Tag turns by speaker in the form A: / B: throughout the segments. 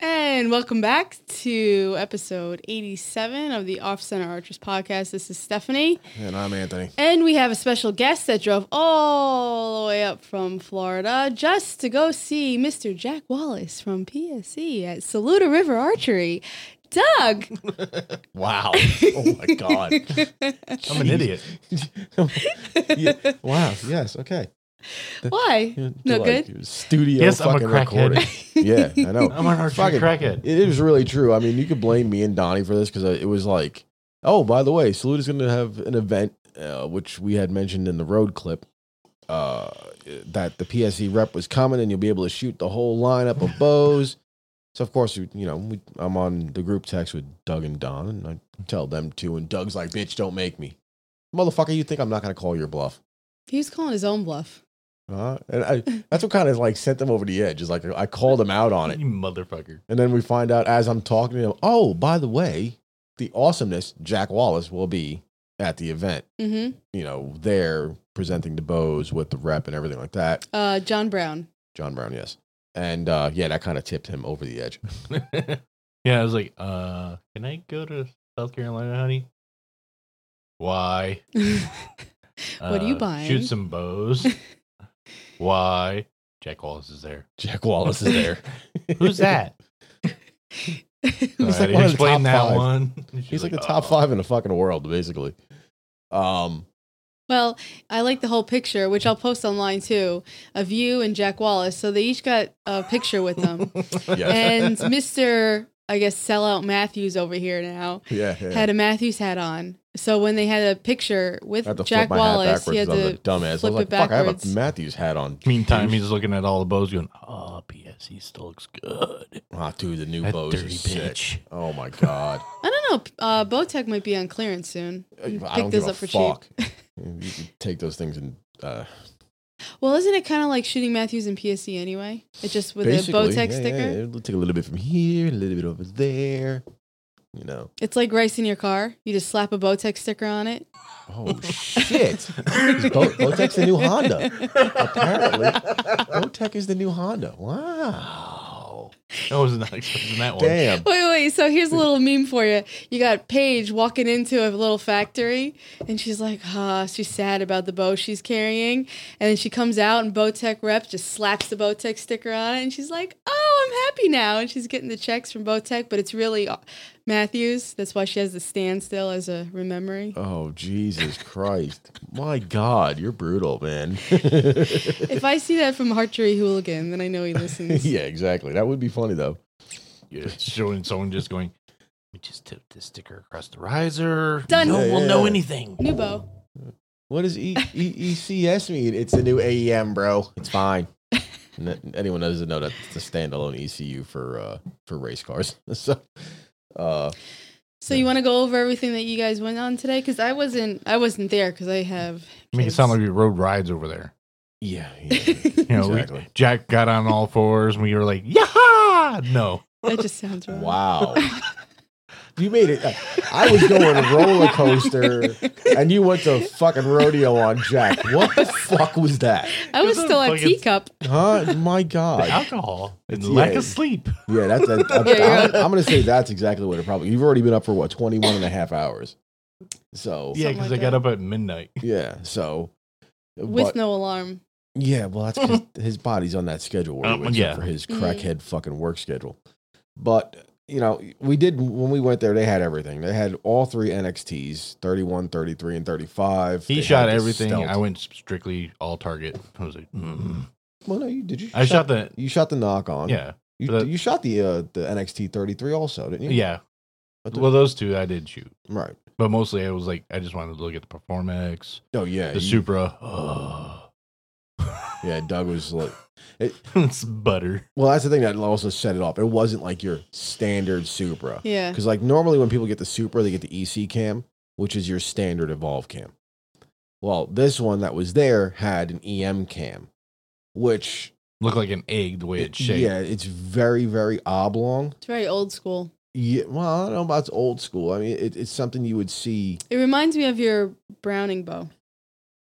A: And welcome back to episode 87 of the Off Center Archers podcast. This is Stephanie.
B: And I'm Anthony.
A: And we have a special guest that drove all the way up from Florida just to go see Mr. Jack Wallace from PSC at Saluda River Archery. Doug,
B: Wow. Oh my God.
C: I'm an idiot.
B: Yeah. Wow. Yes. Okay.
A: why?
B: Do
A: No
B: like Studio
C: Yes, I'm a
B: fucking
C: crackhead.
B: recording. yeah, I know.
C: I'm an archery
B: Fucking-
C: crackhead.
B: It is really true. I mean, you could blame me and Donnie for this because it was like, oh, by the way, Salute is going to have an event, uh, which we had mentioned in the road clip, uh, that the PSE rep was coming and you'll be able to shoot the whole lineup of bows. So, of course, you you know, we, I'm on the group text with Doug and Don, and I tell them to, and Doug's like, bitch, don't make me. Motherfucker, you think I'm not going to call your bluff?
A: He was calling his own bluff.
B: Uh, and I, that's what kind of like sent them over the edge. Is like I called them out on it.
C: You motherfucker.
B: And then we find out as I'm talking to him, oh, by the way, the awesomeness Jack Wallace will be at the event,
A: hmm
B: you know, there presenting the bows with the rep and everything like that.
A: Uh, John Brown.
B: John Brown, yes. And uh, yeah, that kind of tipped him over the edge.
C: yeah, I was like, uh, can I go to South Carolina, honey? Why?
A: What are you
C: Uh,
A: buying?
C: Shoot some bows. Why? Jack Wallace is there.
B: Jack Wallace is there.
C: Who's that?
B: He's like
C: Alrighty,
B: one of the
C: explain
B: top
C: that
B: five.
C: one. She's
B: He's like the
C: "Oh."
B: top five in the fucking world, basically. Um,
A: Well, I like the whole picture, which I'll post online too, of you and Jack Wallace. So they each got a picture with them.
B: yeah,
A: and Mr. I guess sellout Matthews over here now
B: yeah, yeah.
A: had a Matthews hat on. So when they had a picture with
B: I had to
A: Jack
B: flip my hat
A: Wallace,
B: backwards.
A: he had
B: I'm a
A: to.
B: dumbass. I
A: flip
B: was like,
A: it
B: fuck, I have a
A: backwards.
B: Matthews hat on.
C: Meantime, he's looking at all the bows, going, "Oh, PS, he still looks good."
B: Ah, dude, the new
C: That
B: bows
C: dirty
B: is sick.
C: bitch.
B: Oh my god.
A: I don't know. Uh, Bowtech might be on clearance soon.
B: I
A: You
B: don't
A: picked
B: give
A: those
B: a
A: up for cheap.
B: fuck. you can take those things and uh,
A: Well, isn't it kind of like shooting Matthews and PSC anyway? It just with a
B: basically,
A: Bowtech
B: yeah,
A: sticker.
B: yeah, it'll take a little bit from here, a little bit over there. You know.
A: It's like rice in your car. You just slap a Bowtech sticker on it.
B: Oh shit! Bo- Botec's the new Honda. Apparently, Botec is the new Honda. Wow.
C: I was not expecting that one.
B: Damn.
A: Wait, wait. So here's a little meme for you. You got Paige walking into a little factory, and she's like, ah, she's sad about the bow she's carrying. And then she comes out, and Bowtech rep just slaps the Bowtech sticker on it, and she's like, oh, I'm happy now. And she's getting the checks from Bowtech, but it's really uh, Matthews. That's why she has the stand still as a memory.
B: Oh Jesus Christ! My God, you're brutal, man.
A: if I see that from Archery Hooligan, then I know he listens.
B: yeah, exactly. That would be funny though.
C: You're showing someone just going. Let me just tip this sticker across the riser.
A: Done.
C: No one will know
B: Yeah.
C: anything.
A: New bow.
B: What does e- e- ECS mean? It's the new AEM, bro. It's fine. N- anyone that doesn't know that it's a standalone ECU for uh, for race cars. so, uh,
A: So you want to go over everything that you guys went on today? Because I wasn't, I wasn't there because I have.
C: Make it
A: kids.
C: sound like we rode rides over there.
B: yeah, yeah,
C: You know, we-
B: exactly.
C: Jack got on all fours and we were like, Yaha! No.
A: That just sounds wrong.
B: Wow, you made it. I was going roller coaster, and you went to fucking rodeo on Jack. What the fuck was that?
A: I was
C: Doesn't
A: still at
C: look like it's-
A: teacup.
B: Huh? My God.
C: Alcohol. It's
B: Yeah.
C: lack of sleep.
B: Yeah, that's. That, that-
A: Yeah, you're
B: I'm,
A: right.
B: I'm going to say that's exactly what the problem. You've already been up for what 21 and a half hours. So
C: Yeah, because
A: like
C: I got
A: that.
C: up at midnight.
B: yeah, so
A: with
B: but-
A: no alarm.
B: yeah, well, that's 'cause his body's on that schedule. Where he
C: Um,
B: wakes up
C: yeah.
B: for his
A: Mhm.
B: crackhead fucking work schedule. But you know, we did when we went there. They had everything. They had all three NXTs: 31, 33, and 35.
C: He
B: They
C: shot
B: had the
C: everything.
B: stealth-
C: I went strictly all target. I was like, mm.
B: Well, no, you did. You
C: I shot the.
B: You shot the knock on.
C: Yeah.
B: you,
C: the-
B: you shot the uh, the NXT 33 also, didn't you?
C: Yeah.
B: What the-
C: Well, those two I did shoot.
B: right.
C: But mostly I was like, I just wanted to look at the Performex,
B: Oh yeah,
C: the
B: you-
C: Supra. Oh.
B: Yeah, Doug was like.
C: it's butter.
B: Well, that's the thing that also set it off. It wasn't like your standard Supra.
A: Yeah.
B: Because like normally when people get the Supra, they get the EC cam, which is your standard Evolve cam. Well, this one that was there had an EM cam, which
C: Looked like an egg the way it's shaped.
B: yeah, it's very very oblong.
A: It's very old school.
B: Yeah, well, I don't know about it's old school. I mean, it, it's something you would see.
A: It reminds me of your Browning bow.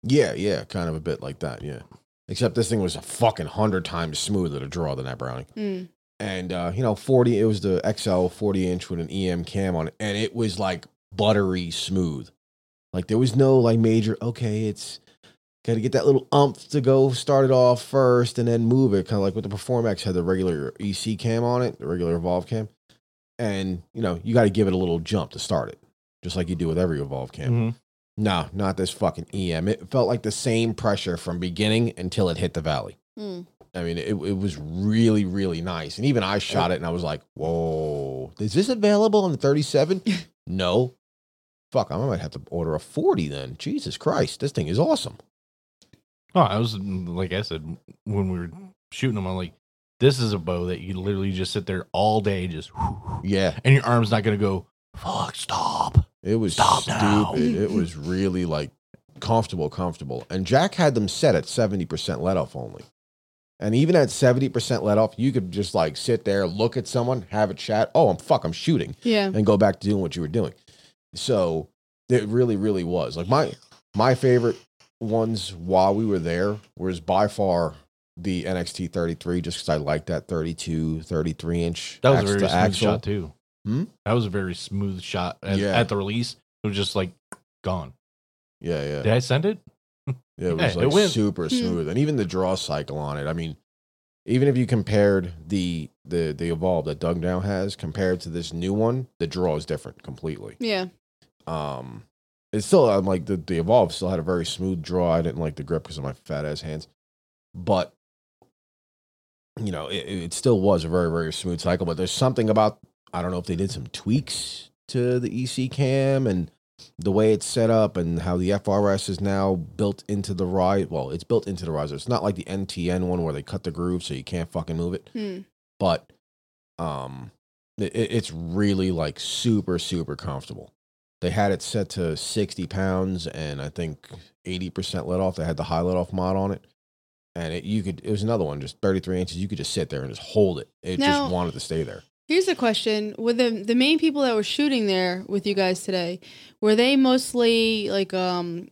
B: Yeah, yeah, kind of a bit like that. Yeah, except this thing was a fucking hundred times smoother to draw than that Browning.
A: Mm.
B: and uh, you know, forty. It was the XL forty inch with an EM cam on it, and it was like buttery smooth. Like there was no like major. Okay, it's got to get that little umph to go start it off first, and then move it. Kind of like with the Perform X had the regular EC cam on it, the regular Evolve cam, and you know you got to give it a little jump to start it, just like you do with every Evolve cam.
C: Mhm.
B: No, not this fucking EM. It felt like the same pressure from beginning until it hit the valley.
A: Hmm.
B: I mean, it, it was really, really nice. And even I shot it and I was like, whoa, is this available on the 37? no. Fuck, I might have to order a 40 then. Jesus Christ, this thing is awesome.
C: Oh, I was like I said when we were shooting them. I'm like, this is a bow that you literally just sit there all day, just
B: Yeah,
C: and your arm's not gonna go. Fuck! Stop!
B: it was
C: Stop now.
B: stupid. it was really like comfortable, comfortable. And Jack had them set at 70% let off only. And even at 70% let off, you could just like sit there, look at someone, have a chat. Oh, I'm fuck, I'm shooting.
A: Yeah.
B: and go back to doing what you were doing. So it really, really was like my my favorite ones while we were there was by far the NXT 33, just because I liked that 32, 33 inch.
C: That was a
B: axe
C: very
B: to
C: smooth
B: axle.
C: shot too.
B: Hmm?
C: That was a very smooth shot at,
B: Yeah.
C: at the release. It was just like gone.
B: Yeah, yeah.
C: Did I send it?
B: Yeah, it
C: Yeah,
B: was
C: it
B: like
C: went-
B: super
A: Hmm.
B: smooth, and even the draw cycle on it. I mean, even if you compared the the the evolve that Doug now has compared to this new one, the draw is different completely.
A: Yeah.
B: Um, it's still I'm like the the evolve still had a very smooth draw. I didn't like the grip because of my fat ass hands, but you know it, it still was a very very smooth cycle. But there's something about I don't know if they did some tweaks to the EC cam and the way it's set up and how the FRS is now built into the ride. Well, it's built into the riser. It's not like the NTN one where they cut the groove so you can't fucking move it
A: Hmm.
B: but um it, it's really like super super comfortable they had it set to 60 pounds and i think 80% let off they had the high let off mod on it and it you could it was another one just 33 inches you could just sit there and just hold it it
A: Now-
B: just wanted to stay there
A: Here's a question: With the the main people that were shooting there with you guys today, were they mostly like um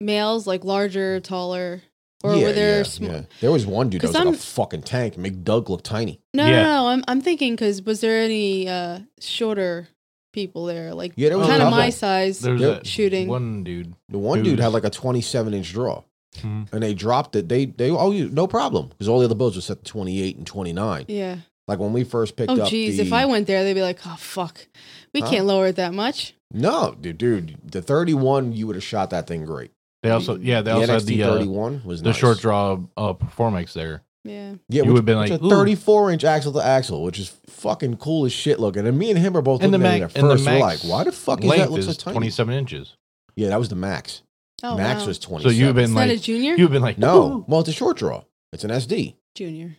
A: males, like larger, taller, or were there sm-
B: there was one dude that
A: 'Cause
B: was like
A: I'm-
B: a fucking tank mcdoug looked tiny
A: No,
C: Yeah.
A: no, no. I'm I'm thinking because was there any uh shorter people there, like
B: Yeah, there
C: was a
A: kind of
C: couple.
A: my size?
C: There was
B: Yep.
C: a
A: Shooting.
C: one dude.
B: the one dude
C: Dude.
B: had like a 27 inch draw
C: Hmm.
B: and they dropped it they they oh you no problem because all the other boats were set to 28 and 29
A: Yeah.
B: like when we first picked
A: Oh,
B: up
A: jeez. If
B: the-
A: I went there, they'd be like, "Oh, fuck, we
B: Huh?
A: can't lower it that much."
B: No, dude, dude, the 31, you would have shot that thing great.
C: They also yeah they
B: the NXT
C: also had the uh,
B: 31 was
C: the
B: nice.
C: short draw uh, Performex there.
A: Yeah.
B: Yeah,
C: you
B: which,
C: would've been
B: which
C: like,
B: a
C: "Ooh."
B: 34 inch axle to axle, which is fucking cool as shit looking. And me and him are both
C: And the
B: looking at
C: max-
B: it at
C: and the
B: first. We're like,
C: max
B: why the fuck is
C: Length
B: that look
C: is
B: so tiny?
C: 27 inches.
B: Yeah, that was the max.
A: Oh,
B: max
A: wow.
B: was
A: Is
B: 27.
C: So you've been
A: that a
C: like
A: junior?
C: you've been like
B: no,
C: "Ooh."
B: well, it's a short draw. It's an SD.
A: junior.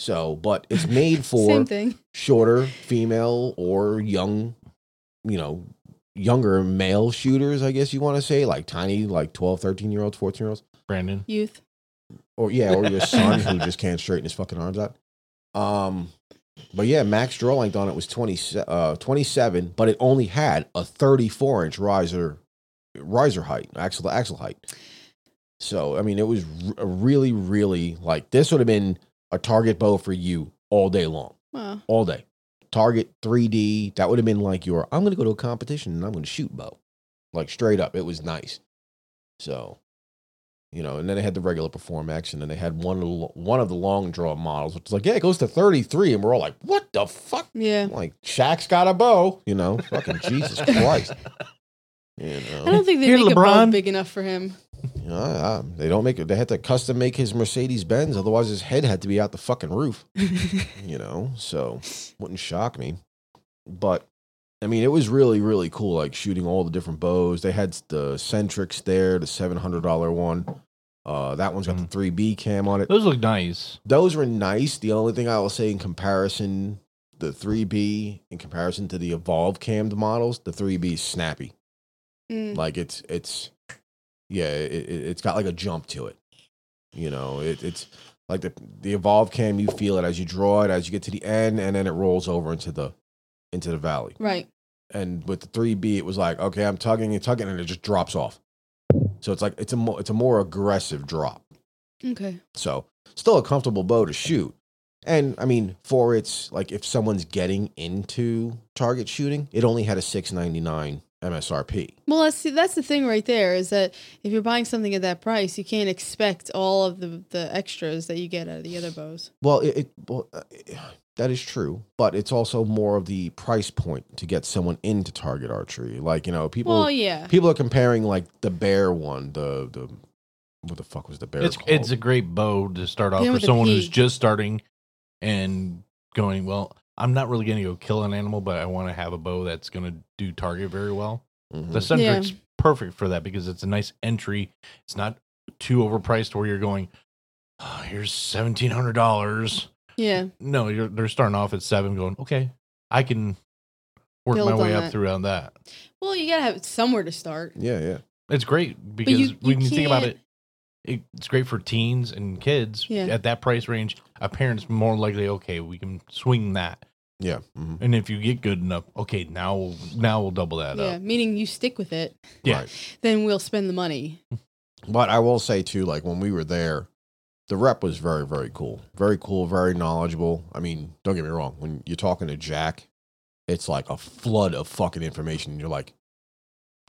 B: So, but it's made
A: Same
B: for
A: thing.
B: shorter female or young, you know, younger male shooters, I guess you want to say, like tiny, like 12, 13 year olds, 14 year olds.
C: Brandon.
A: Youth.
B: or yeah, or your son who just can't straighten his fucking arms out. Um, but yeah, max draw length on it was 20, uh, 27, but it only had a 34 inch riser, riser height, axle to axle height. So, I mean, it was r- a really, really like this would have been a target bow for you all day long,
A: Wow.
B: all day. Target 3D, that would have been like your I'm going to go to a competition and I'm going to shoot bow. Like straight up, it was nice. So, you know, and then they had the regular perform X, and then they had one of the, lo- one of the long draw models, which is like, yeah, it goes to 33, and we're all like, what the fuck?
A: Yeah.
B: I'm like, Shaq's got a bow, you know, fucking Jesus Christ. You
A: I
B: know,
A: don't think they
C: Here,
A: make a boat
C: LeBron.
A: big enough for him.
B: You know, I- I- they don't make it. They had to custom make his Mercedes Benz, otherwise his head had to be out the fucking roof. You know, so wouldn't shock me. But I mean, it was really really cool, like shooting all the different bows. They had the Centrics there, the seven hundred dollar one. Uh, that one's got the three B cam on it
C: Those look nice.
B: those were nice. The only thing I will say in comparison, the 3B in comparison to the Evolve cammed models, the 3B is snappy.
A: Mm.
B: Like it's it's yeah, it, it- it's got like a jump to it. You know, it, it's like the the Evolve cam. You feel it as you draw it, as you get to the end, and then it rolls over into the into the valley.
A: Right.
B: And with the 3B, it was like okay, I'm tugging and tugging, and it just drops off. So it's like it's a mo- it's a more aggressive drop.
A: Okay.
B: So still a comfortable bow to shoot, And I mean, for its like, if someone's getting into target shooting, it only had a six ninety nine MSRP.
A: Well, that's see, that's the thing right there is that if you're buying something at that price, you can't expect all of the the extras that you get out of the other bows.
B: Well, it, it well, uh, that is true, but it's also more of the price point to get someone into target archery. Like you know, people
A: well, yeah.
B: people are comparing like the bear one, the the what the fuck was the bear?
C: It's
B: called?
C: it's a great bow to start off
A: Yeah,
C: for
A: with a
C: someone who's
A: peak.
C: just starting and going, well, I'm not really going to go kill an animal, but I want to have a bow that's going to do target very well.
B: Mhm.
C: The Centric's perfect for that because it's a nice entry. It's not too overpriced where you're going, "Ah, here's $1,700.
A: Yeah.
C: No, you're, they're starting off at seven going, okay, I can work
A: Build
C: my way
A: on
C: up
A: that.
C: throughout that.
A: Well, you gotta have somewhere to start.
B: yeah, yeah.
C: It's great
A: But you,
C: because
A: you
C: we can think about
A: can't-
C: it. it- It's great for teens and kids
A: Yeah.
C: at that price range. A parent's more likely, okay, we can swing that,
B: Yeah. mhm.
C: and if you get good enough, okay, now we'll, now we'll double that
A: Yeah,
C: up.
A: meaning you stick with it,
C: Yeah.
B: Right.
A: then we'll spend the money.
B: But I will say too, like when we were there, the rep was very, very cool. Very cool, very knowledgeable. I mean, don't get me wrong. When you're talking to Jack, it's like a flood of fucking information. You're like,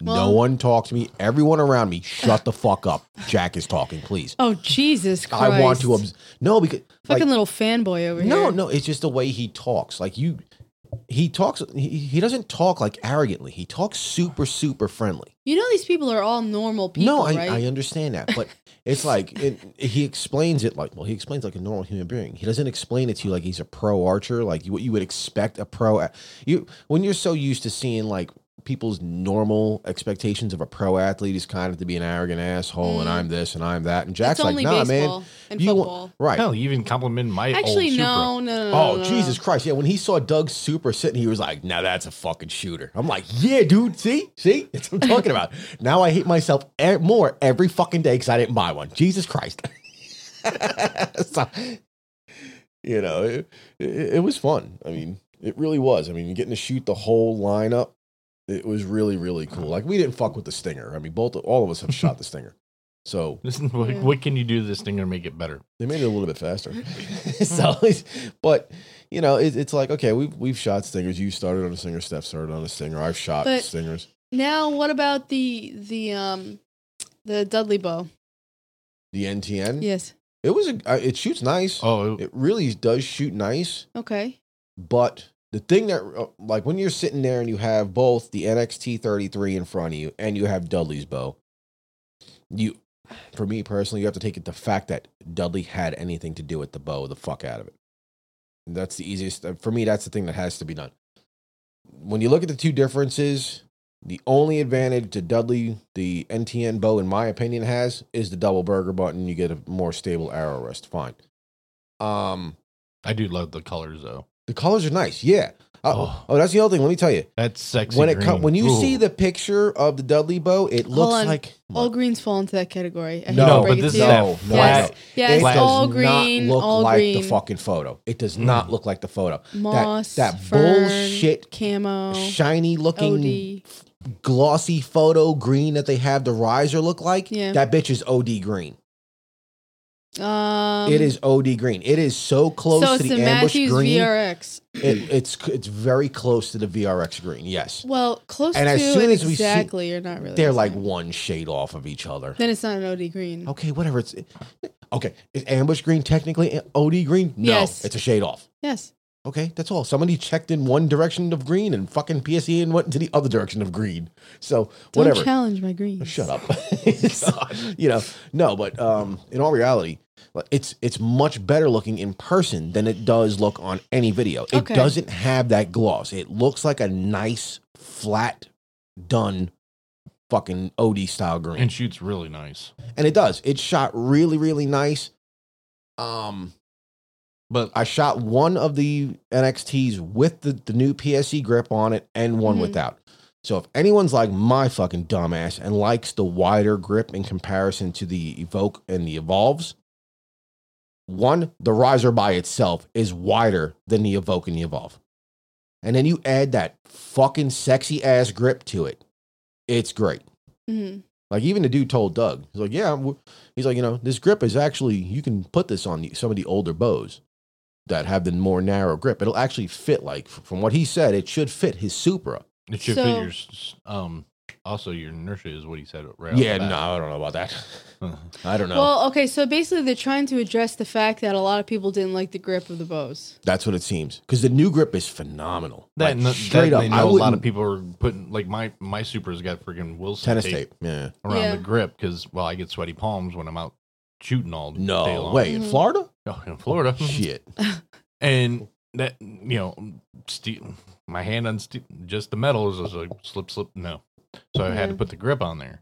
B: no
A: Well-
B: one talk to me. Everyone around me, shut the fuck up. Jack is talking, please.
A: Oh Jesus Christ!
B: I want to. Obs- no, because
A: fucking
B: like,
A: little fanboy over here.
B: no, no. It's just the way he talks. Like you, he talks. He, he doesn't talk like arrogantly. He talks super, super friendly.
A: You know these people are all normal people,
B: no, I,
A: right?
B: I understand that, but it's like it, he explains it like well, he explains like a normal human being. He doesn't explain it to you like he's a pro archer, like what you would expect a pro. a- You when you're so used to seeing like people's normal expectations of a pro athlete is kind of to be an arrogant asshole, and
A: Mm.
B: I'm this and I'm that, and
A: That's
B: Jack's like,
A: only
B: nah,
A: baseball
B: man,
A: and
B: you want-
A: football.
B: right.
C: Hell, you even compliment my
A: Actually,
C: old Supra.
A: no, no, no, no.
B: Oh
A: no, no.
B: Jesus Christ! Yeah, when he saw Doug Super sitting, he was like, "Now that's a fucking shooter." I'm like, "Yeah, dude. See, see, that's what I'm talking about." Now I hate myself e- more every fucking day because I didn't buy one. Jesus Christ! so, you know, it, it, it was fun. I mean, it really was. I mean, getting to shoot the whole lineup, it was really, really cool. Like we didn't fuck with the Stinger. I mean, both all of us have shot the Stinger, so
C: This is like,
A: Yeah.
C: what can you do to this thing to make it better?
B: they made it a little bit faster. so, it's- but you know, it, it's like okay, we've we've shot stingers. You started on a stinger. Steph started on a stinger. I've shot
A: But-
B: stingers.
A: Now, what about the the um the Dudley bow?
B: The NTN.
A: Yes.
B: It was a. uh, It shoots nice.
C: Oh,
B: It really does shoot nice.
A: Okay.
B: But the thing that uh, like when you're sitting there and you have both the NXT 33 in front of you and you have Dudley's bow, you. For me personally, you have to take it the fact that Dudley had anything to do with the bow the fuck out of it. That's the easiest. uh, For me, that's the thing that has to be done. when you look at the two differences, the only advantage to Dudley, the NTN bow, in my opinion, has is the double burger button. You get a more stable arrow rest. Fine. Um,
C: I do love the colors though.
B: the colors are nice. Yeah. Oh,
C: Oh.
B: oh, that's the other thing. Let me tell you.
C: That's sexy.
B: When it com-
C: green.
B: when you
C: Ooh.
B: see the picture of the Dudley bow, it looks
A: on.
B: like
A: All greens fall into that category. I hate to
B: No,
A: break
C: but
A: it
C: this
A: to
C: is
A: you.
C: that
B: no, no,
A: Yes,
B: no.
A: yes,
B: it does
A: all
B: not
A: green,
B: look
A: all
B: like
A: green.
B: the fucking photo. It does not
C: Mm.
B: look like the photo.
A: Moss,
B: that that
A: fern,
B: bullshit
A: camo,
B: shiny
A: OD.
B: looking glossy photo green that they have the riser look like,
A: Yeah.
B: that bitch is OD green.
A: Um,
B: it is OD green. It is so close
A: so it's
B: to the,
A: the,
B: ambush
A: Matthews
B: green.
A: VRX.
B: It, it's it's very close to the VRX green. Yes,
A: Well, close
B: And
A: to
B: as soon
A: it
B: as we see-
A: exactly. you're not really.
B: they're
A: the
B: like
A: same.
B: one shade off of each other.
A: Then it's not an OD green.
B: Okay, whatever. It's okay. Is ambush green technically a- OD green? No,
A: Yes.
B: it's a shade off.
A: Yes.
B: Okay, that's all. Somebody checked in one direction of green and fucking E PSE and went into the other direction of green. So
A: Don't
B: whatever. Oh,
A: challenge my green.
B: Shut up. you know, no, but um, in all reality, like, it's it's much better looking in person than it does look on any video. It
A: Okay.
B: doesn't have that gloss. It looks like a nice, flat, done, fucking OD style green,
C: and shoots really nice.
B: and it does. It shot really, really nice. Um,
C: But
B: I shot one of the NXTs with the, the new PSE grip on it and one
A: Mhm.
B: without. So if anyone's like my fucking dumbass and likes the wider grip in comparison to the Evoke and the Evolves, one, the riser by itself is wider than the Evoke and the Evolve. And then you add that fucking sexy ass grip to it. It's great.
A: Mhm.
B: Like even the dude told Doug, he's like, yeah, I'm w-" he's like, you know, this grip is actually you can put this on the, some of the older bows. that have the more narrow grip. It'll actually fit. Like f- from what he said, it should fit his Supra.
C: It should
A: So-
C: fit your s- um. Also, your inertia is what he said. Right off
B: yeah,
C: the
B: no,
C: bat.
B: I don't know about that.
C: Uh,
B: I don't know.
A: Well, okay, so basically they're trying to address the fact that a lot of people didn't like the grip of the bows.
B: That's what it seems because the new grip is phenomenal.
C: That,
B: Like,
C: and that-
B: straight
C: that
B: up,
C: they
B: I
C: know a lot of
B: wouldn't-
C: people are putting like my my super's got freaking Wilson
B: tennis tape. Yeah,
C: around
A: Yeah.
C: the grip because well I get sweaty palms when I'm out shooting all day
B: no
C: long.
B: way in
A: Mhm.
B: Florida.
C: Oh, in Florida
B: Shit,
C: and that you know ste- my hand on ste- just the metal is just like slip slip no so I had to
A: Yeah.
C: put the grip on there.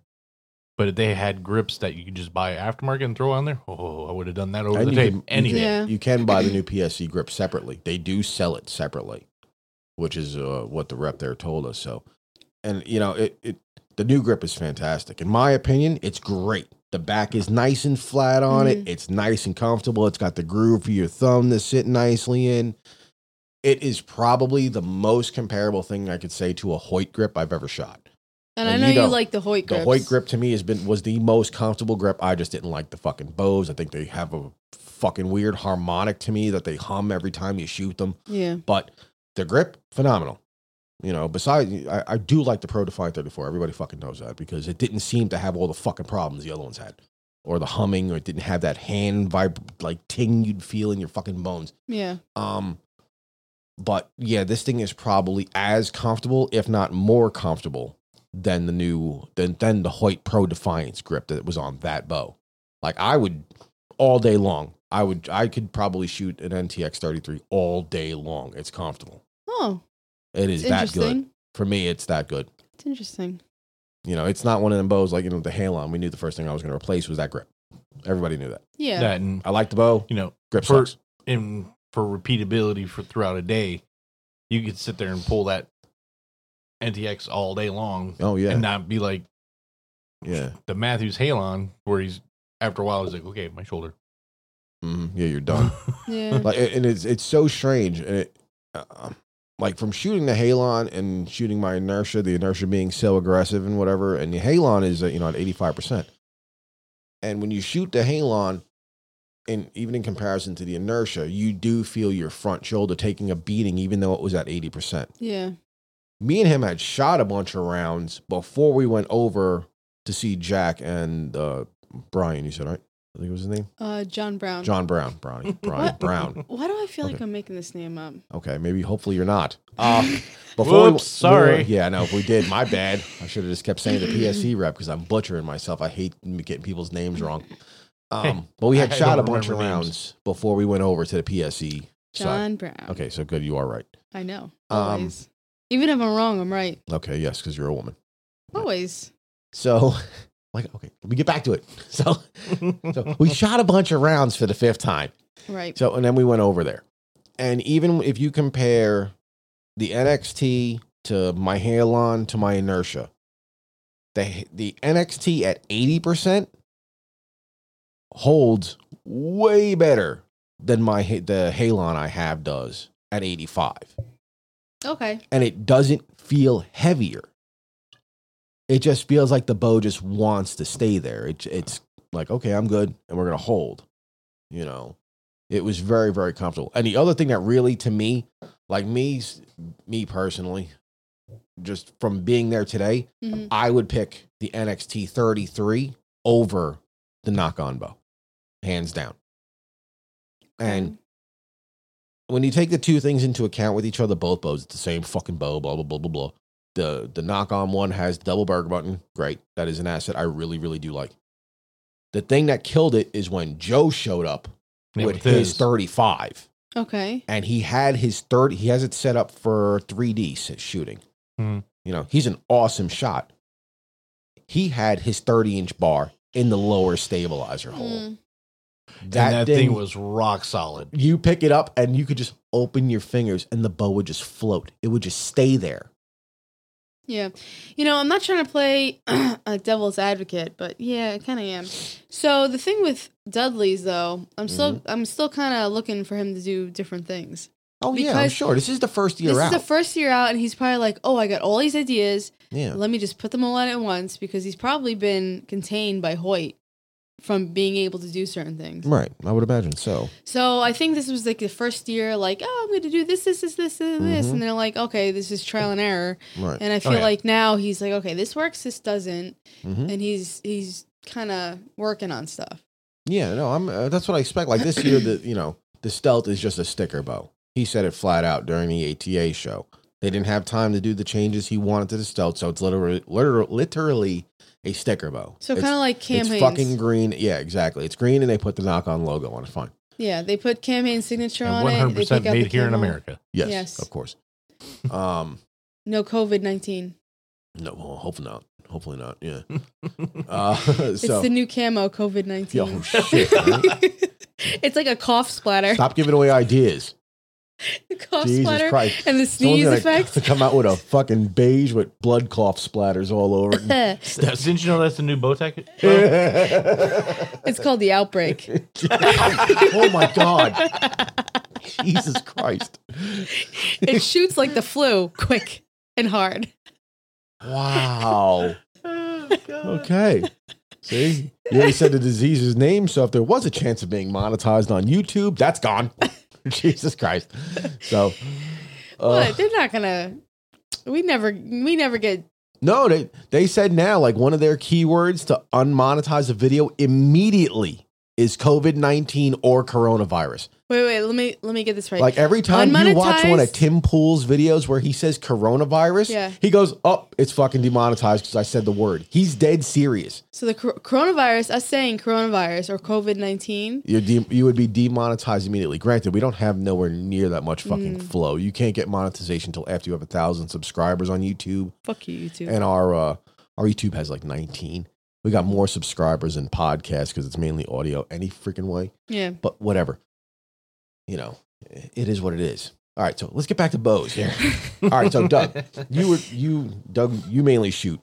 C: But if they had grips that you could just buy aftermarket and throw on there, oh, I would have done that over
B: And
C: the
B: you
C: tape
B: can- you
C: any
B: can-
C: day.
A: Yeah.
B: you can buy the new PSC grip separately. They do sell it separately, which is uh, what the rep there told us. So, and you know, it, it the new grip is fantastic. In my opinion, it's great. The back is nice and flat on it. It's nice and comfortable. It's got the groove for your thumb to sit nicely in. It is probably the most comparable thing I could say to a Hoyt grip I've ever shot.
A: And,
B: And
A: I know
B: you
A: you,
B: don't.
A: like the Hoyt
B: The
A: grips.
B: Hoyt grip to me has been was the most comfortable grip. I just didn't like the fucking bows. I think they have a fucking weird harmonic to me that they hum every time you shoot them.
A: Yeah.
B: But the grip, phenomenal. You know, besides, I, I do like the Pro Define 34. Everybody fucking knows that because it didn't seem to have all the fucking problems the other ones had, or the humming, or it didn't have that hand vib like ting you'd feel in your fucking bones.
A: Yeah.
B: Um, but yeah, this thing is probably as comfortable, if not more comfortable, than the new than than the Hoyt Pro Defiance grip that was on that bow. Like I would all day long. I would I could probably shoot an NTX 33 all day long. It's comfortable.
A: Oh,
B: It
A: it's
B: is that
A: interesting.
B: good. For me, it's that good.
A: It's interesting.
B: You know, it's not one of them bows like you know the Halon. We knew the first thing I was going to replace was that grip. Everybody knew that.
A: Yeah.
C: That and
B: I like the bow.
C: you know,
B: Grip
C: For-
B: sucks.
C: and for repeatability for throughout a day, you could sit there and pull that NTX all day long
B: Oh yeah,
C: and not be like
B: yeah,
C: the Matthews Halon, where he's after a while he's like, okay, my shoulder.
B: Mhm. yeah. You're done.
A: yeah.
B: like and it's it's so strange and it uh, like from shooting the halon and shooting my inertia the inertia being so aggressive and whatever and the halon is uh, you know at 85% and when you shoot the halon and even in comparison to the inertia you do feel your front shoulder taking a beating even though it was at 80%
A: Yeah.
B: me and him had shot a bunch of rounds before we went over to see jack and uh, brian you said right i think it was his name
A: Uh, John Brown.
B: john brown brownie brian
A: What?
B: brown
A: Why do I feel like
B: Okay. Ah,
A: I'm making this name up?
B: Okay, maybe hopefully you're not.
A: Uh,
B: we-
C: Whoops, sorry.
B: we- yeah, no, if we did, my bad. I should have just kept saying the PSC rep because I'm butchering myself. I hate m- getting people's names wrong. Um, but we had
C: I
B: shot a
C: don't
B: bunch of
C: remember
B: rounds
C: names.
B: before we went over to the PSC side.
A: John Brown.
B: Okay, so good, you are right.
A: I know.
B: Um,
A: Always. Even if I'm wrong, I'm right.
B: Okay, yes, because you're a woman. Yeah.
A: Always.
B: So, like, okay, let me get back to it. So, so we shot a bunch of rounds for the fifth time.
A: Right.
B: So, and then we went over there. And even if you compare the NXT to my Halon to my Inertia, the, the NXT at 80% holds way better than my Ha- the Halon I have does at 85.
A: Okay.
B: And it doesn't feel heavier. It just feels like the bow just wants to stay there. It, it's like, okay, I'm good, and we're going to hold. You know, it was very, very comfortable. And the other thing that really, to me, like me, me personally, just from being there today,
A: Mhm.
B: I would pick the NXT 33 over the knock on bow, hands down. And when you take the two things into account with each other, both bows, it's the same fucking bow, blah, blah, blah, blah, blah. The the knock on one has double barrel button. Great. That is an asset I really, really do like. The thing that killed it is when Joe showed up
C: Yeah,
B: with
C: with
B: his
C: his.
B: 35
A: Okay.
B: and he had his 30 he has it set up for 3d s- shooting
C: Mhm.
B: you know he's an awesome shot he had his 30 inch bar in the lower stabilizer hole
A: Mm.
C: that, that thing was rock solid.
B: you pick it up and you could just open your fingers and the bow would just float. It would just stay there.
A: Yeah. You know, I'm not trying to play a devil's advocate, but yeah, I kind of am. So the thing with Dudley's though, I'm still
B: Mm-hmm.
A: I'm still kind of looking for him to do different things.
B: Oh yeah, I'm
A: Because
B: sure. This is the first year
A: this
B: out.
A: is the first year out and he's probably like, "Oh, I got all these ideas.
B: yeah.
A: Let me just put them all out at once because he's probably been contained by Hoyt from being able to do certain things.
B: Right. I would imagine so.
A: So I think this was like the first year, like, oh, I'm going to do this, this, this, this, and this.
B: Mhm.
A: And they're like, okay, this is trial and error.
B: Right.
A: And I feel
C: yeah.
A: like now he's like, okay, this works, this doesn't.
B: hmm
A: And he's, he's kind of working on stuff.
B: Yeah. No. I'm. Uh, that's what I expect. Like this year, the you know the stealth is just a sticker bow. He said it flat out during the ATA show. They didn't have time to do the changes he wanted to the stealth, so it's literally literally, literally a sticker bow.
A: So
B: It's-
A: kind of like Cam
B: It's
A: Haynes.
B: fucking green. Yeah, exactly. It's green, and they put the knock on logo on it. Fine.
A: yeah, they put Cam Haynes' signature
C: and
A: on
C: one hundred
A: it. They
C: percent
A: pick out
C: made
A: the
C: here in
A: Cam Haynes.
C: America.
B: Yes,
A: Yes.
B: of course. Um,
A: No COVID 19.
B: no, well, hopefully not. Hopefully not. Yeah. Uh,
A: It's
B: so
A: the new camo COVID 19.
B: yo shit. man.
A: it's like a cough splatter.
B: Stop giving away ideas.
A: The cough
B: Jesus
A: splatter
B: Christ.
A: and the
B: Someone's
A: sneeze
B: gonna
A: effect.
B: Come out with a fucking beige with blood cough splatters all over it.
C: Didn't you know that's the new Bowtech? Well,
A: it's called the outbreak.
B: oh my god. Jesus Christ.
A: It shoots like the flu, quick and hard.
B: Wow.
C: oh, God.
B: Okay. See? You already said the disease's name, so if there was a chance of being monetized on YouTube, that's gone. Jesus Christ. So uh,
A: But they're not gonna. We never, we never get.
B: no, they they said now like one of their keywords to unmonetize a video immediately is COVID-19 or coronavirus.
A: Wait, wait. Let me, let me get this right.
B: Like every time you watch one of
A: Unmonetized?
B: Tim Pool's videos where he says coronavirus,
A: Yeah.
B: he goes, "Oh, it's fucking demonetized because I said the word." He's dead serious.
A: so the cor- coronavirus, us saying coronavirus or COVID nineteen.
B: You're de- you would be demonetized immediately. Granted, we don't have nowhere near that much
A: Mm.
B: fucking flow. You can't get monetization until after you have a thousand subscribers on YouTube,
A: Fuck you, YouTube.
B: and our uh, our YouTube has like 19. We got more subscribers than podcasts because it's mainly audio any freaking way.
A: yeah.
B: But whatever, you know, it is what it is. All right, so let's get back to Bose here. All right, so Doug, you were you Doug, you mainly shoot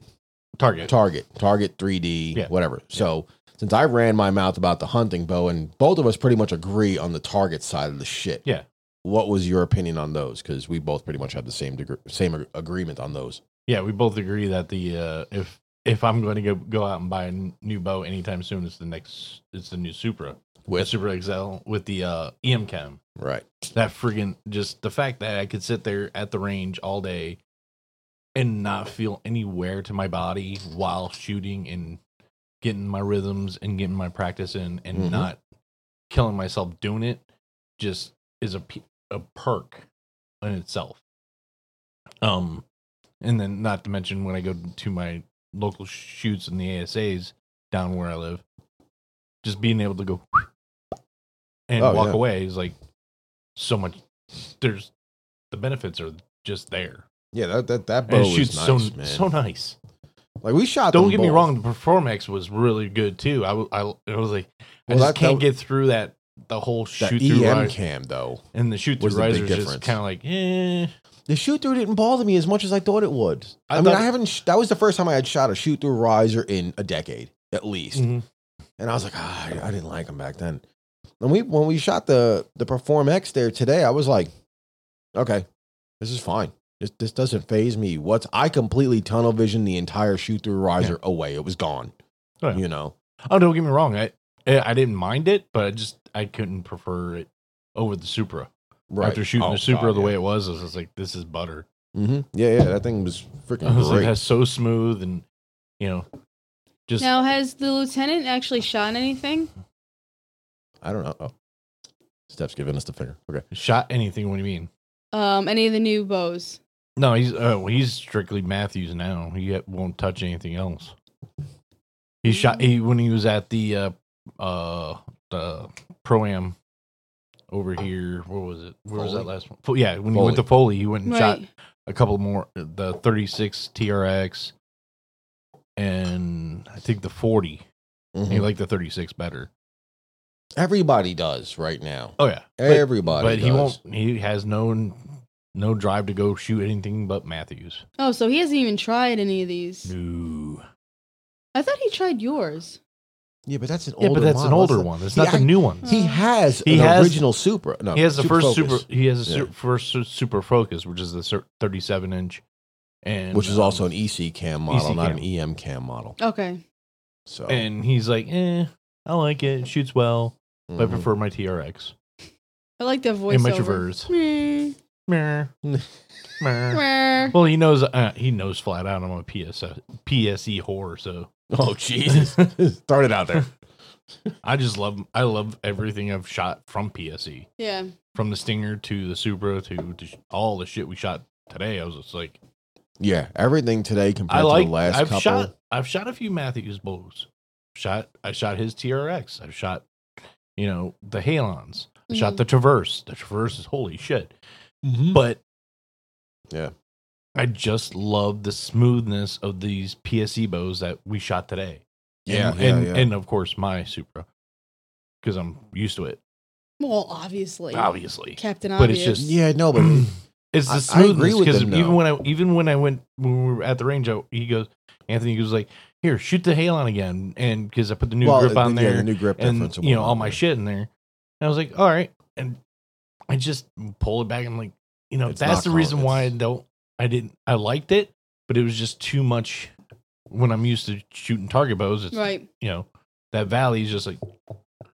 C: Target.
B: Target, Target 3D,
C: Yeah.
B: whatever. So since I ran my mouth about the hunting bow, and both of us pretty much agree on the Target side of the shit.
C: Yeah.
B: What was your opinion on those? Because we both pretty much had the same degre- same ag- agreement on those.
C: Yeah, we both agree that the uh, if if I'm going to go go out and buy a n- new bow anytime soon, it's the next it's the new Supra the
B: With
C: Supra XL with the uh, EM cam.
B: right,
C: That friggin' just the fact that I could sit there at the range all day and not feel any wear to my body while shooting and getting my rhythms and getting my practice in and
B: Mhm.
C: not killing myself doing it just is a pe- a perk in itself. Um, and then not to mention when I go to my local shoots and the ASAs down where I live, just being able to go and
B: Oh,
C: walk
B: yeah.
C: away is like so much. There's the benefits are just there.
B: yeah, that that that bow
C: And it
B: was
C: shoots
B: nice,
C: so
B: man.
C: so nice.
B: like we shot.
C: Don't
B: them
C: get me
B: both.
C: wrong, the Performex was really good too. I w- I, I was like, I
B: Well, that-
C: just can't
B: that-
C: get through that the whole
B: The
C: shoot through
B: EM
C: rise,
B: cam though,
C: and the shoot through
B: was the big
C: riser is just
B: difference.
C: kind of like, eh.
B: the shoot through didn't bother me as much as I thought it would.
C: I
B: I, mean,
C: thought-
B: I haven't. Sh- that was the first time I had shot a shoot through riser in a decade, at least.
C: Mm. mm-hmm.
B: And I was like, ah, I I didn't like him back then. And we when we shot the the Perform X there today, I was like, okay, this is fine. This this doesn't phase me. What's I completely tunnel vision the entire shoot through riser away. It was gone.
C: Oh, yeah.
B: You know.
C: Oh, don't get me wrong. I eh, I didn't mind it, but I just I couldn't prefer it over the Supra.
B: Right.
C: After shooting
B: Oh,
C: the Supra
B: God,
C: the way it was, I was just like, this is butter.
B: yeah. hmm Yeah, yeah. That thing was
C: I was
B: freaking
C: like,
B: great.
C: that's so smooth and you know, just
A: Now, has the lieutenant actually shot anything?
B: I don't know. Oh. Steph's giving us the finger. Okay.
C: shot anything. What do you mean?
A: Um, any of the new bows?
C: No, he's uh, well, he's strictly Matthews now. He ha- won't touch anything else. He shot he when he was at the uh uh the pro am over here. Where was it? Where was that
B: Uh, Foley?
C: last one? Fo- Yeah, when he
B: Foley.
C: went to Foley, he went and shot
A: Right.
C: a couple more the 36 TRX and I think the 40. He
B: Mhm.
C: liked the 36 better.
B: Everybody does right now.
C: Oh yeah. But,
B: Everybody.
C: but he
B: does.
C: won't he has no no drive to go shoot anything but Matthews.
A: Oh, so he hasn't even tried any of these.
C: No.
A: I thought he tried yours.
B: Yeah, but that's an
C: Yeah,
B: older.
C: but that's an
B: model.
C: older
B: the-
C: one. It's
B: He
C: not the
B: act-
C: new one.
B: He has
C: He
B: an
C: has-
B: original Supra. No,
C: He has the first
B: Focus.
C: super. He has the
B: Yeah.
C: su- first su- super focus, which is the cer- 37 inch, and
B: which is
C: um,
B: also an EC cam model,
C: EC
B: not
C: cam.
B: an EM cam model.
A: Okay.
B: So
C: And he's like, eh, I like it. It shoots well. but I
B: Mhm.
C: prefer my TRX.
A: I like that voiceover.
C: And my Traverse.
A: Meh,
C: Meh. Meh.
A: meh.
C: Well, he knows. Uh, he knows flat out. I'm a PSE PSE E whore. So
B: Oh Jesus! Started out there.
C: I just love. I love everything I've shot from PSE.
A: yeah.
C: From the Stinger to the Supra to, to sh- all the shit we shot today. I was just like,
B: Yeah, everything today compared
C: I like.
B: to the last
C: I've
B: couple.
C: shot. I've shot a few Matthews bows. Shot. I shot his TRX. I've shot. You know the Halons. I Shot the Traverse. The Traverse is holy shit. But
B: Mm-hmm. Yeah.
C: I just love the smoothness of these PSE bows that we shot today.
B: yeah,
C: and,
B: yeah,
C: and,
B: yeah.
C: and of course my Supra because I'm used to it,
A: Well, obviously.
C: obviously.
A: Captain
C: But it's
A: Obvious.
C: just-
B: yeah, no, but
C: It's the
B: I- I agree
C: smoothness
B: with
C: because
B: them,
C: even
B: though.
C: when I even when I went when we were at the range, I, he goes, Anthony was like, "Here, shoot the Halon again," and because I put the new
B: well,
C: grip on
B: yeah,
C: there
B: the new grip
C: and
B: difference
C: you know all
B: whatnot,
C: my
B: yeah.
C: shit in there. And I was like, "All right," and I just pull it back. I'm like, you know,
B: It's
C: that's
B: not
C: the
B: calm,
C: reason why I
B: it's-
C: don't. I didn't. I liked it, but it was just too much. When I'm used to shooting target bows, it's
A: right.
C: you know that valley is just like.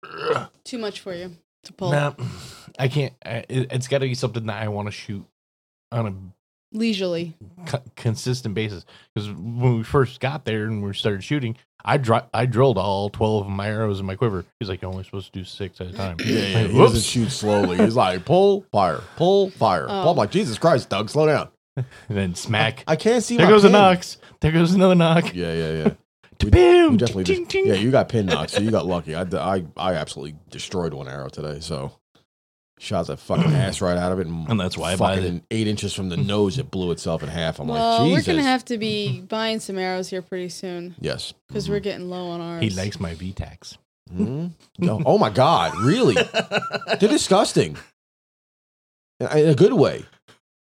C: "Ugh."
A: Too much for you to pull.
C: Nah, I can't. I, it, it's got to be something that I want to shoot on
A: Leisurely.
C: a co- consistent basis. Because when we first got there and we started shooting, I dri- I drilled all twelve of my arrows in my quiver. He's like, "You're only supposed to do six at a time."
B: Yeah, yeah,
C: Like,
B: he doesn't
C: whoops.
B: shoot slowly. He's like, pull, fire, pull, fire.
A: Oh.
B: I'm like, Jesus Christ, Doug, slow down.
C: And then smack.
B: I can't see.
C: there
B: my
C: goes a
B: pin.
C: knock. There goes another knock.
B: Yeah, yeah, yeah. We-
C: Boom.
B: we definitely
C: Ting, ting.
B: Yeah, you got pin knocked, so you got lucky. I, I, I absolutely destroyed one arrow today. So shot that fucking ass right out of it, and,
C: And that's why I buy
B: fucking eight inches from the nose, it blew itself in half. I'm
A: well,
B: like, Jesus.
A: we're gonna have to be buying some arrows here pretty soon
B: yes.
A: because we're getting low on ours.
C: Mm-hmm. He likes my VTAX.
B: Hmm? No. Oh my God! Really? They're disgusting. In in a good way.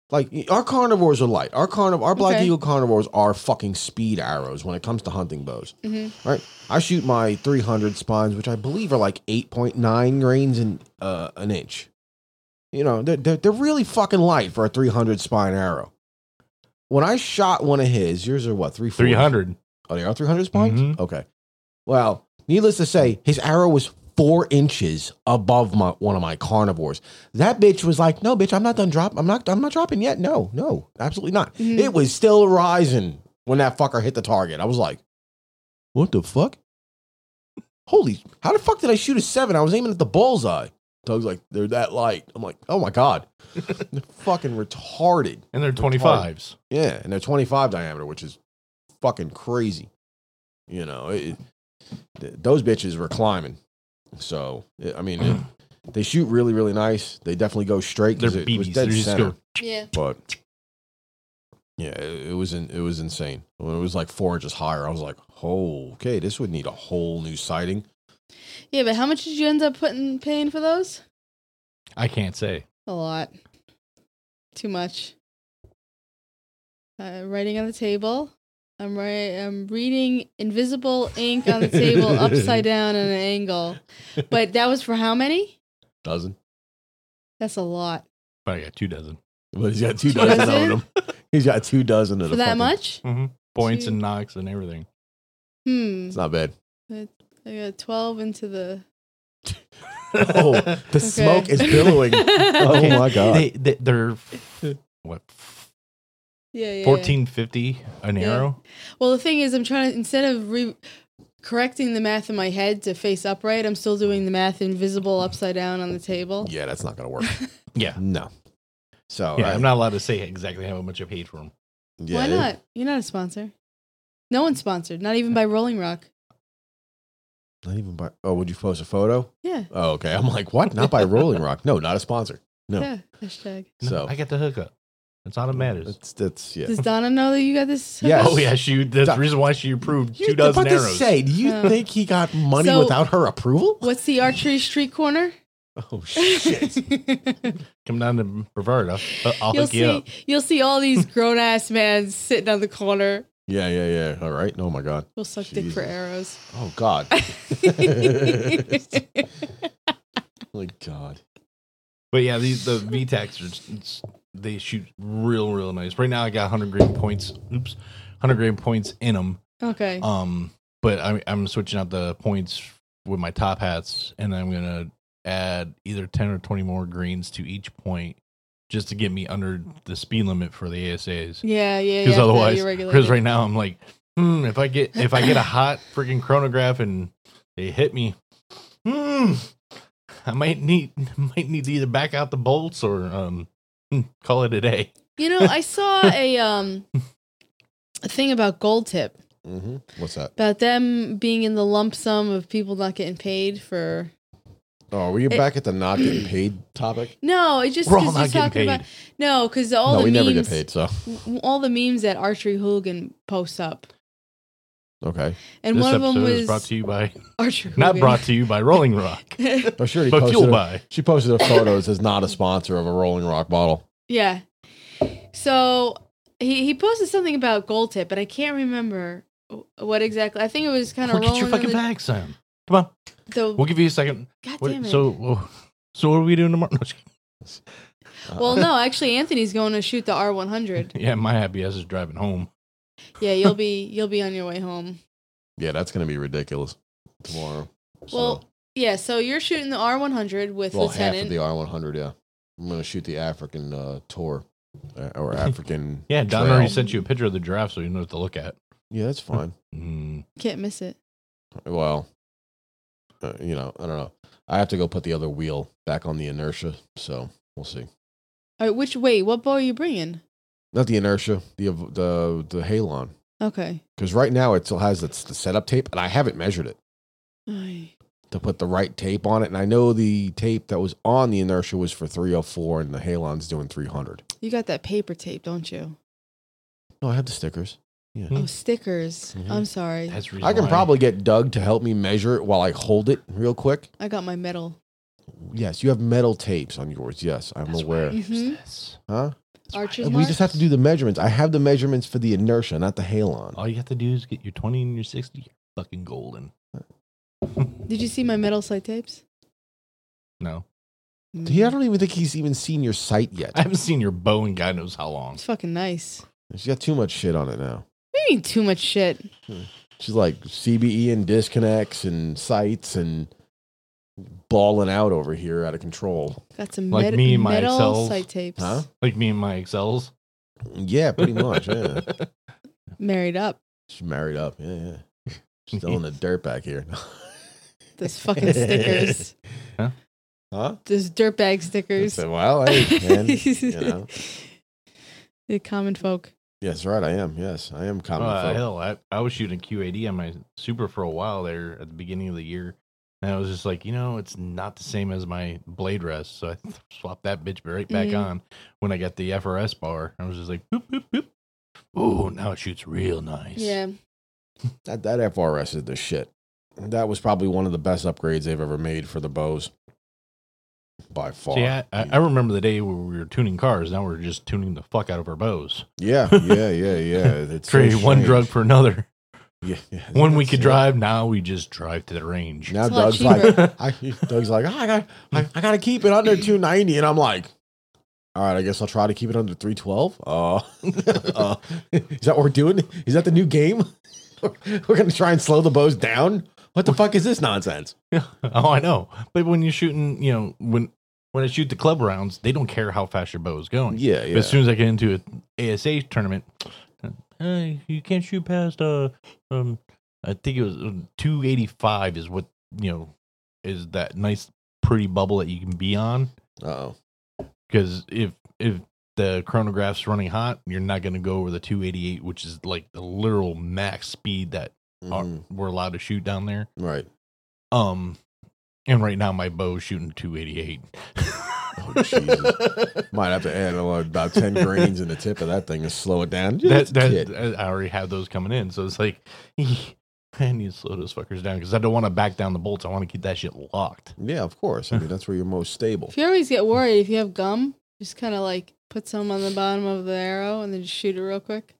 B: Like our carnivores are light. Our carniv- our black
A: Okay.
B: eagle carnivores are fucking speed arrows when it comes to hunting bows.
A: hmm
B: Right? I shoot my 300 spines, which I believe are like 8.9 grains in uh, an inch. You know, they're, they're, they're really fucking light for a 300 spine arrow. When I shot one of his, yours are what, 340?
C: Three hundred.
B: Oh, they are 300 spines?
C: Mhm.
B: Okay. Well, needless to say, his arrow was four inches above my one of my carnivores. That bitch was like, no, bitch, I'm not done drop. I'm not I'm not dropping yet. No, no, absolutely not.
A: Mhm.
B: It was still rising when that fucker hit the target. I was like, what the fuck? Holy how the fuck did I shoot a seven? I was aiming at the bullseye. Doug's like, they're that light. I'm like, oh my God. they're fucking retarded.
C: And they're twenty fives.
B: Yeah, and they're 25 diameter, which is fucking crazy. You know, it, th- those bitches were climbing. So, it- I mean, it- they shoot really, really nice. They definitely go straight. 'cause
C: They're
B: it was
C: BBs.
B: dead
C: They're just
B: center,
C: go.
A: Yeah.
B: But yeah, it, it was in, it was insane. When it was like four inches higher, I was like, oh, okay, this would need a whole new sighting.
A: Yeah, but how much did you end up putting paying for those?
C: I can't say.
A: A lot. Too much. Uh, writing on the table. I'm right. I'm reading invisible ink on the table upside down at an angle. But that was for how many?
B: Dozen.
A: That's a lot.
C: But I got two dozen
B: But he's got two
A: Two
B: dozen of
A: dozen?
B: them. He's got two dozen of
A: For
B: the
A: that
B: fucking-
A: much?
C: Mm-hmm. points
A: Two.
C: and knocks and everything.
A: Hmm.
B: It's not bad.
A: I got 12 into the.
B: Oh, the smoke is billowing. Oh my god.
C: They, they they're what
A: Yeah, yeah. yeah.
C: fourteen fifty an
A: Yeah.
C: arrow.
A: Well, the thing is, I'm trying to instead of re- correcting the math in my head to face upright, I'm still doing the math invisible upside down on the table.
B: Yeah, that's not gonna work.
C: Yeah.
B: No. So
C: Yeah,
B: I-
C: I'm not allowed to say exactly how much I paid for them.
B: yeah,
A: Why
B: it-
A: not? You're not a sponsor. No one's sponsored, not even by Rolling Rock.
B: Not even by. Oh, would you post a photo?
A: Yeah.
B: Oh, okay. I'm like, what? Not by Rolling Rock. No, not a sponsor. No.
A: Yeah. Hashtag.
C: No,
B: So
C: I get the hookup. That's all that matters.
B: That's that's yeah.
A: Does Donna know that you got this?
B: Yes.
C: Oh yeah, she. That's the
B: Doc-
C: reason why she approved two
B: You-
C: dozen
B: about to
C: arrows.
B: say, do you
A: Yeah.
B: think he got money
A: So-
B: without her approval?
A: What's the archery street corner?
B: Oh shit.
C: Come down to Brevard. I'll, I'll
A: you'll
C: hook you
A: see.
C: up.
A: You'll see all these grown ass men sitting on the corner.
B: yeah, yeah, yeah. All right. Oh my god.
A: We'll suck dick for
B: Jesus.
A: arrows.
B: Oh god. My god.
C: But yeah, these the VTACs are just- it's- they shoot real real nice. Right now, I got 100 grain points. Oops, 100 grain points in them.
A: okay.
C: Um, but I'm I'm switching out the points with my top hats, and I'm gonna add either ten or twenty more greens to each point just to get me under the speed limit for the ASAs.
A: Yeah, yeah.
C: Because
A: yeah,
C: otherwise, because right now I'm like, hmm, if I get if I get a hot freaking chronograph and they hit me, hmm, I might need might need to either back out the bolts or um call it a day.
A: you know, I saw a um a thing about Gold Tip
B: hmm What's that?
A: about them being in the lump sum of people not getting paid for.
B: Oh, are we
A: It-
B: back at the not getting paid topic?
A: No, it just
C: We're
A: 'cause
C: all
A: you're
C: not getting
A: talking
C: paid.
A: about no, because all
B: no,
A: the
B: we
A: memes,
B: never get paid. So
A: w- all the memes that Archery Hooligan posts up,
B: okay.
A: and
C: this
A: one of them
C: episode
A: was
C: is brought to you by
A: Archery
C: not
A: Hooligan.
C: brought to you by Rolling Rock,
B: Oh, sure. He
C: but
B: posted
C: fueled
B: a,
C: by.
B: She posted a photo that says not a sponsor of a Rolling Rock bottle.
A: Yeah. So he, he posted something about gold tip, and I can't remember wh- what exactly. I think it was kind of
C: Look at
A: rolling.
C: your
A: in
C: fucking
A: the,
C: bag, Sam. Come on,
A: the-
C: we'll give you a second.
A: God
C: What-
A: damn it.
C: so, whoa, so what are we doing tomorrow? No, just kidding.
A: well,
C: uh,
A: no, actually, Anthony's going to shoot the R one hundred.
C: yeah, my happy ass is driving home.
A: Yeah, you'll be you'll be on your way home.
B: Yeah, that's gonna be ridiculous tomorrow. So-
A: Well, yeah. So you're shooting the R one hundred with
B: well, half of
A: Lieutenant.
B: the R100. Yeah, I'm gonna shoot the African uh, tour uh, or African.
C: Yeah, Don
B: trail.
C: already sent you a picture of the giraffe, so you know what to look at.
B: Yeah, that's fine.
C: Mm,
A: can't miss it.
B: well, uh, you know, I don't know. I have to go put the other wheel back on the inertia, so we'll see.
A: All right, which wait, what bow are you bringing?
B: Not the inertia, the ev- the the halon,
A: Okay.
B: because right now it still has its the setup tape, and I haven't measured it
A: Ay.
B: to put the right tape on it. And I know the tape that was on the inertia was for 304, and the halon's doing 300.
A: You got that paper tape, don't you?
B: No, I have the stickers. Hmm.
A: Oh, stickers.
B: Mhm.
A: I'm sorry.
C: that's the reason
B: I can
C: why.
B: probably get Doug to help me measure it while I hold it real quick.
A: I got my medal.
B: Yes, you have metal tapes on yours. Yes, I'm
C: That's
B: aware.
C: why I use
A: Mhm.
C: this.
B: Huh?
C: That's why I
A: Archer's
C: use
B: We just have to
A: marks?
B: do the measurements. I have the measurements for the inertia, not the halon.
C: All you have to do is get your 20 and your 60. You're fucking golden.
A: Did you see my metal sight tapes?
C: No.
B: He, I don't even think he's even seen your site yet.
C: I haven't seen your bow in God knows how long.
A: Mm. It's fucking nice.
B: She's got too much shit on it now.
A: We need too much shit.
B: She's like CBE and disconnects and sites and balling out over here out of control.
A: Got some
C: Like
A: med-
C: me,
A: metal
C: myself.
A: sight tapes.
B: Huh?
C: Like me and my Excels.
B: Yeah, pretty much. Yeah.
A: Married up.
B: She's married up. Yeah, yeah. Still in the dirt back here.
A: Those fucking stickers.
B: huh?
A: Those dirtbag stickers.
B: So, well, hey, man. you know.
A: The common folk.
B: Yes, right. I am. Yes, I am common.
C: Uh,
B: folk.
C: hell, I, I was shooting QAD on my Super for a while there at the beginning of the year. And I was just like, you know, it's not the same as my blade rest. So I swapped that bitch right back
A: Mhm.
C: on when I got the FRS bar. I was just like, boop, boop, boop. Ooh, now it shoots real nice.
A: Yeah.
B: That that FRS is the shit. That was probably one of the best upgrades they've ever made for the bows. By far.
C: See, I, I I remember the day where we were tuning cars. Now we're just tuning the fuck out of our bows.
B: yeah, yeah, yeah, yeah. It's so
C: Trade one
B: strange.
C: drug for another.
B: Yeah, yeah.
C: One we
B: That's
C: could
B: it.
C: drive. Now we just drive to the range.
B: Now
A: It's a lot
B: Doug's like, I, Doug's like, "Ah, I got, I, I got to keep it under 290, and I'm like, all right, I guess I'll try to keep it under 312. Uh, uh, is that what we're doing? Is that the new game? we're gonna try and slow the bows down. What the fuck is this nonsense?
C: oh, I know. But when you're shooting, you know, when when I shoot the club rounds, they don't care how fast your bow is going.
B: Yeah,
C: But as soon as I get into an ASA tournament, uh, hey, you can't shoot past uh um I think it was um, two eighty five is what you know is that nice pretty bubble that you can be on.
B: Uh oh.
C: because if if the chronograph's running hot, you're not going to go over the 288, which is like the literal max speed that are,
B: Mhm.
C: we're allowed to shoot down there.
B: Right.
C: Um, and right now my bow's shooting 288.
B: Oh, Jesus. Might have to add a lot- about 10 grains in the tip of that thing to slow it down.
C: that,
B: Just a
C: that,
B: kid.
C: I already have those coming in, so it's like I need to slow those fuckers down because I don't want to back down the bolts. I want to keep that shit locked.
B: Yeah, of course. I mean, that's where you're most stable.
A: If you always get worried, if you have gum, just kind of like put some on the bottom of the arrow and then just shoot it real quick.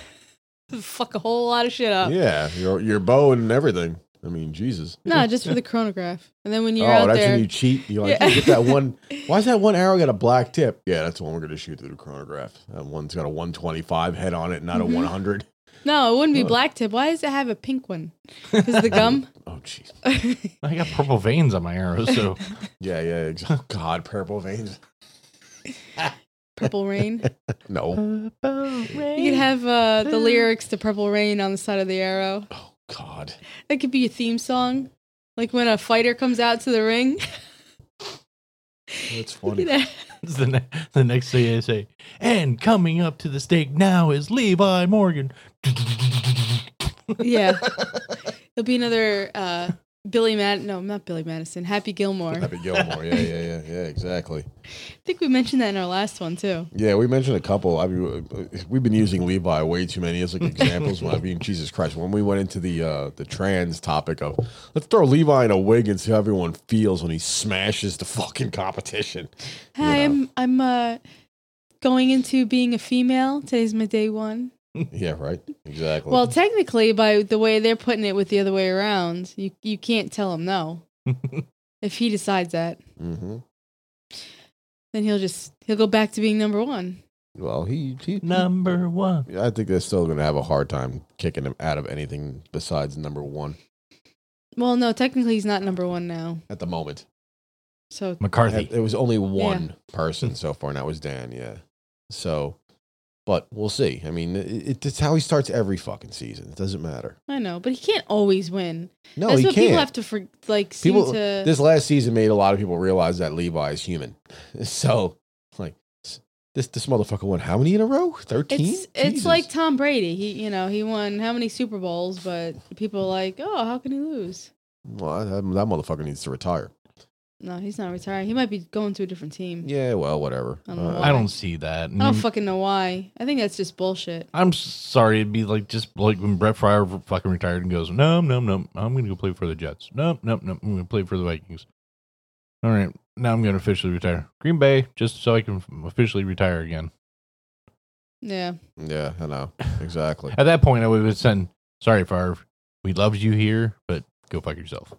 A: Fuck a whole lot of shit up.
B: Yeah, your, your bow and everything. I mean, Jesus.
A: No, just for the chronograph. And then when you're
B: oh,
A: out
B: that's
A: there,
B: when you cheat. You're like,
A: Yeah.
B: "Hey, get that one. Why's that one arrow got a black tip? Yeah, that's the one we're going to shoot through the chronograph. That one's got a 125 head on it, not
A: Mhm.
B: a 100.
A: No, it wouldn't be
B: Huh.
A: black tip. Why does it have a pink one? Is the gum?
B: Oh, jeez.
C: I got purple veins on my arrows, so
B: Yeah, yeah. ex- oh, God, purple veins.
A: Purple Rain.
B: No.
A: You could have uh, the lyrics to Purple Rain on the side of the arrow.
B: Oh, God.
A: That could be your theme song. Like when a fighter comes out to the ring.
B: That's
A: You
B: funny.
A: know?
C: It's the, ne- the next thing I say, and coming up to the stake now is Levi Morgan.
A: yeah. There'll be another uh, Billy Mad. No, not Billy Madison. Happy Gilmore. I
B: Happy Gilmore. Yeah, yeah, yeah, yeah. Exactly.
A: think we mentioned that in our last one too.
B: Yeah, we mentioned a couple. I mean, uh, we've been using Levi way too many as like examples. when I mean, Jesus Christ, when we went into the uh, the trans topic of let's throw Levi in a wig and see how everyone feels when he smashes the fucking competition.
A: Hi,
B: Yeah.
A: I'm I'm uh, going into being a female. Today's my day one.
B: Yeah, right. Exactly.
A: Well, technically, by the way they're putting it with the other way around, you you can't tell him no. if he decides that,
B: hmm
A: then he'll just he'll go back to being number one.
B: well, he, he
C: Number one.
B: I think they're still going to have a hard time kicking him out of anything besides number one
A: Well, no, technically he's not number one now.
B: at the moment.
A: So
C: McCarthy.
B: It was only one person so far, and that was Dan. Yeah. So, but we'll see. I mean, it, it's how he starts every fucking season. It doesn't matter.
A: I know, but he can't always win.
B: No,
A: That's
B: he
A: what
B: can't.
A: people have to for, like seem
B: People-
A: to.
B: this last season made a lot of people realize that Levi is human. So, like, s- this this motherfucker won how many in a row? Thirteen.
A: it's it's like Tom Brady. He you know he won how many Super Bowls, but people are like, oh, how can he lose?
B: well, that, that motherfucker needs to retire.
A: No, he's not retiring. He might be going to a different team.
B: Yeah, Mm-hmm. well, whatever.
A: I don't know
B: Uh,
C: I don't see that.
A: I don't fucking know why. I think that's just bullshit.
C: I'm sorry. It'd be like just like when Brett Fryer fucking retired and goes, no, no, no, I'm going to go play for the Jets. No, no, no, I'm going to play for the Vikings. All right, now I'm going to officially retire. Green Bay, just so I can officially retire again.
A: Yeah.
B: yeah, I know exactly.
C: At that point, I would have send, sorry, Favre, we loved you here, but go fuck yourself.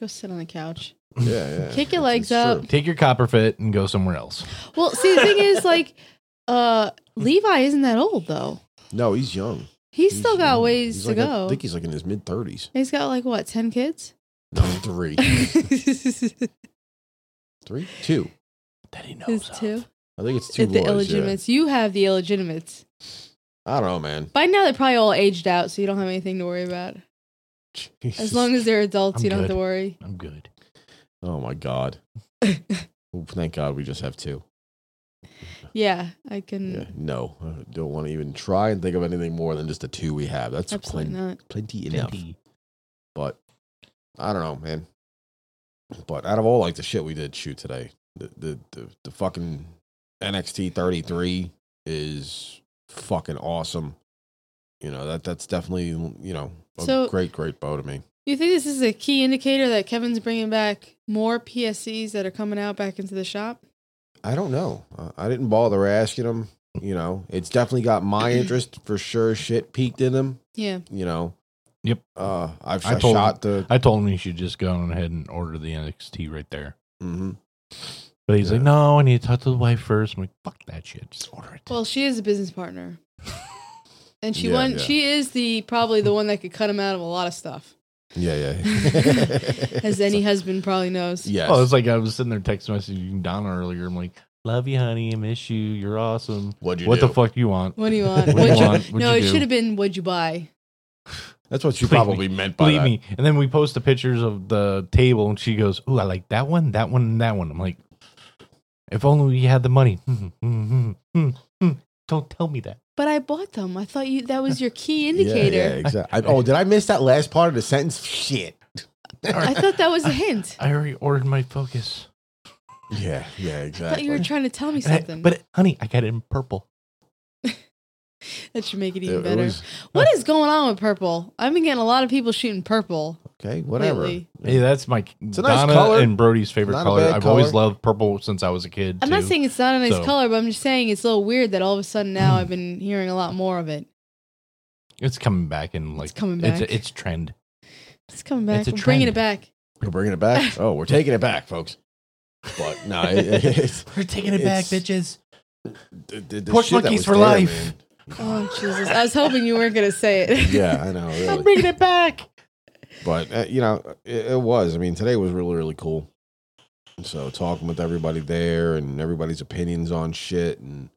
A: Go sit on the couch.
B: Yeah, yeah.
A: Kick your legs
B: It's- it's true.
A: up.
C: Take your copper fit and go somewhere else.
A: Well, see, the thing is, like, uh, Levi isn't that old though.
B: No, he's young.
A: He's, still got
B: young.
A: ways
B: He's
A: to
B: like-
A: go.
B: I think he's like in his mid thirties.
A: he's got like what, ten kids?
B: No, three,
A: Is
B: three, two.
C: That he knows. of.
A: two?
B: I think it's two
A: If the
B: boys. yeah.
A: illegitimates. You have the illegitimates.
B: I don't know, man.
A: By now, they're probably all aged out, so you don't have anything to worry about. As long as they're adults,
C: I'm
A: you don't have
C: good.
A: to worry.
C: I'm good.
B: oh my god. Well, Thank God we just have two.
A: Yeah, I can.
B: Yeah, no, I don't want to even try and think of anything more than just the two we have. That's
A: Absolutely
B: plen-
A: not.
B: plenty enough. But I don't know, man. But out of all like the shit we did shoot today, the the the, the fucking NXT 33 is fucking awesome. You know that that's definitely you know a
A: So-
B: great great bow to me.
A: You think this is a key indicator that Kevin's bringing back more PSCs that are coming out back into the shop?
B: I don't know. Uh, I didn't bother asking him. You know, it's definitely got my interest for sure. Shit peaked in him.
A: Yeah.
B: You know.
C: Yep.
B: Uh, I've
C: I
B: I
C: told
B: shot the.
C: I told him he should just go on ahead and order the NXT right there.
B: hmm
C: But he's
B: Yeah.
C: like, no, I need to talk to the wife first. I'm like, fuck that shit. Just order it.
A: Well, she is a business partner. And she
B: Yeah,
A: won
B: yeah.
A: she is the probably the one that could cut him out of a lot of stuff.
B: Yeah, yeah.
A: As any husband probably knows.
B: Yes.
C: Oh, it's like I was sitting there text messaging Donna earlier. I'm like, love you, honey. I miss you. You're awesome.
B: What'd you
C: what
B: do?
C: the fuck do you want?
A: What do you want?
C: What do you
A: What'd you-
C: want? What'd
A: no,
C: you
A: it
C: do?
A: should have been what'd you buy?
B: That's what you
C: Believe
B: probably meant by
C: Believe
B: that.
C: me. And then we post the pictures of the table, and she goes, "Ooh, I like that one, that one, and that one." I'm like, if only we had the money. Hmm, hmm, hmm, hmm, hmm. Don't tell me that.
A: But I bought them. I thought you that was your key
B: Yeah,
A: indicator.
B: Yeah, exactly. oh, did I miss that last part of the sentence? Shit.
A: I thought that was a hint.
C: I already ordered my focus.
B: Yeah, yeah,
A: I thought you were
B: exactly.
A: trying to tell me
C: And I-
A: something.
C: but honey, I got it in purple.
A: that should make it
B: It-
A: even
B: it
A: better.
B: was-
C: uh,
A: what is going on with purple? I've been getting a lot of people shooting purple.
B: okay, whatever.
A: Lately.
C: Hey, that's my
B: a nice
C: Donna
B: color.
C: and Brody's favorite
B: Not a
C: color.
B: bad
C: I've always
B: color.
C: loved purple since I was a kid.
A: I'm not
C: too.
A: saying it's not a nice
C: So-
A: color, but I'm just saying it's a little weird that all of a sudden now I've been hearing a lot more of it.
C: it's coming back and like
A: It's coming
C: It's,
A: back.
C: a, it's trend.
A: It's coming back.
C: It's a
A: We're bringing it
C: trend.
A: back.
B: We're bringing it back. Oh, we're taking it back, folks. But no, it, it's
C: We're taking
B: it back,
C: bitches.
B: the, the, the
C: Porch
B: shit that
C: monkeys
B: was
C: for
B: there,
C: life.
B: man.
A: Oh Jesus! I was hoping you weren't gonna say it.
B: yeah, I know. Really.
C: bringing it back.
B: but uh, you know it, it was i mean today was really really cool so talking with everybody there and everybody's opinions on shit and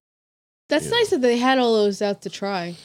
A: That's
B: Yeah.
A: nice that they had all those out to try.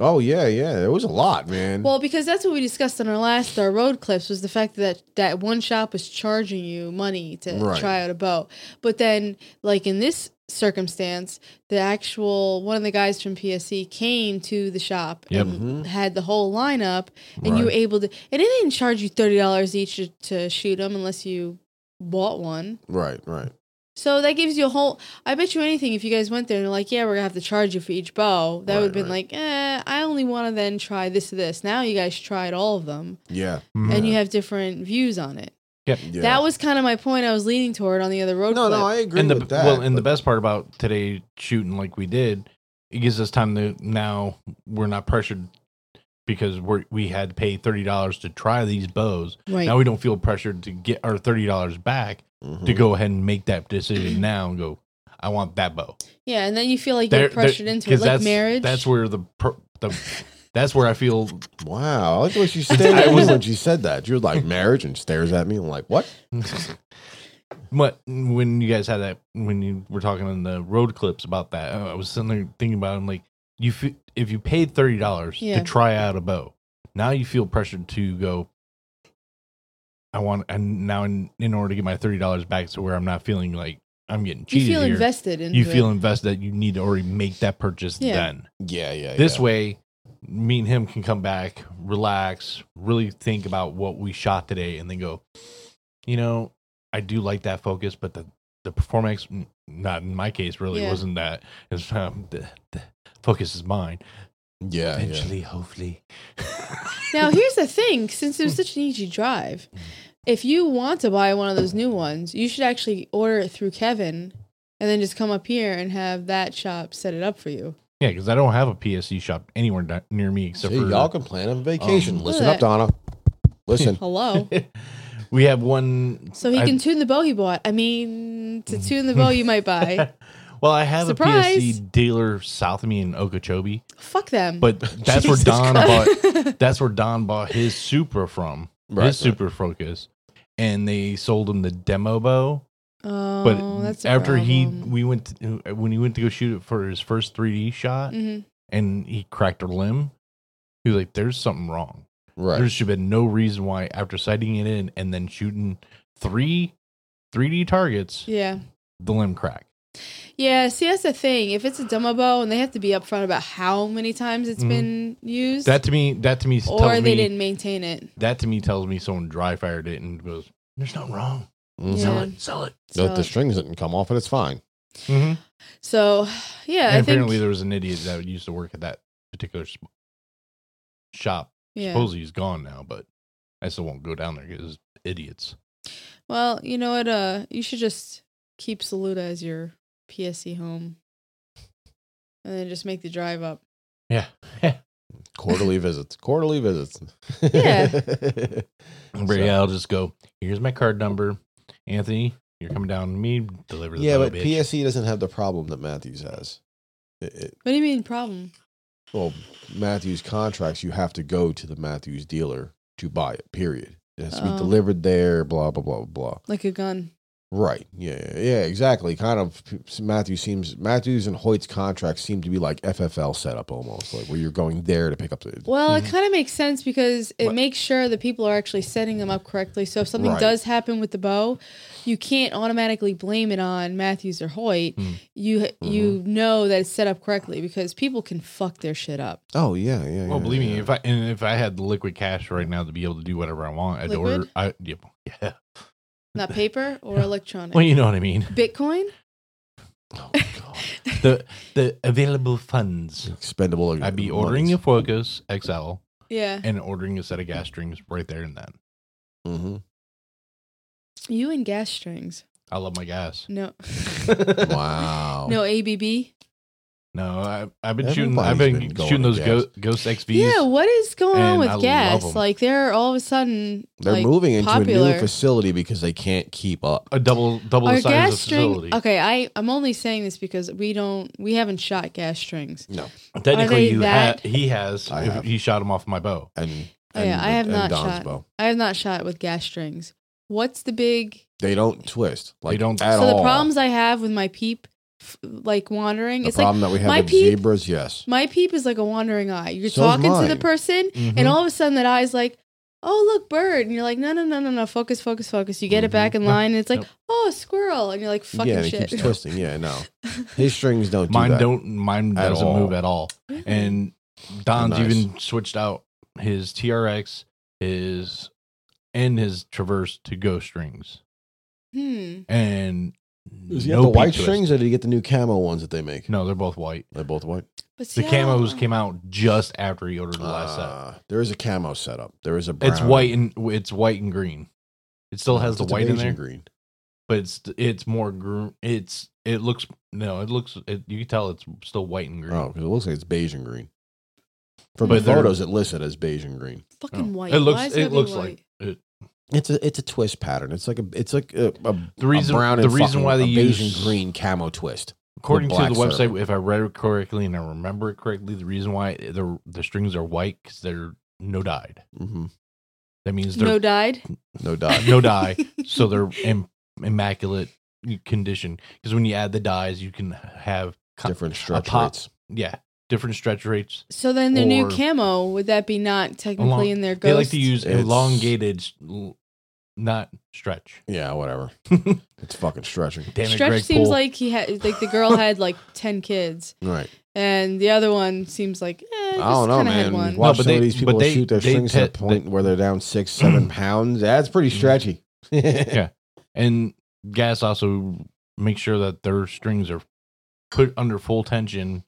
B: oh yeah yeah there was a lot man
A: Well, because that's what we discussed in our last our road clips was the fact that that one shop was charging you money to
B: Right.
A: try out a boat, but then like in this circumstance, the actual one of the guys from PSC came to the shop
C: Yep.
A: and
B: Mhm.
A: had the whole lineup, and you were
B: Right.
A: able to. And it didn't charge you thirty dollars each to, to shoot them unless you bought one.
B: right right
A: So that gives you a whole. I bet you anything, if you guys went there and they're like, "Yeah, we're gonna have to charge you for each bow," that
B: Right,
A: would have been like,
B: right.
A: "Eh, I only want to then try this or this." Now you guys tried all of them,
B: yeah
A: and you have different views on it.
B: yeah
A: That was kind of my point. I was leaning toward on the other road.
B: no
A: clip.
B: no i agree
C: and the
B: with that
C: well, and the
B: but-
C: best part about today shooting like we did, it gives us time to now we're not pressured because we we had to pay thirty dollars to try these bows.
A: right.
C: Now we don't feel pressured to get our thirty dollars back
B: Mhm.
C: to go ahead and make that decision now and go. I want that bow.
A: yeah, and then you feel like
C: There-
A: you're
C: there-
A: pressured into it,
C: 'cause
A: like
C: that's,
A: marriage.
C: That's where the per, the that's where I feel
B: wow i like the way she stared
C: I
B: at me
C: was-
B: when she said that you're like marriage and stares at me and like what
C: But when you guys had that, when you were talking on the road clips about that, I was sitting there thinking about it. I'm like, you fe- if you paid thirty dollars
A: Yeah.
C: to try out a bow, now you feel pressured to go. I want, and now in, in order to get my thirty dollars back, to where I'm not feeling like I'm getting
A: you
C: cheated.
A: feel
C: here,
A: invested in.
C: You feel invested that you need to already make that purchase.
A: Yeah.
C: Then
B: yeah yeah
C: this
B: yeah.
C: way, me and him can come back, relax, really think about what we shot today, and then go, you know, I do like that focus, but the the performance, n- not in my case, really
A: Yeah.
C: wasn't that. It's um, the, the focus is mine.
B: yeah yeah
C: Eventually, hopefully,
A: Now here's the thing: since it was such an easy drive, if you want to buy one of those new ones, you should actually order it through Kevin, and then just come up here and have that shop set it up for you.
C: yeah, because I don't have a PSC shop anywhere di- near me except
B: See,
C: for
B: y'all can plan a vacation
C: Um,
B: listen up donna listen
A: Hello.
C: we have one.
A: So he
C: I-
A: can tune the bow he bought. I mean, to tune the bow you might buy.
C: well, I have a
A: Surprise!
C: PSC dealer south of me in Okeechobee,
A: Fuck them.
C: but uh, that's where
A: Jesus
C: Don bought.
A: Christ.
C: That's where Don bought his Supra from.
B: Right,
C: his
B: right.
C: Super Focus, and they sold him the demo bow.
A: oh,
C: But
A: that's a
C: after he
A: problem.
C: we went to, when he went to go shoot it for his first 3D shot,
A: Mhm.
C: and he cracked a limb. He was like, "There's something wrong. There
B: right
C: should have been no reason why after sighting it in and then shooting three 3D targets,
A: yeah,
C: the limb cracked."
A: yeah. See, that's the thing. If it's a demo bow and they have to be upfront about how many times it's
C: Mhm.
A: been used,
C: That to me, that to me tells
A: or they
C: me
A: didn't maintain it.
C: that to me tells me someone dry fired it and goes, "There's nothing wrong.
B: Mhm.
A: Yeah.
C: Sell it, sell it."
B: The-
A: So,
B: the strings didn't come off and it's fine
C: Mm-hmm.
A: so, yeah, I
C: and
A: think
C: apparently there was an idiot that used to work at that particular sp- shop.
A: yeah.
C: Supposedly he's gone now, but I still won't go down there because idiots.
A: Well, you know what? Uh, you should just keep Saluda as your PSC home, and then just make the drive up.
C: Yeah.
B: Quarterly visits. Quarterly visits.
A: Yeah.
C: But yeah, I'll just go, here's my card number. Anthony, you're coming down to me, deliver the
B: yeah,
C: bow,
B: but
C: bitch."
B: PSC doesn't have the problem that Matthews has. It- it-
A: What do you mean problem?
B: well, Matthews contracts, you have to go to the Matthews dealer to buy it, period. It has to be
A: Oh.
B: delivered there, blah, blah, blah, blah.
A: Like a gun?
B: Right. Yeah, yeah, yeah, exactly. Kind of Matthews seems, Matthews and Hoyt's contracts seem to be like FFL setup almost, like where you're going there to pick up the.
A: Well,
C: Mhm.
A: it kind of makes sense because it
C: What-
A: makes sure that people are actually setting them up correctly. So if something
B: Right.
A: does happen with the bow, you can't automatically blame it on Matthews or Hoyt.
C: Mm.
A: You you
C: Mm-hmm.
A: know that it's set up correctly because people can fuck their shit up.
B: Oh, yeah, yeah.
C: Well,
B: yeah,
C: believe me,
B: yeah.
C: if I and if I had the liquid cash right now to be able to do whatever I want, I'd
A: Liquid?
C: order. I yeah, yeah.
A: Not paper or electronic.
C: Well, you know what I mean.
A: Bitcoin?
B: Oh, God.
C: The the available funds.
B: Expendable.
C: I'd be ordering a Focus XL
A: Yeah.
C: and ordering a set of gas strings right there and then.
B: Mm-hmm.
A: You and gas strings.
C: I love my gas.
A: No.
B: Wow.
A: No ABB.
C: No, I, I've been shooting.
B: Everybody's
C: I've been,
B: been going
C: shooting
B: to
C: those
B: gas.
C: ghost, ghost XVs.
A: yeah, what is going on
C: and
A: with
C: I love
A: gas?
C: 'em.
A: Like they're all of a sudden
B: They're
A: like,
B: moving into a
A: popular.
B: new facility because they can't keep up.
C: a double double
A: Are
C: the size
A: gas
C: of the
A: string?
C: facility.
A: Okay, I I'm only saying this because we don't we haven't shot gas strings.
B: No,
C: Technically,
A: they
C: you ha-
A: that-
C: he has.
B: I
C: if
B: have.
C: He shot him off my bow.
B: and,
A: Oh,
B: and
A: yeah, I have
B: and
A: not
B: Don's
A: shot.
B: bow.
A: I have not shot with gas strings. What's the big?
B: They don't twist.
C: They
B: Like
C: don't-
B: at
A: so
B: all.
A: the problems I have with my peep, f- like wandering,
B: The
A: it's like
B: problem that we
A: my
B: have with
A: peep-
B: zebras, yes.
A: my peep is like a wandering eye. You're
B: So is
A: talking to the
B: mine.
A: person,
C: Mm-hmm.
A: and all of a sudden that eye's like, "Oh look, bird," and you're like, "No, no, no, no, no, focus, focus, focus." You get it
B: Mhm.
A: back in line, and it's like,
C: Mm-hmm. Yep.
A: "Oh, squirrel," and you're like, "Fucking
B: yeah, and it
A: shit."
B: keeps twisting. Yeah, no, his strings don't. do
C: mine
B: that.
C: don't. Mine
B: At
C: doesn't
B: all.
C: move at all. And Don's
B: Nice.
C: even switched out his TRX, his and his Traverse to ghost strings,
A: hmm.
C: and
B: Does he
C: no
B: have the
C: peak
B: white
C: twist.
B: strings, or did he get the new camo ones that they make?
C: No, they're both white.
B: They're both white.
A: But see,
C: The
A: I
C: camos
A: don't-
C: came out just after he ordered the last set.
B: Uh, there is a camo setup. There is a brown.
C: It's white and it's white and green. It still has the
B: It's a
C: white in
B: beige
C: there,
B: and green.
C: but it's it's more green. It's it looks no, it looks it, you can tell it's still white and green.
B: Oh, because it looks like it's beige and green. From
A: But
B: the
A: they're-
B: photos, it listed as beige and green.
A: fucking
C: No.
A: white.
C: Oh. It
A: Why
C: looks
A: is it,
C: it
A: gotta be
C: looks
A: white?
C: like it,
B: It's a it's a twist pattern. It's like a it's like a, a
C: the reason
B: a brown
C: the
B: and
C: reason
B: fucking-
C: why they
B: a beige
C: use
B: and green camo twist.
C: according
B: with
C: to the
B: black
C: website
B: serpent.
C: if I read it correctly and I remember it correctly the reason why the the strings are white because they're no dyed.
B: hmm
C: That means they're
A: no dyed.
B: No dot.
C: no dye, so they're Im- immaculate condition. Because when you add the dyes, you can have co-
B: Different stretch
C: pop-
B: rates.
C: yeah different stretch rates.
A: So then their new
C: Or-
A: camo would that be not technically
C: Along-
A: in their
C: They
A: ghost?
C: like to use
B: It's-
C: elongated, s- l- not stretch.
B: Yeah, whatever. it's fucking stretching.
C: Damn it,
A: Stretch
C: Greg
A: seems
C: Poole.
A: like he had like the girl had like ten kids,
B: Right.
A: and the other one seems like eh, just
B: I don't know,
A: kinda had
B: man.
A: one.
B: Watch
C: No, but
B: some of
C: they-
B: these people
C: but they-
B: shoot their
C: they Mm.
B: strings to
C: pet-
B: the point where they're down six, seven pounds. That's pretty stretchy. yeah.
C: and gas also make sure that their strings are put under full tension,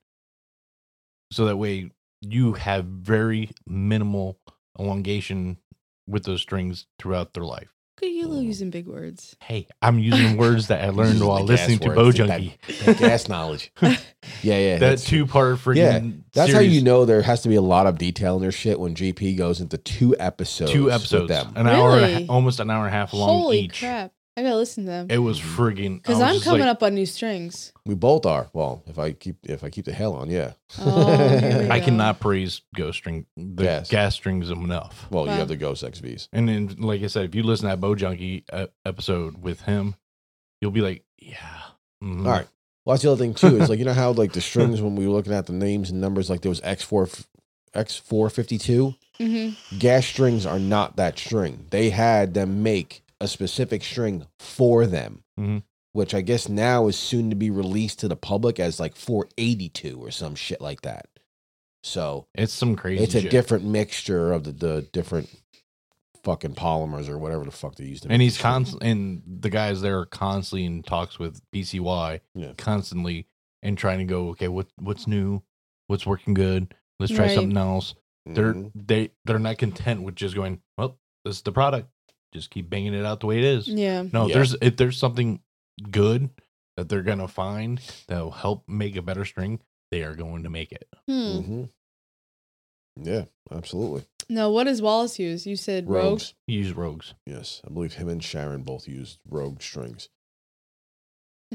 C: so that way you have very minimal elongation with those strings throughout their life.
A: Look at you little using big words.
C: Hey, I'm using words that I learned
B: Using
C: while
B: the gas
C: listening to
B: words,
C: Bo
B: that-
C: Junkie.
B: Gas knowledge. Yeah, yeah.
C: That
B: that's-
C: two part freaking
B: Yeah, That's
C: series,
B: how you know there has to be a lot of detail in their shit when GP goes into two episodes.
C: two
B: with
C: episodes,
B: them.
C: an hour, and a-
A: Really?
C: almost an hour and a half long
A: Holy
C: each.
A: crap! I gotta listen to them
C: It was
B: Mhm.
C: friggin'
A: because
C: I was
A: I'm
C: just
A: coming
C: like,
A: up on new strings.
B: We both are. Well, if I keep if I keep the hell on, yeah.
A: Oh, here we
C: I
A: go.
C: cannot praise ghost string the
B: Yes.
C: gas strings enough.
B: Well, you
A: Wow.
B: have the Ghost XVs.
C: And then, like I said, if you listen to that Bo Junkie uh, episode with him, you'll be like, yeah, mhm.
B: All right. Well, that's the other thing too. Is like you know how like the strings when we were looking at the names and numbers, like there was X four, X four fifty two.
A: Mhm.
B: Gas strings are not that string. They had them make a specific string for them,
C: Mhm.
B: which I guess now is soon to be released to the public as like four eighty two or some shit like that. So
C: it's some crazy.
B: it's a
C: shit.
B: different mixture of the, the different fucking polymers or whatever the fuck they use. to
C: And
B: make
C: he's
B: the string.
C: constantly, and the guys there are constantly in talks with BCY,
B: Yeah.
C: constantly, and trying to go, okay, what what's new, what's working good, let's try
A: Right.
C: something else. They're
B: Mhm.
C: they they're not content with just going, well, this is the product, just keep banging it out the way it is.
A: Yeah.
C: No, if
B: Yeah.
C: there's if there's something good that they're gonna find that'll help make a better string, they are going to make it.
A: Hmm.
B: Mhm. Yeah, absolutely.
A: No, what does Wallace use? You said rogue.
B: Rogues.
C: Use rogues.
B: Yes, I believe him and Sharon both used rogue strings,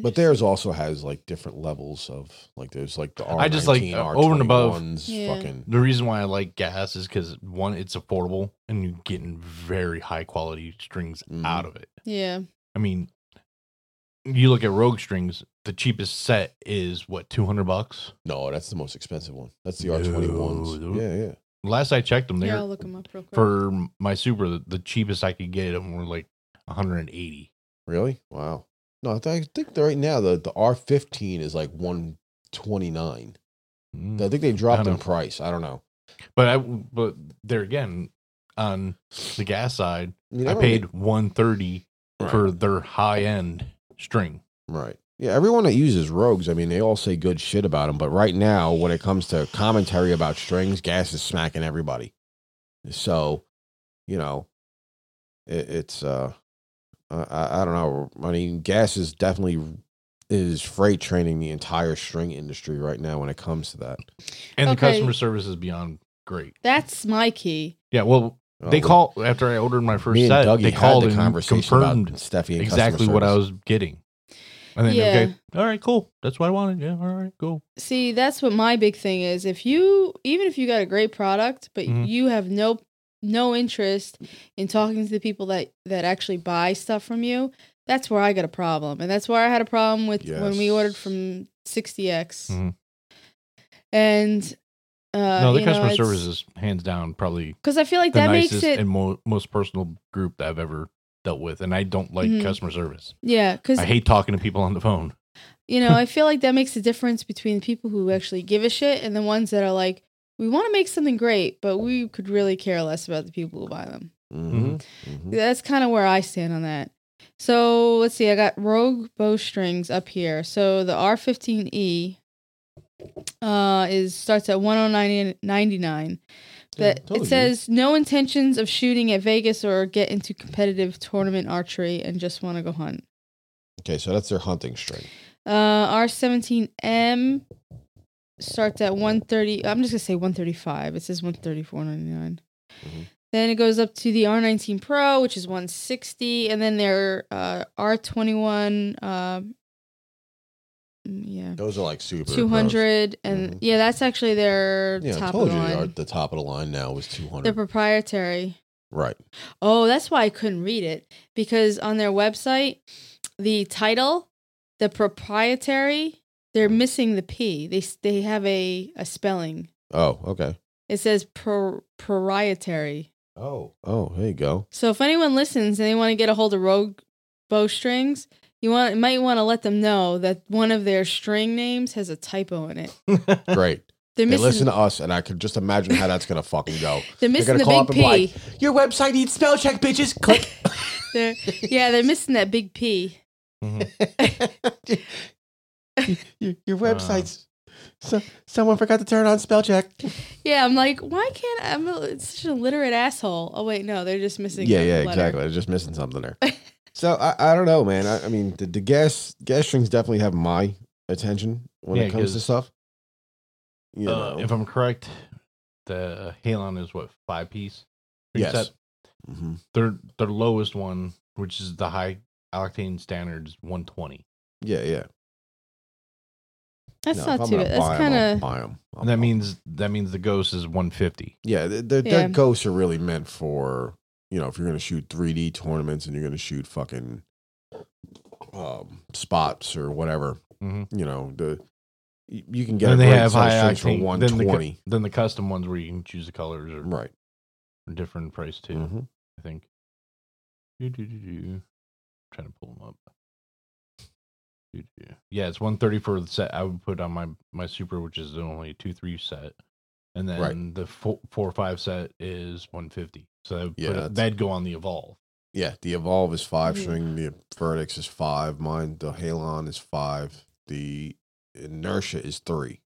B: but theirs also has like different levels of like there's like the R19,
C: I just like, uh, over and above-
B: R21s,
A: Yeah.
B: fucking
C: The reason why I like gas is because one, it's affordable and you're getting very high quality strings
B: Mhm.
C: out of it.
A: Yeah.
C: I mean, you look at rogue strings, the cheapest set is what, two hundred bucks?
B: no, that's the most expensive one. That's the
C: No,
B: R21s.
C: dude.
B: Yeah, yeah.
C: Last I checked them,
A: Yeah, I'll
C: there
A: look them up real quick.
C: for my super, the, the cheapest I could get them were like 180.
B: Really? Wow. No, I, th- I think that right now the the R15 is like 129. I think they dropped
C: don't
B: in
C: know.
B: price. I don't know.
C: But I, but there again, on the gas side,
B: mean,
C: I
B: don't
C: paid one thirty
B: Right.
C: for their high end string.
B: Right. Yeah, everyone that uses Rogues, I mean, they all say good shit about them, but right now, when it comes to commentary about strings, Gas is smacking everybody. So, you know, it, it's uh, I, I- I don't know. I mean, Gas is definitely is freight training the entire string industry right now when it comes to that.
C: and the
A: Okay.
C: customer service is beyond great.
A: That's my key.
C: Yeah, well, they
B: Oh,
C: call after I ordered my first
B: me and
C: set.
B: Dougie
C: they
B: had
C: called
B: the
C: and
B: conversation
C: confirmed
B: about Steffi and
C: exactly
B: customer
C: what I
B: service.
C: was getting. And then
A: Yeah.
C: okay, all right, cool. That's what I wanted. Yeah, all right, cool.
A: See, that's what my big thing is. If you even if you got a great product, but
C: Mhm.
A: you have no no interest in talking to the people that that actually buy stuff from you, that's where I got a problem. And that's where I had a problem with when we ordered
B: Yes.
A: from 60X.
C: Mhm.
A: And uh
C: no, the customer service is hands down probably
A: because I feel like
C: the
A: that
C: nicest
A: makes it
C: and mo- most personal group that I've ever dealt with, and I don't like
A: Mhm.
C: customer service.
A: yeah, because
C: I hate talking to people on the phone.
A: You know, I feel like that makes a difference between people who actually give a shit and the ones that are like, we want to make something great, but we could really care less about the people who buy them.
B: Mhm,
A: Mm-hmm.
B: mhm.
A: That's kind of where I stand on that. So let's see, I got Rogue Bowstrings up here. So the R15E uh, is starts at 109.99. That
B: Told you.
A: it says no intentions of shooting at Vegas or get into competitive tournament archery and just want to go hunt.
B: Okay, so that's their hunting string.
A: Uh, R17M starts at 130. I'm just going to say 135. It says 134.99.
B: Mhm.
A: Then it goes up to the R19 Pro, which is 160, and then their uh, R21 um yeah,
B: Those are like super. pros.
A: 200 and
B: Mhm.
A: yeah, that's actually their
B: Yeah, I
A: top
B: told
A: of
B: you
A: the
B: our-
A: line.
B: the top of the line now was
A: They're
B: 200.
A: proprietary.
B: right.
A: Oh, that's why I couldn't read it because on their website, the title, the proprietary, they're missing the p. They s- they have a a spelling.
B: Oh, okay.
A: It says pro, proprietary.
B: Oh. Oh, there you go.
A: So if anyone listens and they want to get a hold of Rogue Bowstrings, you want might want to let them know that one of their string names has a typo in it.
B: Great.
A: They're
B: they
A: missing.
B: listen to us, and I could just imagine how that's gonna fucking go.
A: they're missing
B: gonna
A: the
B: call
A: big
B: up and
A: p.
B: be Your website needs spell check, bitches. Click.
A: They're- yeah, they're missing that big p.
C: Mhm.
B: your,
C: website's-
B: so, someone forgot to turn on spell check.
A: Yeah, I'm like, why can't I'm a, such an illiterate asshole? Oh wait, no, they're just missing.
B: Yeah,
A: the
B: yeah,
A: letter.
B: exactly. I was just missing something there. so I, I don't know, man. I, I mean, the, the gas gas strings definitely have my attention when
C: Yeah,
B: it comes to
C: 'cause,
B: stuff. You
C: Uh,
B: know.
C: if I'm correct, the Halon is what five piece.
B: Yes.
C: Preset?
B: Mhm.
C: Their their lowest one, which is the high octane standard, is 120.
B: Yeah, yeah.
A: That's
B: No, if
A: not
B: I'm
A: too
B: gonna
A: bad. That's
B: buy 'em, I'll
A: kind of
B: buy 'em. I'll
C: And that
B: buy 'em.
C: means that means the ghost is 150.
B: Yeah, the, the,
A: Yeah.
B: the ghosts are really meant for you know if you're gonna shoot 3D tournaments and you're gonna shoot fucking um, spots or whatever.
C: Mhm.
B: You know the you you can get
C: and
B: a
C: they
B: great
C: have
B: set of
C: high
B: strings
C: octane.
B: for
C: then, the,
B: 120.
C: cu- then the custom ones where you can choose the colors or
B: right.
C: different price too.
B: Mhm.
C: I think. Do, do, do, do. Trying to pull them up. Do, do, do. Yeah, it's 130 for the set. I would put on my my super, which is only a two three set, and then
B: Right.
C: the four, four or five set is 150. So that would
B: Yeah,
C: put a-
B: that's-
C: that'd go on the evolve.
B: Yeah, the Evolve is five
A: Yeah.
B: string. The Verdix is five. Mine, the Halon is five. The Inertia is three.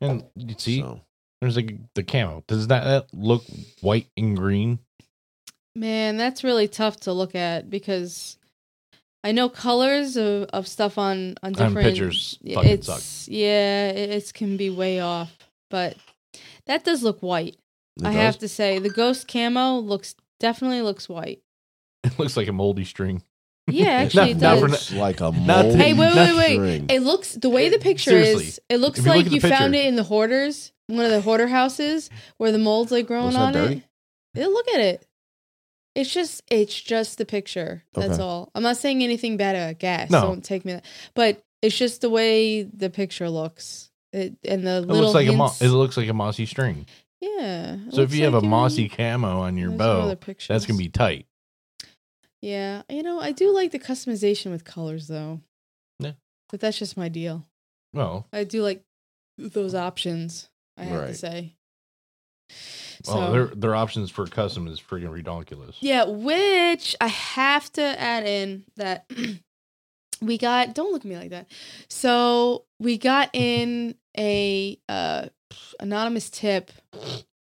C: And you see,
B: Oh, So,
C: there's like the camo. Does that, that look white and green?
A: man. That's really tough to look at because I know colors of, of stuff on on
C: Um,
A: different
C: pictures
A: Yeah,
C: fucking
A: it's,
C: suck.
A: Yeah, it it's can be way off, but that does look white.
B: it
A: I
B: does.
A: have to say, the ghost camo looks definitely looks white.
C: It looks like a moldy string.
A: Yeah,
B: It
A: actually, it
C: Not- not
A: does.
C: for
B: looks like a
C: not-
B: mold.
A: Hey, wait, wait, wait.
B: string.
A: It looks the way the picture is.
C: Seriously.
A: It looks
C: If you look
A: like
C: at
A: you,
C: the
A: found
C: picture-
A: it in the hoarders, one of the hoarder houses where the mold's like growing
B: Looks not
A: on it.
B: dirty?
A: Yeah, look at it. It's just it's just the picture. That's
B: Okay.
A: all. I'm not saying anything bad about gas.
C: No.
A: Don't take me that. But it's just the way the picture looks. It, and the
C: It
A: little
C: looks like a mo-
A: hints.
C: it looks like a mossy string.
A: yeah. it
C: So if
A: looks
C: you have
A: like
C: a
A: you're-
C: mossy camo on your
A: there's some
C: bow,
A: other
C: that's
A: pictures.
C: gonna be tight.
A: Yeah, you know I do like the customization with colors though.
C: Yeah.
A: But that's just my deal.
C: Well,
A: I do like those options. I have to
B: Right.
A: say.
C: Oh,
A: So-
C: their their options for custom is freaking redonkulous.
A: yeah, which I have to add in that we got. Don't look at me like that. So we got in a uh, anonymous tip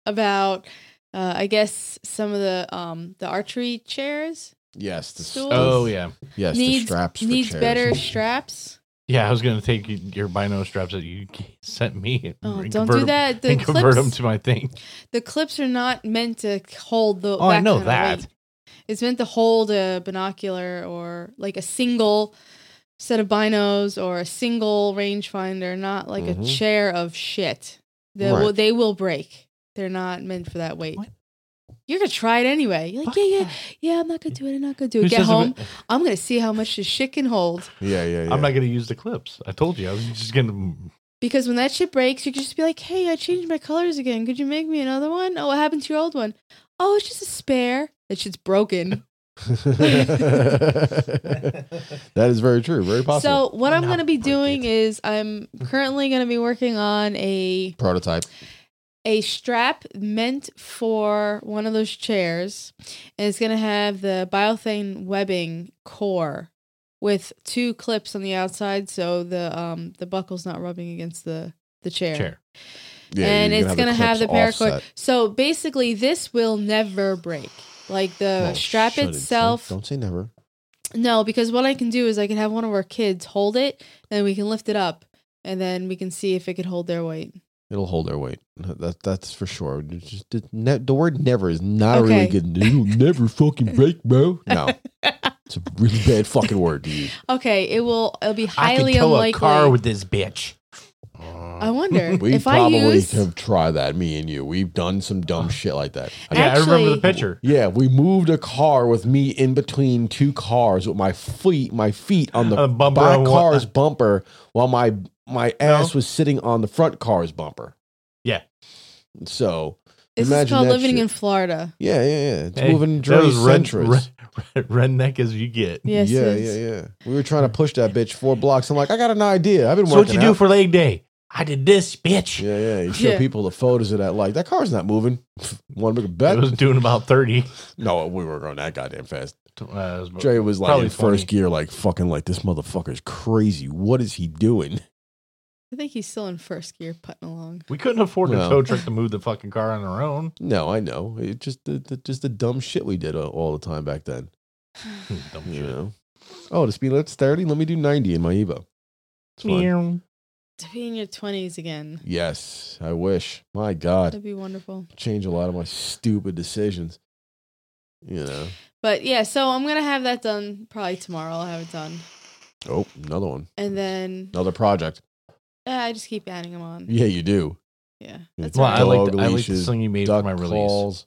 A: about, uh, I guess, some of the um the archery chairs
B: Yes. The,
A: Stool.
B: the-
C: Oh yeah.
B: Yes. the
A: needs
B: straps for
A: needs
B: chairs.
A: better straps.
C: Yeah, I was gonna take y- your bino straps that you sent me. And
A: Oh,
C: and
A: don't
C: Mm, convert
A: do
C: 'em-
A: that. The
C: and convert them
A: clips,
C: to my thing.
A: the clips are not meant to hold the.
C: Oh, I know
A: kind of
C: that.
A: weight. It's meant to hold a binocular or like a single set of binos or a single rangefinder, not like
C: Mm-hmm.
A: a
B: Mhm.
A: chair of shit. They
B: Right.
A: will they will break. They're not meant for that weight.
C: What?
A: You're gonna try it anyway. You're like,
C: Fuck
A: yeah, yeah, yeah. I'm not gonna do it. I'm not gonna do it.
C: Who
A: Get
C: says
A: home.
C: I'm-
A: I'm gonna see how much this shit can hold.
B: Yeah, yeah, yeah.
C: I'm not gonna use the clips. I told you I was just gonna.
A: Because when that shit breaks, you can just be like, hey, I changed my colors again. Could you make me another one? Oh, what happened to your old one? Oh, it's just a spare. That shit's broken.
B: that is very true. Very possible.
A: So, what I'm
C: Not
A: going to be
C: break
A: doing
C: it.
A: is I'm currently going to be working on a
B: Prototype.
A: a strap meant for one of those chairs. And it's going to have the biothane webbing core with two clips on the outside so the um the buckle's not rubbing against the the
C: chair.
B: Yeah,
A: and
B: you're
A: it's gonna have the,
B: clips
A: paracord.
B: offset.
A: So basically, this will never break. Like the
B: Oh,
A: strap
B: shut it. Don't-
A: itself,
B: Don't, say never.
A: no, because what I can do is I can have one of our kids hold it, and we can lift it up, and then we can see if it could hold their weight.
B: It'll hold their weight. That that's for sure. It's Just the, ne- the word "never" is not a really
A: Okay.
B: good. It'll never fucking break, bro. No, it's a really bad fucking word to use.
A: Okay, it will. It'll be highly unlikely.
C: this bitch.
A: I wonder
B: We
A: if I Oh.
B: probably
A: use.
B: have tried that. Me and you, we've done some dumb shit like that. I
C: yeah, I remember
A: Actually-
C: the picture.
B: Yeah, we moved a car with me in between two cars with my feet, my feet on the
C: A bumper
B: back
C: on one-
B: car's bumper, while my my ass was sitting on the front car's bumper.
C: Yeah.
B: So
A: This is
B: imagine
A: called
B: that
A: living
B: shit.
A: in Florida.
B: yeah, yeah, yeah. It's
C: Hey,
B: moving
C: That
B: Dre
C: was red,
B: Centris.
C: red, red, redneck as you get.
A: Yes,
B: yeah,
A: it
B: yeah,
A: is.
B: yeah. We were trying to push that bitch four blocks. I'm like, I got an idea. I've been
C: So
B: working.
C: what you do
B: out.
C: for leg day? I did this, bitch.
B: Yeah, yeah. You show
A: Yeah.
B: people the photos of that. Like that car's not moving. Want to make a
C: I
B: bet?
C: was doing about thirty.
B: no, we were going that goddamn fast.
C: Uh, it was about-
B: Dre was like
C: Probably
B: in first
C: 20.
B: gear, like fucking like this motherfucker's crazy. What is he doing?
A: I think he's still in first gear putting along.
C: we couldn't afford a
B: No.
C: tow truck to move the fucking car on our own.
B: No, I know. It just the, the just the dumb shit we did all, all the time back then.
C: Dumb
B: You
C: shit.
B: know. Oh, the speed limit's thirty. Let me do ninety in my Evo. It's fun.
C: Meow.
A: To be in your twenties again,
B: Yes, I wish. My God,
A: that'd be wonderful.
B: change a lot of my stupid decisions. You know.
A: But yeah, so I'm gonna have that done probably tomorrow. I'll have it done,
B: Oh, another one,
A: and then
B: another project.
A: Yeah, I just keep adding them on. Yeah,
B: Yeah, you do.
A: that's
C: Well,
A: right.
C: I like
B: Dog
C: the, I like the
B: leashes,
C: song you made for
B: Duck
C: my release.
B: calls.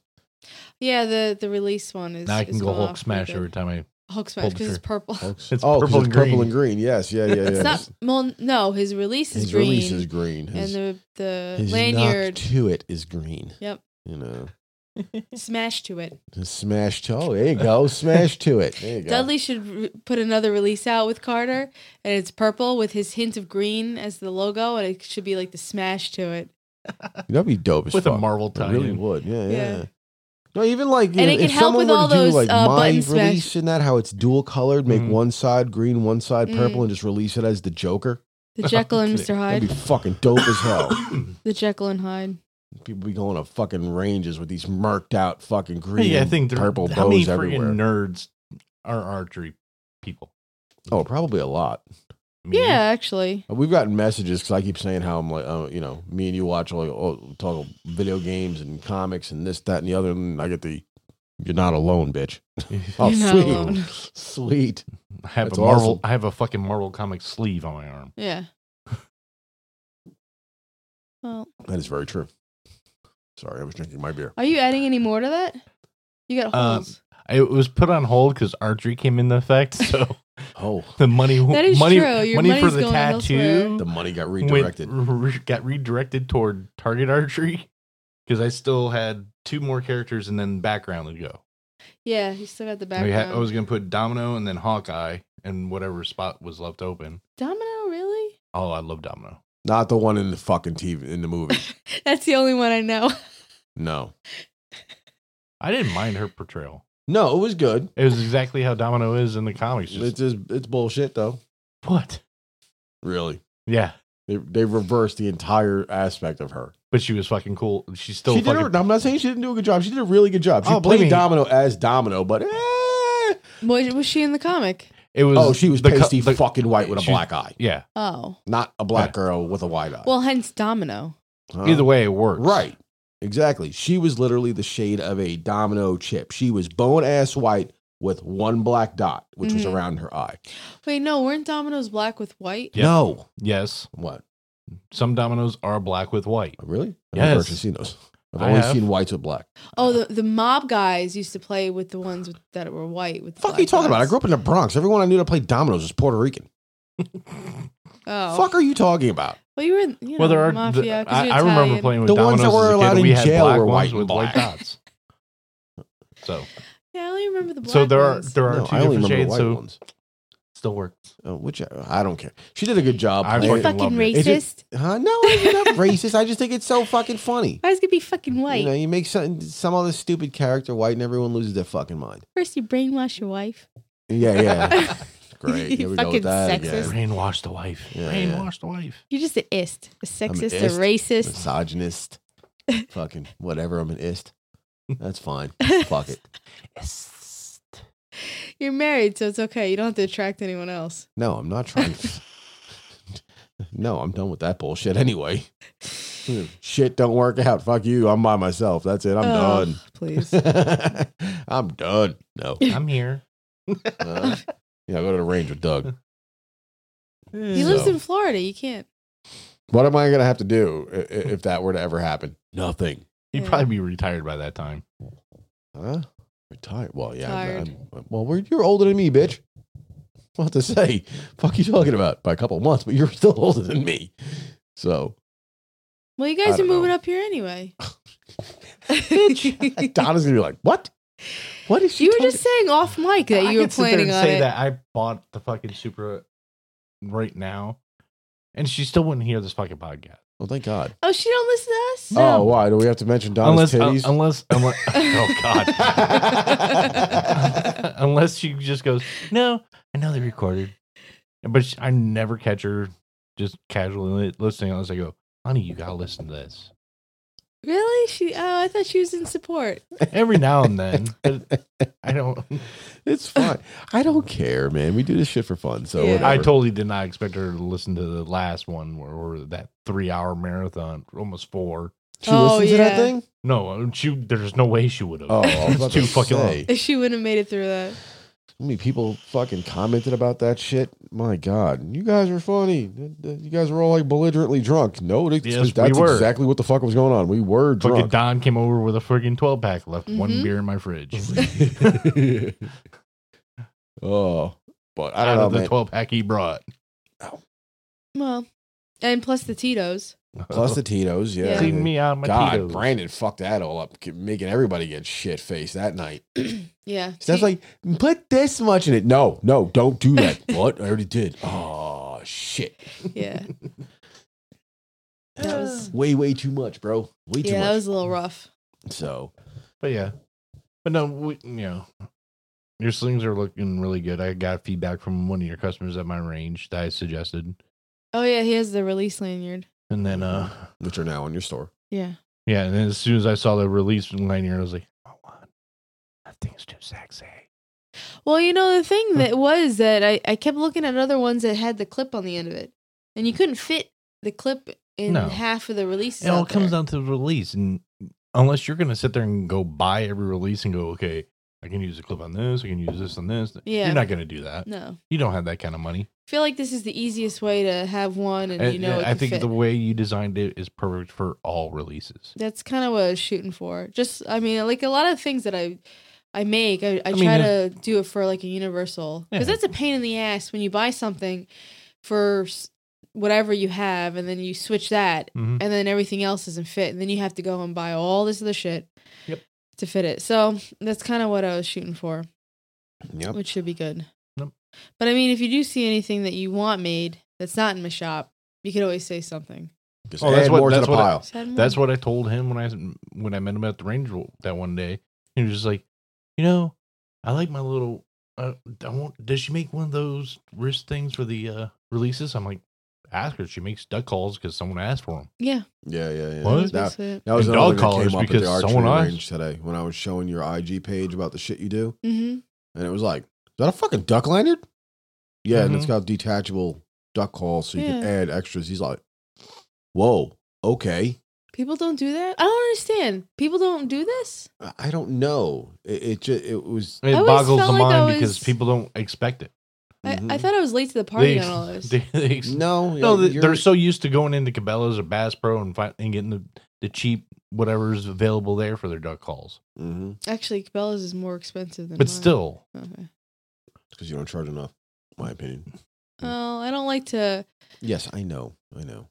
A: yeah, the the release one is.
C: Now I can
A: is
C: go
A: going
C: Hulk
A: off
C: smash
A: pretty
C: every
A: good.
C: time I.
A: Hulk smash
C: Hold the
A: because it's
C: trigger.
A: purple.
B: Hulks.
C: It's
B: oh, 'cause
C: purple
B: it's
C: and
B: purple
C: green.
B: and green. Yes, yeah, yeah, yeah.
A: It's not well, no, his release is
B: his
A: green,
B: release is green. His-
A: and the the
B: His knock
A: lanyard
B: to it is green.
A: Yep.
B: You know,
A: smash to it.
B: just smash to. Oh, there you go. Smash to it. There you go.
A: Dudley should re- put another release out with Carter, and it's purple with his hint of green as the logo, and it should be like the smash to it.
B: That'd be dope as
C: With a
B: fuck.
C: Marvel
B: It
C: tie
B: really
C: in.
B: would. Yeah, yeah.
A: Yeah.
B: No, even like you
A: And
B: know,
A: it could
B: if
A: help
B: someone
A: with
B: were to
A: all
B: do
A: those,
B: like
A: uh,
B: my
A: button
B: release
A: smash-
B: and that, how it's dual colored, make
C: Mhm.
B: one side green, one side purple,
A: Mm.
B: and just release it as the Joker.
A: The Jekyll and Mr.
B: That'd
A: Hyde.
B: be fucking dope as hell.
A: The Jekyll and Hyde.
B: People be going to fucking ranges with these murked out fucking green,
C: yeah, I
B: and
C: think there,
B: purple
C: how many
B: bows
C: friggin'
B: everywhere.
C: nerds are archery people.
B: oh, probably a lot.
C: Me?
A: Yeah, actually.
B: We've gotten messages because I keep saying how I'm like, uh, you know, me and you watch all oh, talk video games and comics and this, that, and the other, and I get the, you're not alone, bitch. Oh,
A: You're not
B: sweet,
A: alone.
B: sweet.
C: I have
B: That's
C: a Marvel.
B: awesome.
C: I have a fucking Marvel comic sleeve on my arm.
A: Yeah. Well,
B: That is very true. Sorry, I was drinking my beer.
A: are you adding any more to that? You got
C: Uh,
A: holes.
C: It was put on hold because archery came into effect. So
B: Oh,
C: the money,
A: That is
C: money,
A: true. Your
C: money for
A: money's
C: the
A: going elsewhere.
C: tattoo
B: the money got
C: went-
B: redirected.
C: re- got redirected toward target archery because I still had two more characters and then background to go.
A: yeah, you still got the
C: I,
A: background.
C: had, I was gonna put Domino and then Hawkeye and whatever spot was left open.
A: Domino, really?
C: Oh, I love Domino.
B: Not the one in the fucking TV in the movie.
A: That's the only one I know.
B: No,
C: I didn't mind her portrayal.
B: no, it was good.
C: It was exactly how Domino is in the comics. Just
B: It's just, it's bullshit though.
C: what?
B: Really,
C: Yeah,
B: they they reversed the entire aspect of her.
C: but she was fucking cool. She's still
B: she did
C: fucking
B: her, I'm not saying she didn't do a good job. She did a really good job. She
C: Oh, believe
B: played
C: me.
B: Domino as Domino, but eh,
A: Was, was she in the comic?
C: It was
B: oh, she was
C: the co-
B: pasty
C: the-
B: fucking white with a
C: she's-
B: black eye,
C: Yeah.
A: Oh.
B: not a black
C: Yeah.
B: girl with a white eye.
A: Well, hence Domino.
B: Huh?
C: Either way, it works.
B: Right. Exactly. She was literally the shade of a domino chip. She was bone ass white with one black dot, which was
A: Mhm.
B: around her eye.
A: Wait, no, weren't Dominoes black with white?
C: Yep.
B: No.
C: Yes.
B: What?
C: Some dominoes are black with white.
B: Really? I've
C: Yes.
B: never actually seen those. I've
C: I
B: only
C: have.
B: seen whites with black.
A: Oh, the, the mob guys used to play with the ones with, that were white. With the
B: fuck are you
A: black
B: talking about? I
A: dots.
B: grew up in the Bronx. Everyone I knew that played dominoes was Puerto Rican.
A: Oh.
B: Fuck are you talking about?
A: Well, you were you know,
C: well, there are.
A: mafia.
C: the-
A: 'cause
C: I,
A: you're
C: I remember
A: Italian.
C: playing with
B: The ones
C: dominoes
B: that
C: as a
B: were
C: kid,
B: allowed
C: and we
B: in
C: had
B: jail
C: black
B: were
C: ones
B: white and
C: with
B: black.
C: white dots. So,
A: Yeah, I only remember the black
C: so there are
A: ones.
C: there are
B: No,
C: two
B: I only
C: different
B: remember the
C: shades.
B: white
C: So
B: ones.
C: still works.
B: Uh, which I, I don't care. She did a good job.
C: I
B: playing-
A: you
C: fucking
A: fucking
C: loved it.
A: racist.
B: It just- huh? No, I'm not racist. I just think it's so fucking funny.
A: I was gonna be fucking white.
B: You know, you make some some other stupid character white, and everyone loses their fucking mind.
A: First, you brainwash your wife.
B: Yeah, yeah. Great. Here we go
A: Fucking
B: with that
A: sexist.
B: again.
C: Brainwash the wife.
B: Yeah,
C: Brainwash the wife.
A: You're just an ist, a sexist,
B: ist.
A: a racist.
B: Misogynist. fucking whatever. I'm an ist. That's fine. Fuck it.
A: You're married, so it's okay. You don't have to attract anyone else.
B: No, I'm not trying. to- no, I'm done with that bullshit anyway. Shit don't work out. Fuck you. I'm by myself. That's it. I'm
A: Oh,
B: done.
A: Please.
B: I'm done. No.
C: I'm here.
B: Uh, yeah, go to the range with Doug.
A: He lives
B: So-
A: in Florida. You can't.
B: What am I gonna have to do i- i- if that were to ever happen? Nothing.
C: He'd probably be retired by that time.
B: Huh? Retired. Well, yeah. I'm-
A: Tired.
B: I'm- well, we're, you're older than me, bitch. What to say? Fuck you talking about by a couple of months, but you're still older than me. So
A: Well, you
B: I
A: guys are
B: don't
A: moving
B: know.
A: up here anyway.
B: bitch, Donna's gonna be like, what? What is she?
A: you were
B: talking-
A: just saying off mic that
C: I
A: you were
C: could sit there
A: planning
C: and
A: on
C: say
A: it.
C: that I bought the fucking Supra right now, and she still wouldn't hear this fucking podcast.
B: Well, thank God.
A: Oh, she don't listen to us.
C: No.
B: Oh, why do we have to mention Donna's
C: Unless, uh,
B: titties?
C: unless, unless, oh god, unless she just goes, no, I know they recorded, but she, I never catch her just casually li- listening unless I go, honey, you gotta listen to this
A: Really? She? Oh, I thought she was in support.
C: every now and then. But I don't.
B: it's fine. I don't care, man. We do this shit for fun. So
A: Yeah.
C: I
B: whatever.
C: totally did not expect her to listen to the last one or, or that three-hour marathon, almost four.
B: she
A: Oh,
B: listens to that
A: yeah.
B: thing.
C: No, uh, she. There's no way she would have.
B: Oh, I was about
C: it's too
B: to
C: fucking
B: say.
C: long.
A: She wouldn't have made it through that.
B: How many people fucking commented about that shit? My God, you guys are funny. You guys were all like belligerently drunk. No, that's,
C: Yes, we
B: that's
C: were.
B: exactly what the fuck was going on. We were
C: Fucking
B: drunk.
C: Don came over with a friggin' 12 pack, left
A: Mhm.
C: one beer in my fridge.
B: oh, but I
C: Out
B: don't
C: of
B: know,
C: the
B: man.
C: 12 pack he brought.
A: Well, and plus the Tito's.
B: Plus the Tito's, yeah.
A: Yeah.
C: Clean me out my
B: God,
C: Tito's.
B: Brandon fucked that all up, making everybody get shit faced that night.
A: Yeah.
B: Steph's
A: Ti-
B: like, put this much in it. No, no, don't do that. what? I already did. Oh shit.
A: Yeah. That was-
B: way, way too much, bro. Way too
A: yeah, that
B: much.
A: was a little rough.
B: so
C: But yeah. But no, we, you know, your slings are looking really good. I got feedback from one of your customers at my range that I suggested.
A: Oh yeah, he has the release lanyard.
C: And then, uh,
B: which are now in your store.
A: Yeah.
C: yeah, and then as soon as I saw the release lanyard, I was like, I want. That thing's too sexy.
A: Well, you know the thing that was that I, I kept looking at other ones that had the clip on the end of it, and you couldn't fit the clip in
C: No.
A: half of the releases.
C: it all
A: out
C: comes
A: there.
C: down to the release and unless you're going to sit there and go buy every release and go okay i can use a clip on this i can use this on this
A: Yeah.
C: you're not going to do that
A: No,
C: you don't have that kind of money
A: I feel like this is the easiest way to have one, and,
C: And-
A: you know
C: and
A: it
C: i
A: can
C: think
A: fit.
C: the way you designed it is perfect for all releases
A: That's kind of what I was shooting for. Just, I mean, like a lot of things that I, I make, I, I,
C: mean,
A: try
C: uh,
A: to do it for like a universal because
C: Yeah.
A: that's a pain in the ass when you buy something for s- whatever you have, and then you switch that,
C: Mhm.
A: and then everything else doesn't fit, and then you have to go and buy all this other shit
C: Yep.
A: to fit it. So that's kind of what I was shooting for,
B: Yep.
A: which should be good.
C: Yep.
A: But I mean, if you do see anything that you want made that's not in my shop, you could always say something.
B: Just
C: Oh, that's
B: add
C: what-
B: more to
C: that's
B: the
C: what I-
B: pile.
A: Said
C: that's
A: more.
C: what i told him when i when i met him at the range that one day he was just like you know i like my little uh, i want does she make one of those wrist things for the uh releases i'm like ask her she makes duck calls because someone asked for them
A: Yeah.
B: yeah, yeah, yeah.
A: that
C: What?
A: was
B: That,
A: basically it.
B: that was
C: And
B: another
C: dog
B: thing that
C: collars
B: came up at
C: because
B: the archery
C: someone asked-
B: range today when I was showing your IG page about the shit you do,
A: Mhm.
B: and it was like, is that a fucking duck lanyard? Yeah, and it's
C: Mhm.
B: got detachable duck call, so you can
A: Yeah.
B: add extras. He's like, whoa, okay.
A: People don't do that. I don't understand. People don't do this.
B: I- I don't know. It it, ju- it was.
C: It
A: always
C: boggles
A: felt
C: the
A: like I
C: mind
A: was-
C: because people don't expect it.
A: I, I
B: Mhm.
A: thought I was late to the party
C: Mm-hmm. They-
A: on all this.
C: they- they ex-
B: no,
C: no, they-
B: you're-
C: they're so used to going into Cabela's or Bass Pro and, fi- and getting the, the cheap whatever's available there for their duck calls.
B: Mhm.
A: Actually, Cabela's is more expensive than.
C: But
A: mine.
C: still,
A: Okay.
B: because you don't charge enough. My opinion.
A: Well, I don't like to.
B: Yes, I know. I know.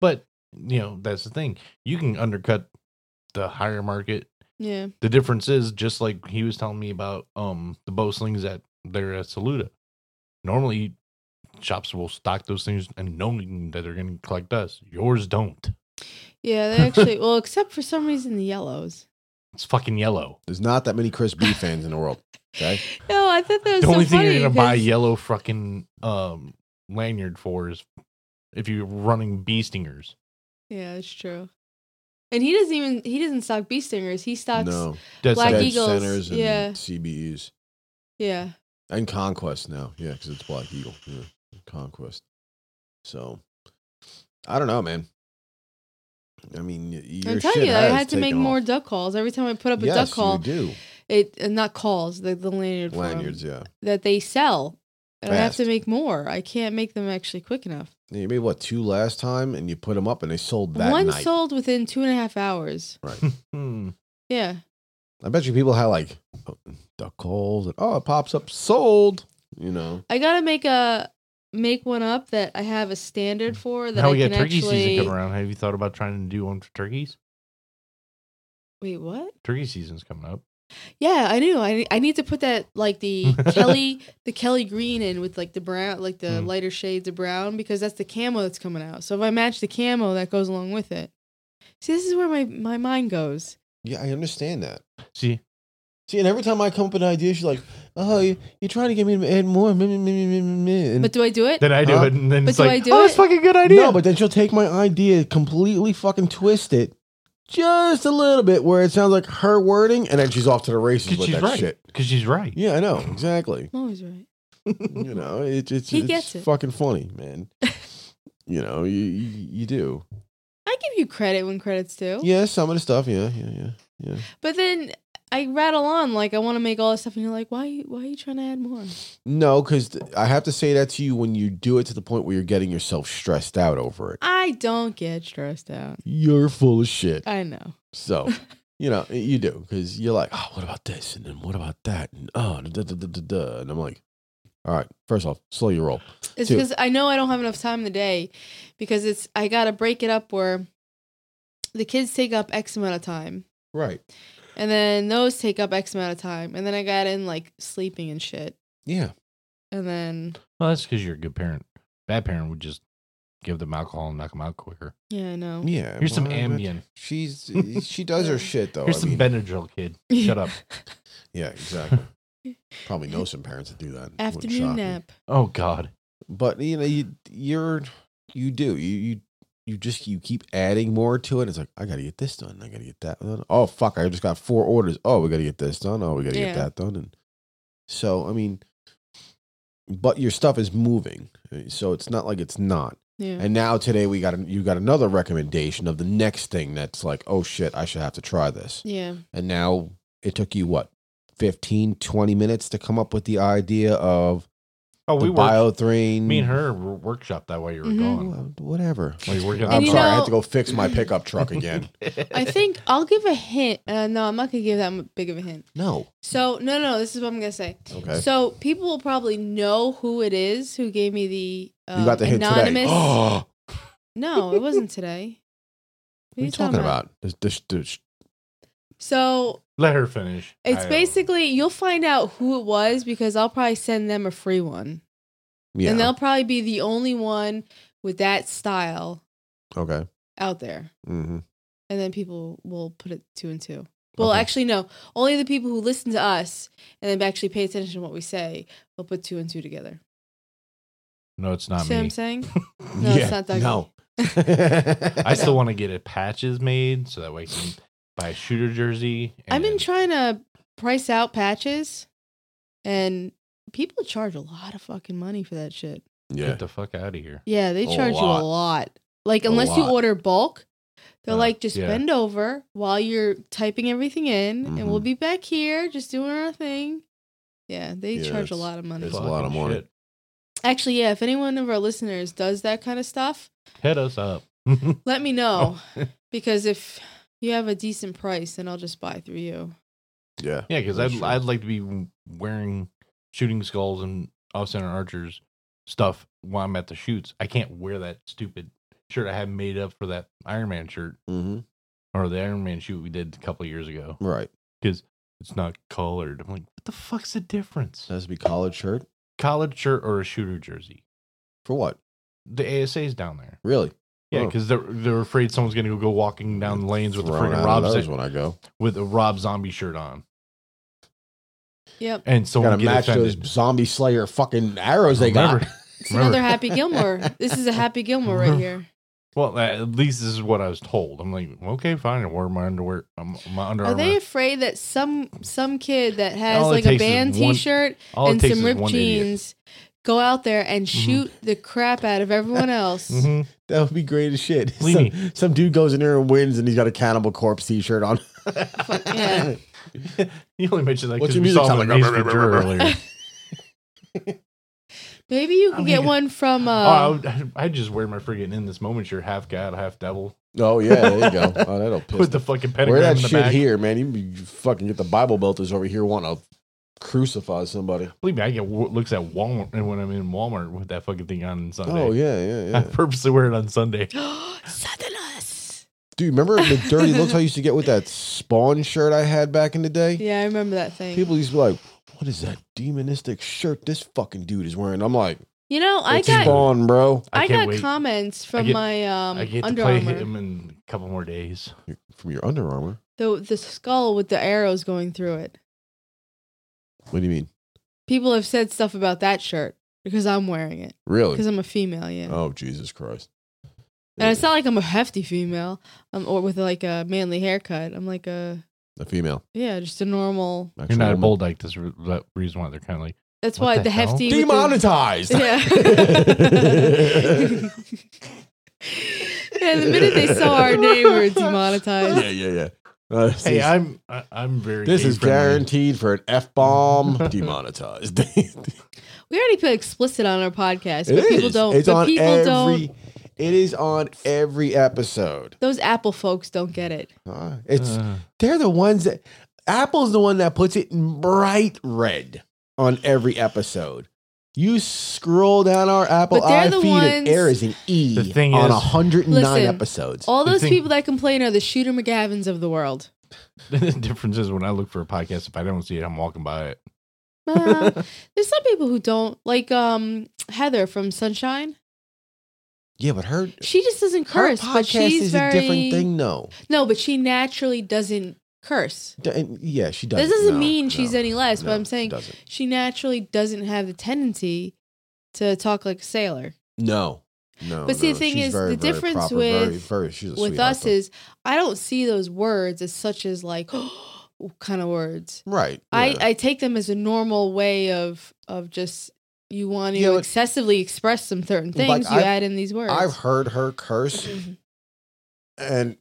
C: but you know that's the thing. You can undercut the higher market.
A: Yeah.
C: The difference is just like he was telling me about um the bow slings that they're at Saluda. Normally, shops will stock those things and knowing that they're going to collect dust. Yours don't.
A: Yeah, they actually. well, except for some reason, the yellows.
C: It's fucking yellow.
B: There's not that many Chris B fans in the world. Okay,
A: No, I thought that was
C: the
A: so
C: only thing
A: funny
C: you're gonna buy a
A: 'cause-
C: yellow fucking um lanyard for is if you're running bee stingers.
A: Yeah, it's true. And he doesn't even he doesn't stock bee stingers. He stocks
B: no
C: That's
A: Black
B: dead
A: Eagles,
B: centers and
A: yeah.
B: CBEs
A: yeah.
B: and Conquest now. Yeah, because it's Black Eagle. Yeah, Conquest. So I don't know, man. I mean, y- your
A: I'm telling
B: shit
A: you, I
B: has
A: had to make
B: taken
A: more
B: off.
A: duck calls. Every time I put up a
B: yes,
A: duck call,
B: you do
A: it uh, not calls the the lanyard for 'em
B: lanyards. Yeah.
A: that they sell, and I have to
B: Fast.
A: make more. I can't make them actually quick enough.
B: Yeah, You made what two last time, and you put them up, and they sold that
A: One
B: night.
A: sold within two and a half hours.
C: Hmm.
A: Yeah,
B: I bet you people had like oh, duck calls, and oh, it pops up sold. You know,
A: I gotta make a make one up that I have a standard for that
C: Now
A: I
C: we got
A: can
C: turkey
A: actually.
C: season coming around. Have you thought about trying to do one for turkeys?
A: Wait, what?
C: Turkey season's coming up.
A: Yeah, I knew. I I need to put that like the Kelly the Kelly green in with like the brown like the
C: Hmm.
A: lighter shades of brown because that's the camo that's coming out. So if I match the camo that goes along with it. See, this is where my my mind goes.
B: yeah, I understand that.
C: See,
B: See, and every time I come up with an idea, she's like, "Oh, you, you're trying to get me to add more." meh, meh, meh, meh, meh, meh," And,
A: But do I do it?
C: then I do
B: Huh?
C: it, and then
A: But
C: it's
A: do
C: like,
A: I do
C: oh, that's
A: it?
C: fucking good idea.
B: No, but then she'll take my idea, completely fucking twist it, just a little bit, where it sounds like her wording, and then she's off to the races
C: because
B: with
C: she's
B: that
C: right.
B: shit.
C: Because she's right.
B: Yeah, I know exactly.
A: I'm always right.
B: you know, it, it's
A: He
B: it's
A: gets it.
B: fucking funny, man. you know, you you, you do.
A: I give you credit when credit's due.
B: Yeah, some of the stuff. Yeah, yeah, yeah, yeah.
A: But then I rattle on like I want to make all this stuff, and you're like, why? you- Why are you trying to add more?
B: No, because I have to say that to you when you do it to the point where you're getting yourself stressed out over it.
A: I don't get stressed out.
B: You're full of shit.
A: I know.
B: So, you know, you do because you're like, oh, what about this? And then what about that? And oh, da, da, da, da, da. and I'm like, all right, first off, slow your roll.
A: It's
B: Dude.
A: because I know I don't have enough time in the day because it's I gotta break it up where the kids take up X amount of time.
B: Right.
A: And then those take up X amount of time. And then I got in like sleeping and shit.
B: Yeah.
A: And then
C: Well, that's because you're a good parent. Bad parent would just give them alcohol and knock them out quicker.
A: yeah, I know.
B: Yeah.
C: Here's some
B: Well, I mean,
C: Ambien.
B: She's uh, she does her shit though.
C: Here's
B: oh, I
C: some
B: mean-
C: Benadryl, kid. Shut up.
B: Yeah, exactly. Probably know some parents that do that. Wouldn't shock
A: Afternoon
B: me.
A: nap.
C: Oh God.
B: But you know, you you're you do you you you just you keep adding more to it. It's like I gotta get this done. I gotta get that done. Oh fuck! I just got four orders. Oh, we gotta get this done. Oh, we gotta
A: Yeah.
B: get that done. And so I mean, but your stuff is moving, eh, so it's not like it's not.
A: Yeah.
C: Mm-hmm.
B: And now today we got an- you got another recommendation of the next thing that's like, oh shit, I should have to try this.
A: yeah.
B: And now it took you what 15, 20 minutes to come up with the idea of
C: Oh,
B: the
C: we were.
B: biothrene.
C: Me and her were workshop that while you were
A: Mhm.
C: gone.
B: Wha- Whatever.
C: While Mm-hmm. you were working on
A: And
B: I'm
C: the
A: you
B: sorry, I
A: know-
B: had to go fix my pickup truck again.
A: I think I'll give a hint. Uh, no, I'm not gonna give that m- big of a hint.
B: no.
A: So no, no, this is what I'm gonna say.
B: Okay.
A: So people will probably know who it is who gave me the um,
B: you got the hint
A: anonymous.
B: today. Oh,
A: no, it wasn't today.
B: what are you talking about? This, this, this-
A: So
C: Let her finish.
A: it's
C: I- uh,
A: basically you'll find out who it was because I'll probably send them a free one.
B: yeah.
A: And they'll probably be the only one with that style
B: okay.
A: out there.
B: hmm
A: And then people will put it two and two. Well,
B: Okay.
A: actually, no. Only the people who listen to us and then actually pay attention to what we say will put two and two together.
C: No, it's not
A: See what
C: me.
A: I'm saying? No, it's not Dougie.
B: No.
C: I still want to get a patches made so that way I can buy a shooter jersey.
A: I've been
C: and-
A: trying to price out patches and people charge a lot of fucking money for that shit.
B: Yeah.
C: Get the fuck out of here.
A: Yeah, they
B: A
A: charge you
B: lot.
A: a lot. Like
B: A
A: unless you
B: lot.
A: order bulk, they're
C: Uh,
A: like just
C: yeah.
A: bend over while you're typing everything in, and we'll
B: Mhm.
A: be back here just doing our thing. Yeah, they
B: Yeah,
A: charge a
B: it's-
A: lot of money.
B: it's a lot of
C: Fucking
B: money.
C: shit.
A: Actually, yeah, if any one of our listeners does that kind of stuff,
C: Hit us up.
A: let
B: Oh.
A: me know because if you have a decent price, then I'll just buy through you.
B: Yeah.
C: Yeah, because
B: That's
C: I'd
B: true.
C: I'd like to be wearing shooting skulls and off center archers stuff while I'm at the shoots. I can't wear that stupid shirt I had made up for that Iron Man shirt
B: hmm
C: or the Iron Man shoot we did a couple of years ago.
B: Right.
C: It's not collared. I'm like, what the fuck's the difference?
B: It has to be collared shirt
C: Collared shirt or a shooter jersey?
B: for what?
C: The ASA's down there.
B: Really?
C: Yeah,
B: Oh.
C: because they're they're afraid someone's gonna go walking down the lanes with a
B: Throwing
C: freaking
B: out
C: Rob
B: of those
C: Z-
B: when I go.
C: with a Rob Zombie shirt on,
A: Yep,
C: and someone
B: Got to
C: get
B: match
C: offended.
B: those zombie slayer fucking arrows they got.
C: Remember-
A: it's
C: Remember-
A: another Happy Gilmore. this is a Happy Gilmore right here.
C: Well, at least this is what I was told. I'm like, okay, fine. I wear my underwear, um, my Under
A: Are
C: Armour.
A: they afraid that some some kid that has
C: All it
A: like a
C: takes is
A: band
C: one-
A: T-shirt
C: All
A: and
C: it takes
A: some
C: is
A: ripped
C: one idiot. Mm-hmm.
A: jeans go out there and shoot the crap out of everyone else.
C: Mhm.
B: That would be great as shit. Some,
C: Pliny.
B: some dude goes in there and wins, and he's got a Cannibal Corpse T-shirt on.
A: yeah.
C: You only mentioned that
B: What's
C: because
B: your
C: we
B: music
C: saw him
B: sound
C: in
B: like?
C: Ace Ventura
A: Oh.
C: earlier.
A: Maybe you
C: I
A: can
C: mean,
A: get one from.
C: oh, I,
A: Uh,
C: would, I'd just wear my friggin' in this moment shirt, half god, half devil,
B: Oh yeah, there you go. Oh, that'll piss.
C: with the fucking
B: me. Wear
C: pentagram
B: that
C: in the
B: shit
C: back.
B: here, man. You, you fucking get the Bible belters over here wanting to crucify somebody.
C: Believe me, I get w- looks at Walmart and when I'm in Walmart with that fucking thing on Sunday.
B: Oh yeah, yeah,
C: I
B: yeah.
C: purposely wear it on Sunday.
A: Satanas.
B: Dude, remember the dirty looks I used to get with that Spawn shirt I had back in the day?
A: Yeah, I remember that thing.
B: People used to be like, "What is that demonistic shirt this fucking dude is wearing?" I'm like,
A: you know, I
B: "It's
A: got
B: Spawn, bro."
A: I,
C: I can't
A: got
C: wait.
A: comments from
C: get-
A: my um
C: I get to
A: Under
C: play
A: Armour.
C: him in a couple more days.
B: From your Under Armour.
A: The the skull with the arrows going through it.
B: What do you mean?
A: People have said stuff about that shirt because I'm wearing it
B: Really?
A: because I'm a female. Yeah.
B: Oh Jesus Christ!
A: And it's not like I'm a hefty female, um, or with like a manly haircut. I'm like a
B: a female.
A: yeah, just a normal.
C: You're
B: Actual
C: not a
B: woman.
C: bull dyke. That's re- that reason why they're kind of like.
A: That's
C: What
A: why
C: the
A: the,
C: hell?
A: hefty. with the-
B: Demonetized.
A: Yeah. yeah. The minute they saw our name, we were demonetized.
B: yeah, yeah, yeah. Uh, this
C: Hey,
B: is-
C: I'm I, I'm very.
B: this is
C: gay-friendly.
B: guaranteed for an F bomb. Demonetized. it
A: We already put explicit on our podcast, but people
B: is.
A: don't.
B: It's
A: but
B: on
A: people
B: every.
A: don't.
B: It is on every episode.
A: Those Apple folks don't get it.
B: Uh, it's
C: Uh,
B: they're the ones that Apple's the one that puts it in bright red on every episode. You scroll down our Apple
A: But they're
B: i
A: the
B: feed and
A: ones-
B: there is an E
C: The thing
B: on
C: is-
B: 109
A: Listen,
B: episodes.
A: All
C: The
A: those
C: thing-
A: people that complain are the Shooter McGavins of the world.
C: the difference is when I look for a podcast, if I don't see it, I'm walking by it.
A: Well, there's some people who don't like um, Heather from Sunshine.
B: yeah, but her
A: She just doesn't curse,
B: her
A: but
B: podcast
A: she's
B: is
A: very
B: a different thing, though.
A: No, but she naturally doesn't curse.
B: D- and yeah, she does.
A: This doesn't
B: no,
A: mean
B: no,
A: she's any less,
B: no,
A: but I'm saying
B: doesn't.
A: she naturally doesn't have the tendency to talk like a sailor.
B: No, no.
A: But see,
B: no,
A: the thing
B: she's
A: is,
B: very,
A: the
B: very
A: difference
B: proper,
A: with-
B: very, very- she's a
A: With
B: sweetheart,
A: us
B: though.
A: is I don't see those words as such as like kind of words.
B: right.
A: I,
B: yeah.
A: I take them as a normal way of of just you want to
B: Yeah, but-
A: excessively express some certain
B: Like,
A: things, you
B: I've-
A: add in these words.
B: I've heard her curse, and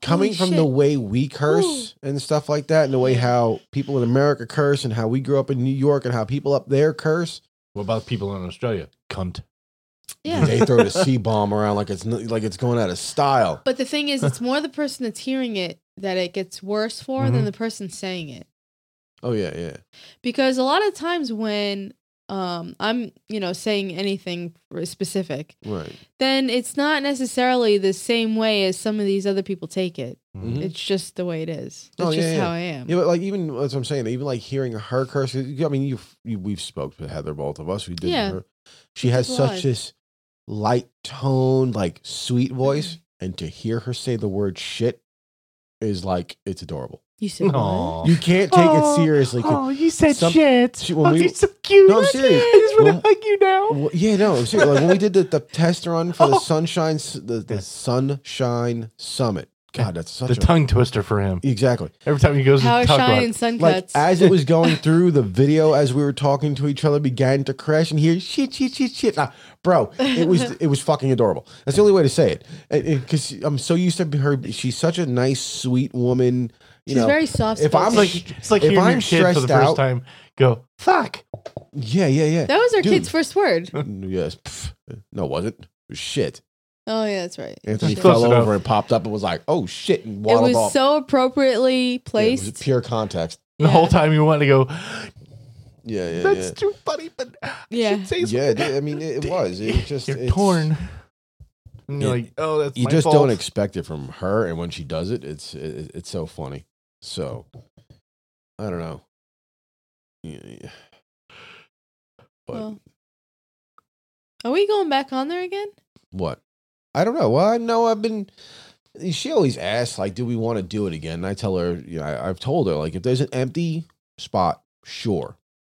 B: coming
A: Holy
B: from
A: shit.
B: the way we curse and stuff like that, and the way
A: Yeah.
B: how people in America curse, and how we grew up in New York, and how people up there curse,
C: What about people in Australia? Cunt.
A: yeah.
B: they throw the c bomb around like it's n- like it's going out of style.
A: But the thing is, it's more the person that's hearing it that it gets worse for than
B: Mm-hmm.
C: Mhm.
A: the person saying it.
B: Oh yeah, yeah.
A: because a lot of times when um i'm you know saying anything specific
B: Right.
A: then it's not necessarily the same way as some of these other people take it
B: Mhm.
A: it's just the way it is
B: Oh,
A: that's
B: yeah,
A: just
B: yeah.
A: how i am
B: Yeah, but like even that's what I'm saying. Even like hearing her curse. I mean, you, you we've spoke to Heather, both of us. We did.
A: Yeah.
B: Her. She has
A: did
B: such
A: live.
B: this light tone, like sweet voice, and to hear her say the word shit is like it's adorable.
A: you said what?
C: Aw.
B: You can't take
D: Oh,
B: it seriously. 'cause-
D: you said
B: some-
D: shit.
B: she-
C: Oh,
B: when we-
D: so cute.
B: No, I'm serious. When-
D: hug you now.
B: Well, yeah, no, seriously, like when we did the, the test run for the
D: Oh.
B: sunshine, S- the, the sunshine summit, God, that's such
C: the
B: a
C: tongue twister for him.
B: exactly.
C: Every time he goes
A: How
C: to
A: is
C: talk about
A: Shine
C: it,
A: and Sun
B: Like
A: Cuts?
B: as it was going through the video, as we were talking to each other, began to crash and hear shit, shit, shit, shit. Nah, bro, it was it was fucking adorable. That's the only way to say it, because I'm so used to her. She's such a nice, sweet woman. You
A: She's
B: know,
A: very soft.
B: if I'm
C: it's
A: spoken.
C: like it's like
B: If
C: hearing
B: I'm
C: your kid for the
B: stressed
C: first
B: out-
C: time go fuck.
B: yeah, yeah, yeah.
A: that was our
B: Dude.
A: kid's first word.
B: yes, pff, no, was it? Shit,
A: Oh yeah, that's right.
B: Anthony
A: Shit.
C: Close
B: fell
C: enough.
B: over and popped up and was like, "Oh shit!" And
A: It
B: waddled
A: was
B: off.
A: so appropriately
B: Yeah, it was
A: placed.
B: pure context.
C: The whole
A: Yeah.
C: time you want to go.
B: Yeah, yeah,
C: That's
B: yeah.
C: too funny, but I
A: Yeah.
C: should say
B: Yeah, dude, I mean, it, it was. It was just
C: You're
B: it's-
C: torn. And you're
B: it-
C: like, oh, that's
B: You
C: my
B: just
C: fault.
B: don't expect it from her, and when she does it, it's it, it's so funny. So I don't know. Yeah, yeah. But
A: Well. Are we going back on there again?
B: what? I don't know. Well, I know I've been. She always asks, like, "Do we want to do it again?" And I tell her, you know, I, I've told her, like, if there's an empty spot, sure,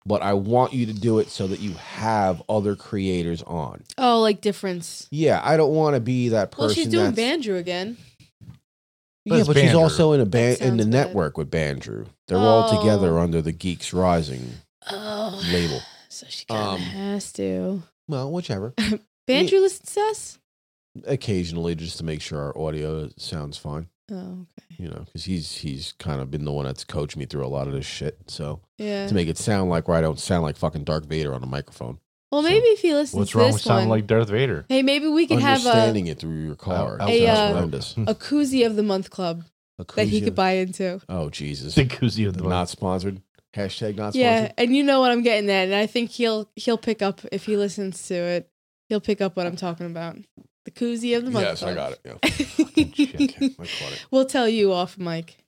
B: but I want you to do it so that you have other creators on.
A: Oh, like difference.
B: Yeah, I don't want to be that person.
A: Well, she's doing
B: that's-
A: Bandrew again.
B: Yeah,
C: That's
B: but she's
C: Bandrew.
B: also in a band
A: That
B: in the
A: sounds bad.
B: network with Bandrew. They're all together
A: Oh.
B: under the Geeks Rising
A: Oh,
B: label.
A: so she kind of
B: Um,
A: has to.
B: Well, whichever.
A: Bandrew listens to us.
B: Occasionally, just to make sure our audio sounds fine,
A: Oh, okay.
B: you know, because he's he's kind of been the one that's coached me through a lot of this shit. So
A: Yeah.
B: to make it sound like where I don't sound like fucking Dark Vader on a microphone,
A: Well,
B: so-
A: maybe if he listens
C: What's
A: to
C: wrong with
A: this one.
C: sounding like Darth Vader?
A: hey, maybe we could have a
B: understanding it through your car
C: Out-
A: A,
B: sounds
A: uh,
B: horrendous.
A: a koozie of the month club that he could
B: Acousia-
A: buy into.
B: Oh Jesus!
C: The koozie of the
B: Not sponsored. Hashtag not
A: Yeah,
B: sponsored.
A: and you know what I'm getting at, and I think he'll he'll pick up if he listens to it. He'll pick up what I'm talking about. The koozie of the month.
B: Yes, I got it. Yeah.
A: it.
B: Okay, I caught it.
A: we'll tell you off, Mike.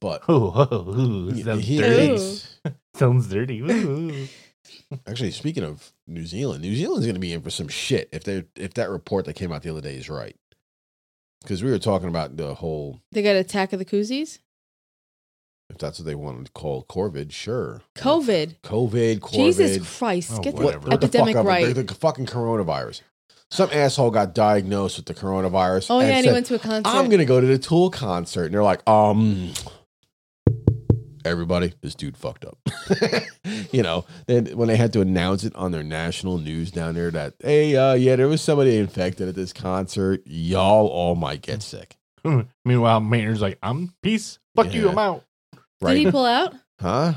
B: But
C: Oh, oh, oh,
B: Yeah,
C: sounds
B: here
C: dirty.
A: Ooh.
B: is.
C: Sounds dirty. Ooh.
B: Actually, speaking of New Zealand, New Zealand's going to be in for some shit if they if that report that came out the other day is right. Because we were talking about the whole
A: They got attack of the koozies.
B: if that's what they wanted to call COVID, sure.
A: COVID.
B: COVID, COVID,
A: Jesus Christ!
C: Oh,
A: Get the
B: what,
C: what- whatever.
B: the fuck
A: epidemic
B: of it,
A: right.
B: The, the fucking coronavirus. Some asshole got diagnosed with the coronavirus.
A: oh yeah, and he
B: said,
A: went to a concert.
B: I'm going to go to the Tool concert, and they're like, um. Everybody, this dude fucked up. you know, then when they had to announce it on their national news down there that, hey, uh, yeah, there was somebody infected at this concert. Y'all all might get sick,
C: Meanwhile, Maynard's like, I'm peace. Fuck you.
B: Yeah.
C: I'm out.
A: Did
B: right?
A: he pull out?
B: huh?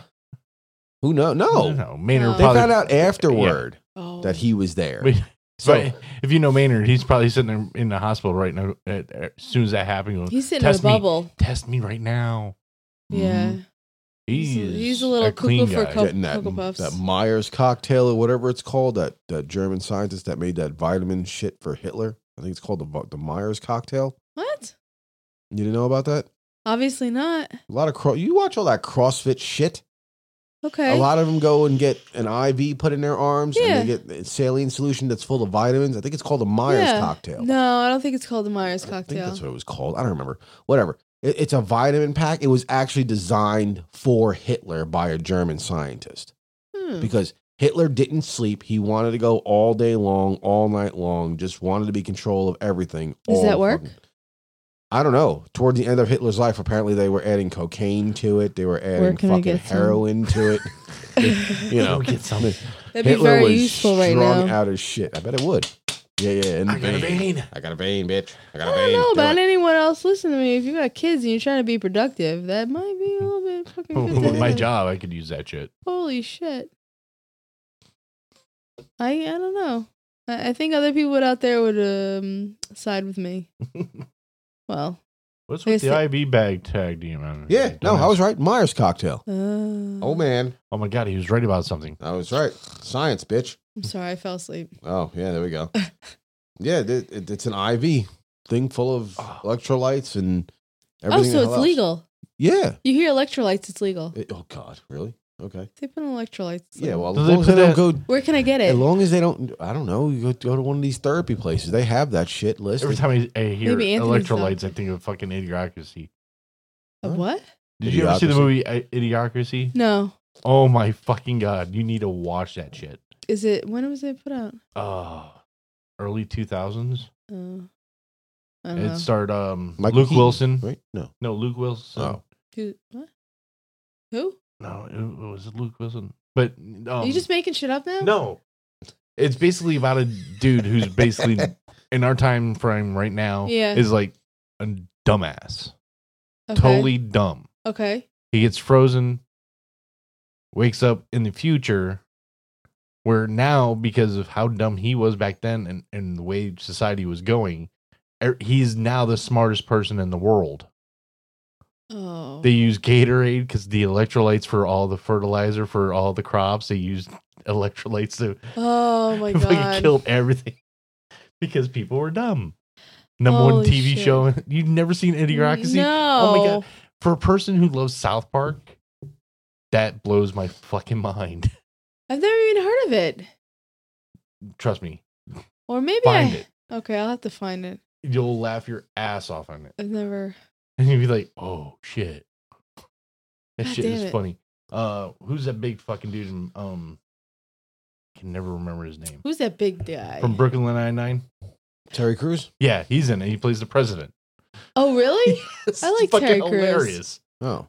B: Who know? No,
C: no, Maynard
A: No.
B: they
C: probably.
B: found out afterward
A: Oh,
B: that he was there.
C: But-
B: so
C: but if you know Maynard, he's probably sitting in, in the hospital right now. At, as soon as that happened, going,
A: he's sitting in a
C: Test me.
A: bubble.
C: test me right now.
B: Mm.
A: Yeah.
C: Mhm.
A: He's a-
C: He is
A: he's a little
C: clean
A: cuckoo for
C: guy.
A: Cocoa
B: getting that
A: Cocoa Puffs.
B: that Myers cocktail or whatever it's called that that German scientist that made that vitamin shit for Hitler. I think it's called the Vi- the Myers cocktail.
A: What?
B: You didn't know about that?
A: Obviously not.
B: A lot of cro- you watch all that CrossFit shit.
A: Okay.
B: A lot of them go and get an IV put in their arms and
A: Yeah.
B: they get a saline solution that's full of vitamins. I think it's called a Myers
A: Yeah.
B: cocktail.
A: No, I don't think it's called the Myers
B: I think
A: cocktail.
B: that's what it was called. I don't remember. Whatever. It- it's a vitamin pack. It was actually designed for Hitler by a German scientist.
A: Hmm.
B: because Hitler didn't sleep. He wanted to go all day long, all night long, just wanted to be control of everything.
A: Does
B: all
A: that work?
B: fucking- I don't know. Toward the end of Hitler's life, apparently they were adding cocaine to it. They were adding
A: can we
B: fucking
A: get some?
B: heroin to it.
A: That'd
B: You know,
C: Get some.
A: be
B: Hitler
A: very
B: was
A: useful right
B: strung
A: now.
B: out as shit. I bet it would. Yeah, yeah. In the
C: I got a vein.
B: I got a vein, bitch.
A: I
B: I got a
A: don't
B: vein.
A: know
B: Do
A: about
B: it.
A: anyone else. Listen to me. If you got kids and you're trying to be productive, that might be a little bit
B: Oh,
A: fucking good.
C: With
A: to
C: my
A: have.
C: job, I could use that shit.
A: Holy shit. I I don't know. I, I think other people out there would um side with me. Well.
C: What's
A: Like I
C: with the
A: said-
C: IV bag tag demon? on it?
B: Yeah, no,
C: Don't
B: I was
C: ask-
B: right. Myers cocktail.
A: Uh,
B: Oh
A: oh
B: man,
C: Oh my god, he was right about something.
B: I was right. Science, bitch.
A: I'm sorry, I fell asleep.
B: Oh yeah, there we go. yeah, it, it- it's an IV thing full of
C: Oh.
B: electrolytes and
A: Oh,
B: everything.
A: so
B: the
A: it's
B: hell else.
A: legal.
B: Yeah.
A: You hear electrolytes, it's legal.
B: It- oh God, really? Okay.
A: They put in electrolytes. it's
B: Yeah.
A: legal.
B: Well,
C: Do
B: as
C: they
B: long as they
C: put
B: don't
C: a-
B: go.
A: Where can I get
B: As
A: it?
B: long as they don't, I don't know. You go, go to one of these therapy places. They have that shit listed.
C: Every time I, I hear
A: Maybe Anthony's
C: electrolytes,
A: doctor.
C: I think of fucking idiocracy.
A: A what?
C: Did you ever see the
B: Idiocracy.
C: movie I- Idiocracy?
A: No.
C: Oh my fucking god, you need to watch that shit.
A: Is it when was it put out?
C: Oh, early two thousands.
A: Oh. I don't know.
C: It starred um
B: Michael
C: Luke
B: Keaton,
C: Wilson.
B: Right? No.
C: No, Luke Wilson.
B: Oh.
A: Who? What? Who?
C: No, it, it was Luke Wilson. But um,
A: Are you just making shit up now?
C: no. It's basically about a dude who's basically in our time frame right now
A: Yeah.
C: is like a dumbass.
A: Okay.
C: Totally dumb.
A: Okay.
C: He gets frozen, wakes up in the future, where now, because of how dumb he was back then and, and the way society was going, er- he's now the smartest person in the world.
A: Oh.
C: They use Gatorade because the electrolytes for all the fertilizer for all the crops, they use electrolytes to
A: oh my
C: fucking
A: god.
C: killed everything because people were dumb. Number one
A: Holy
C: TV
A: Oh, shit.
C: show. You've never seen Idiocracy?
A: No.
C: Oh my God. for a person who loves South Park, that blows my fucking mind.
A: I've never even heard of it.
C: Trust me,
A: Or maybe
C: find
A: I.
C: it.
A: Okay, I'll have to find it.
C: You'll laugh your ass off on it,
A: I've never.
C: and you'll be like, "Oh shit, that
A: God
C: shit
A: damn
C: is
A: it.
C: funny." Uh, who's that big fucking dude? in, Um, can never remember his name
A: Who's that big guy?
C: from Brooklyn Nine Nine.
B: Terry Crews?
C: Yeah, he's in it. He plays the president.
A: oh really?
C: It's
A: I like Terry Crews.
B: Oh.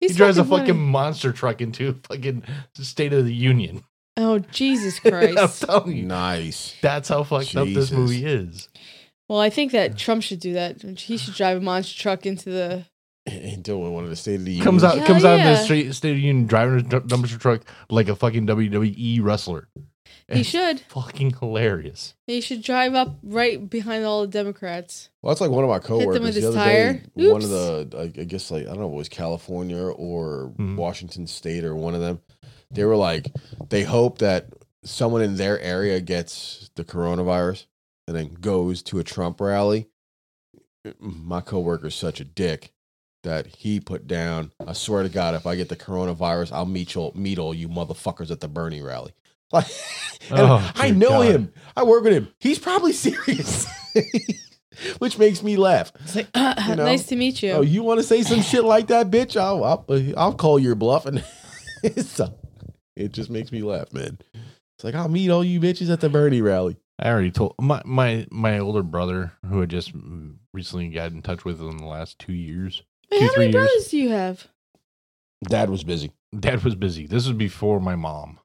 A: He's
C: he drives a
A: funny.
C: fucking monster truck into fucking State of the Union.
A: Oh Jesus
C: I'm
A: Christ!
C: telling you,
B: Nice.
C: that's how fucked up this
B: Jesus.
C: movie is.
A: well, I think that Trump should do that. He should drive a monster truck into the.
B: Until one of the state of the
C: comes out
B: Unions.
A: Hell
C: comes out of the
A: yeah.
C: street state of the union driving a d- dumpster truck like a fucking WWE wrestler.
A: He
C: It's
A: should.
C: fucking hilarious.
A: He should drive up right behind all the Democrats.
B: Well, that's like one of my
A: with
B: coworkers
A: his
B: the other day.
A: tire.
B: One of the, I I guess, like I don't know, it was California or
C: Mhm.
B: Washington State or one of them. They were like, they hope that someone in their area gets the coronavirus and then goes to a Trump rally. My coworker's such a dick that he put down. I swear to God, if I get the coronavirus, I'll meet you, meet all you motherfuckers at the Bernie rally. Like, and
C: Oh,
B: I
C: dear
B: know
C: God.
B: him. I work with him. He's probably serious, which makes me laugh.
A: It's like,
B: You know?
A: nice to meet you.
B: Oh, you want to say some shit like that, bitch? I'll I'll, I'll call your bluff, and it's a- it just makes me laugh, man. It's like I'll meet all you bitches at the Bernie rally.
C: I already told my my my older brother who I just mm, recently got in touch with in the last two years.
A: Wait,
C: two,
A: how many
C: three years.
A: brothers do you have?
B: Dad was busy.
C: Dad was busy. This was before my mom.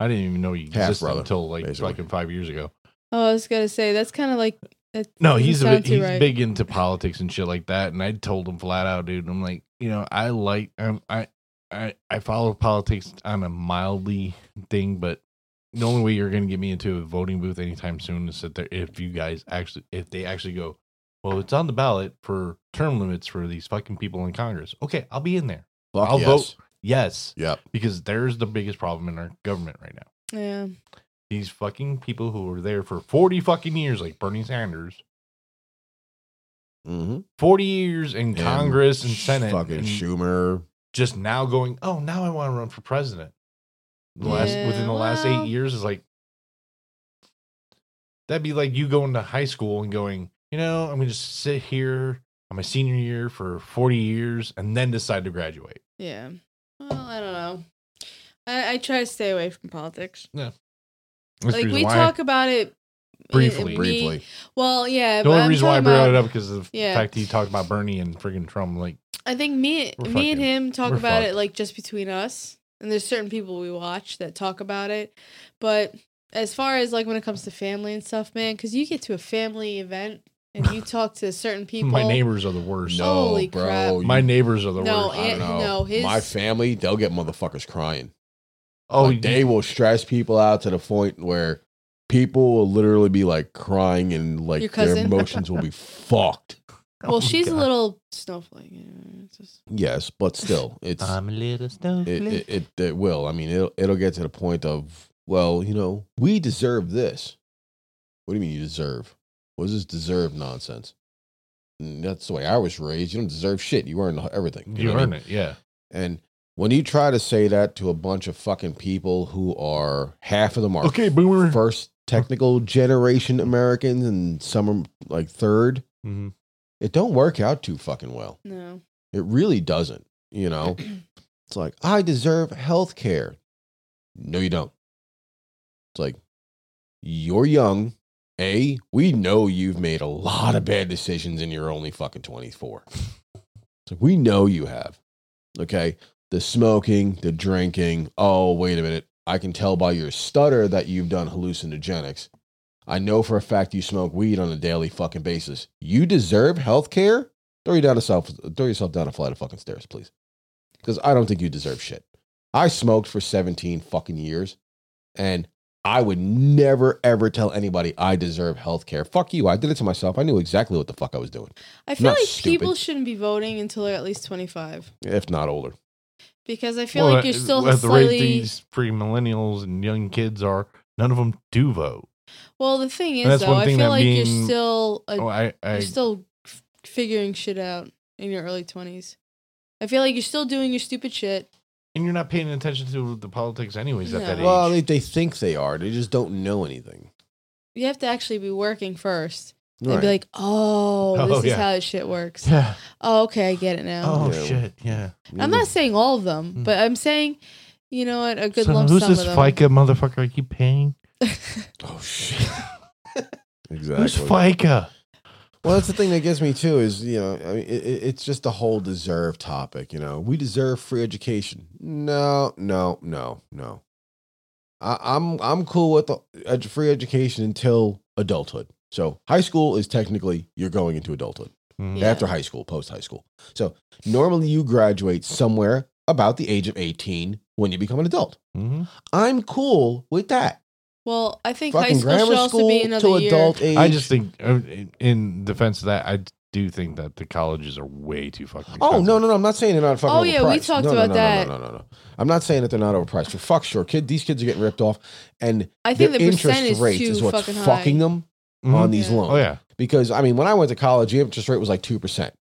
C: I didn't even know he
B: Half
C: existed
B: brother,
C: until like
B: basically.
C: fucking five years ago.
A: Oh, I was gonna say that's kind of like. That
C: No,
A: doesn't
C: he's a
A: sound
C: bit,
A: too
C: he's
A: right.
C: big into politics and shit like that. And I told him flat out, dude. I'm like, you know, I like um, I I I follow politics on a mildly thing, but the only way you're gonna get me into a voting booth anytime soon is that there if you guys actually if they actually go, well, it's on the ballot for term limits for these fucking people in Congress. Okay, I'll be in there.
B: Fuck
C: I'll
B: yes.
C: vote. Yes,
B: Yep.
C: because there's the biggest problem in our government right now.
A: Yeah.
C: These fucking people who were there for 40 fucking years, like Bernie Sanders,
B: Mm-hmm.
C: 40 years in Congress and Senate,
B: Fucking
C: and
B: Schumer.
C: just now going, oh, now I want to run for president. The last
A: Yeah,
C: within the last
A: well-
C: eight years is like that'd be like you going to high school and going, you know, I'm gonna just sit here on my senior year for 40 years and then decide to graduate.
A: Yeah. Well, I don't know. I, I try to stay away from politics.
C: That's the
A: like
C: reason
A: we
C: why I-
A: talk about it eh,
C: Briefly.
A: me-
B: Briefly,
A: well, yeah.
C: the
A: but
C: only
A: I'm
C: reason why I
A: talking about-
C: brought it up because of the
A: Yeah.
C: fact he talked about Bernie and friggin' Trump. Like,
A: I think me,
C: We're
A: me and
C: fucking-
A: him talk
C: we're
A: about it
C: fucked.
A: like just between us, and there's certain people we watch that talk about it, but as far as like when it comes to family and stuff, man, because you get to a family event and you talk to certain people.
C: my neighbors are the worst.
B: no,
A: Holy
B: bro.
A: crap.
B: you-
C: My neighbors are the
A: No,
C: worst.
B: I don't
A: it-
B: know.
A: no, his-
B: My family, they'll get motherfuckers crying.
C: Oh,
B: Like, they will stress people out to the point where people will literally be like crying and
A: Your
B: like their
A: cousin?
B: emotions will be fucked.
A: Well,
C: oh my
A: she's a
C: God.
A: little snowflake. you know, it's just-
B: Yes, but still, it's
C: I'm a little
B: it,
C: snowflake.
B: it, it it will. I mean, it'll it'll get to the point of well, you know, we deserve this. What do you mean you deserve? What is this deserve nonsense? And that's the way I was raised. You don't deserve shit. You earn everything.
C: You
B: know what I
C: earn
B: mean?
C: it, yeah.
B: And when you try to say that to a bunch of fucking people who are half of them are
C: Okay, boomer.
B: first technical generation Americans and some are like third,
C: hmm
B: it don't work out too fucking well.
A: no.
B: It really doesn't, you know? It's like, I deserve health care. No, you don't. It's like, you're young A, we know you've made a lot of bad decisions and you're only fucking 24. So we know you have. Okay. The smoking, the drinking. Oh, wait a minute. I can tell by your stutter that you've done hallucinogenics. I know for a fact you smoke weed on a daily fucking basis. You deserve health care? Throw you down a self throw yourself down a flight of fucking stairs, please. Because I don't think you deserve shit. I smoked for 17 fucking years and I would never ever tell anybody I deserve health care. Fuck you. I did it to myself. I knew exactly what the fuck I was doing,
A: I feel
B: Not
A: like
B: stupid.
A: people shouldn't be voting until they're at least 25
B: if not older.
A: because I feel
C: Well,
A: like you're
C: at-
A: still
C: at the
A: slightly.
C: rate these pre-millennials and young kids are, none of them do vote.
A: Uh, well, the thing
C: And
A: is,
C: that's
A: though,
C: one
A: I
C: thing
A: feel
C: that
A: like you're
C: being-
A: still a,
C: Oh, I,
A: you're
C: I
A: still f- figuring shit out in your early 20s. I feel like you're still doing your stupid shit.
C: and you're not paying attention to the politics anyways at
A: No.
C: that age.
B: Well, they, they think they are. They just don't know anything.
A: You have to actually be working first. They'd
B: Right.
A: be like, "Oh,
C: Oh,
A: this is
C: yeah.
A: how this shit works."
C: yeah.
A: Oh, okay, I get it now.
C: Oh
B: Yeah.
C: shit. Yeah.
A: I'm not saying all of them,
C: Mm.
A: but I'm saying, you know what, a good
C: so
A: lump
C: who's
A: sum
C: this
A: of them.
C: FICA motherfucker I keep paying?
B: Oh shit. exactly.
C: Who's FICA?
B: Well, that's the thing that gets me too is you know I mean it, it- it's just the whole deserve topic. You know, we deserve free education. No, no, no, no. I, I'm I'm cool with the edu- free education until adulthood. So high school is technically you're going into adulthood
C: Mm.
A: Yeah.
B: after high school, post high school. So normally you graduate somewhere about the age of 18 when you become an adult.
C: Mhm.
B: I'm cool with that.
A: well, I think high
B: Fucking
A: school should
B: grammar
A: also be
B: school
A: another
B: to
A: year.
B: adult age.
C: I just think, uh, in- in defense of that, I do think that the colleges are way too fucking.
B: Oh no,
C: expensive.
B: no, no! I'm not saying they're not fucking.
A: Oh, yeah, we
B: overpriced.
A: talked
B: No, no,
A: about
B: no,
A: that.
B: No, no, no, no, no. I'm not saying that they're not overpriced. For fuck sure, kid. These kids are getting ripped off, and
A: I think
B: their
A: the
B: interest
A: percent is
B: rates
A: too
B: is what's
A: fucking high.
B: fucking them on
C: Mhm.
B: these
A: Yeah.
B: loans.
C: Oh yeah.
B: Because I mean, when I went to college, the interest rate was like two percent,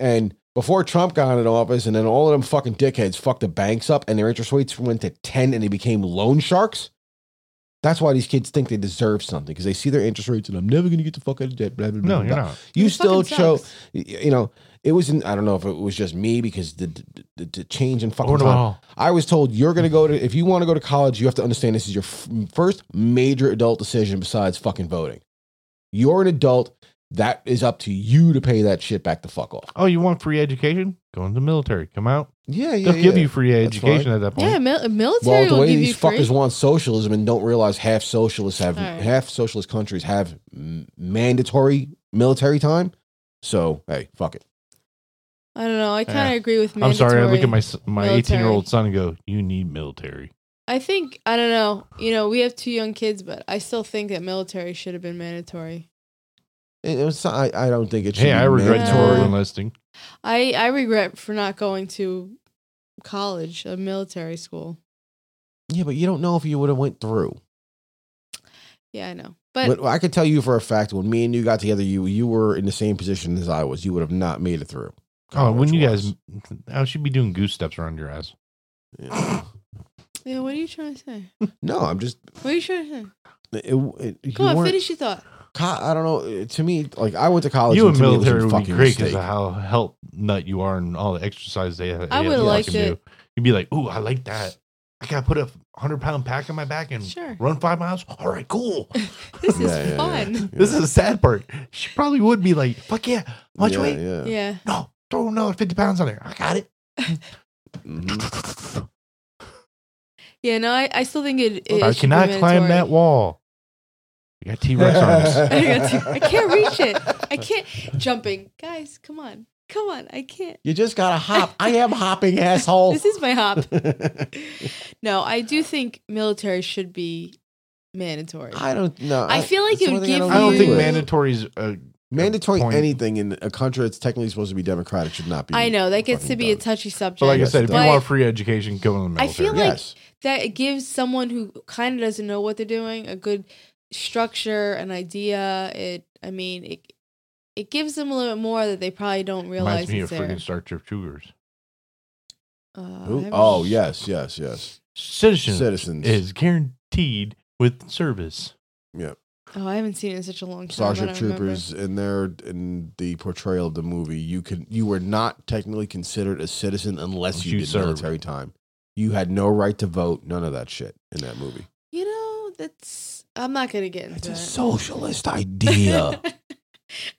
B: and before Trump got in office, and then all of them fucking dickheads fucked the banks up, and their interest rates went to ten, and they became loan sharks. That's why these kids think they deserve something because they see their interest rates, and I'm never going to get the fuck out of debt. Blah, blah, blah,
C: No,
B: blah,
C: you're
B: blah.
C: not.
B: You
A: It
B: still
A: fucking
B: chose
A: sucks.
B: y- you know, it was in, I don't know if it was just me because the the, the, the change in fucking
C: Or
B: time.
C: no.
B: I was told you're going to go to if you want to go to college, you have to understand this is your f- first major adult decision besides fucking voting. You're an adult. That is up to you to pay that shit back the fuck off.
C: Oh, you want free education? Go into the military. Come out.
B: Yeah, yeah,
C: They'll give
B: yeah.
C: you free
B: That's
C: education at that point.
A: Yeah, mil- military
B: Well, the
A: will
B: way
A: give you
B: these fuckers
A: free.
B: want socialism and don't realize half socialists have
A: All right.
B: half socialist countries have m- mandatory military time. So hey, fuck it.
A: I don't know. I kind of
C: Yeah.
A: agree with
C: I'm
A: mandatory.
C: sorry. I look at my s- my 18 year
A: military.
C: old son and go, "You need military."
A: I think I don't know. You know, we have two young kids, but I still think that military should have been mandatory.
B: It, it was, I, I don't think it should.
C: Hey,
B: be
C: I regret
B: mandatory.
C: never
A: mandatory.
C: enlisting.
A: I I regret for not going to college, a military school.
B: Yeah, but you don't know if you would have went through.
A: Yeah, I know.
B: But,
A: But
B: I could tell you for a fact when me and you got together, you you were in the same position as I was. You would have not made it through.
C: Oh, when you guys,
B: College-wise.
C: I should be doing goose steps around your ass.
B: Yeah.
A: yeah, what are you trying to say?
B: No, I'm just.
A: What are you trying to say?
B: It, it, you
A: Come on,
B: weren't-
A: finish your thought.
B: co- I don't know. To me, like I went to college.
C: you
B: and
C: and
B: to me, it was a
C: military would be
B: fucking
C: great because
B: mistake.
C: of how help nut you are and all the exercise they.
A: I would've liked it.
C: You'd be like, "Ooh, I like that. I gotta put a hundred pound pack on my back and
A: Sure.
C: run five miles. All right, cool.
A: This
B: Yeah,
A: is
B: yeah,
A: fun.
B: yeah.
C: This is the sad part. She probably would be like, "Fuck yeah, how much
B: yeah,
C: weight?
B: Yeah.
A: Yeah.
C: No, throw another fifty pounds on there. I got it."
B: Mhm.
A: Yeah, no, I, I still think it, it
C: I
A: should be
C: cannot climb
A: mandatory.
C: that wall. You got T Rex arms.
A: I, got to- I can't reach it. I can't jumping. Guys, come on. Come on. I can't.
B: You just gotta hop. I am hopping, asshole.
A: This is my hop. No, I do think military should be mandatory.
B: I don't know.
A: I feel like
B: it's the
A: it
B: one
A: would
B: thing
A: give
C: I don't think
A: You-
C: mandatory is. Uh,
B: mandatory
C: Point.
B: anything in a country that's technically supposed to be democratic should not be.
A: I know that gets to
B: fucking
A: be a
B: done.
A: touchy subject.
C: but like I
B: Yes,
C: said, if you
A: but
C: want free education, go in the military.
A: I feel like-
B: Yes.
A: that it gives someone who kind of doesn't know what they're doing a good structure, an idea. It, I mean, it it gives them a little bit more that they probably don't realize
C: reminds me
A: is
C: of
A: there.
C: freaking Star Trek Cougars.
A: Uh, I
B: Who?
A: haven't-
B: Oh yes, yes, yes.
C: Citizen
B: Citizens.
C: is guaranteed with service.
A: Oh, I haven't seen it in such a long time.
B: Starship
A: Starship
B: Troopers in their in the portrayal of the movie, you can you were not technically considered a citizen unless
C: Unless
B: you,
C: you
B: did
C: served.
B: military time. You had no right to vote, none of that shit in that movie.
A: You know, that's I'm not gonna get into
B: It's a
A: that.
B: socialist idea.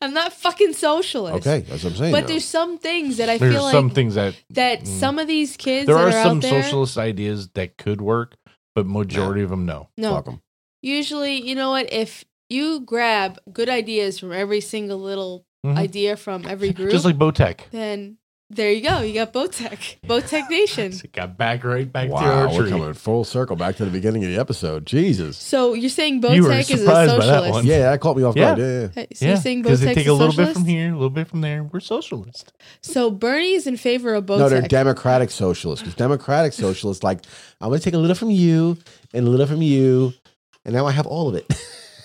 A: I'm not fucking socialist.
B: okay, that's what I'm saying.
A: But
B: though.
A: there's some things that I
C: There's
A: feel like
C: some things that
A: that
C: Mm.
A: some of these kids
C: there
A: that
C: are
A: are,
C: some
A: out there.
C: socialist ideas that could work, but majority of them no.
A: no,
B: Fuck 'em.
A: usually you know what if you grab good ideas from every single little
C: Mhm.
A: idea from every group
C: Just like Botech.
A: then there you go you got botech botech nation
C: It got back right back to
B: Wow,
C: our
B: we're
C: tree.
B: coming full circle back to the beginning of the episode. Jesus.
A: so you're saying
C: You were
A: botech is a
C: surprised by that
A: socialist
C: one.
B: Yeah, that caught me off guard. Yeah, yeah.
A: Hey, so
C: Yeah,
A: you're saying
C: because
A: botech
C: they take
A: is
C: a little
A: socialist?
C: bit from here, a little bit from there. We're socialist.
A: so bernie is in favor of botech
B: No, they're democratic socialists. 'cause democratic socialists, like, I'm going to take a little from you and a little from you, and now I have all of it.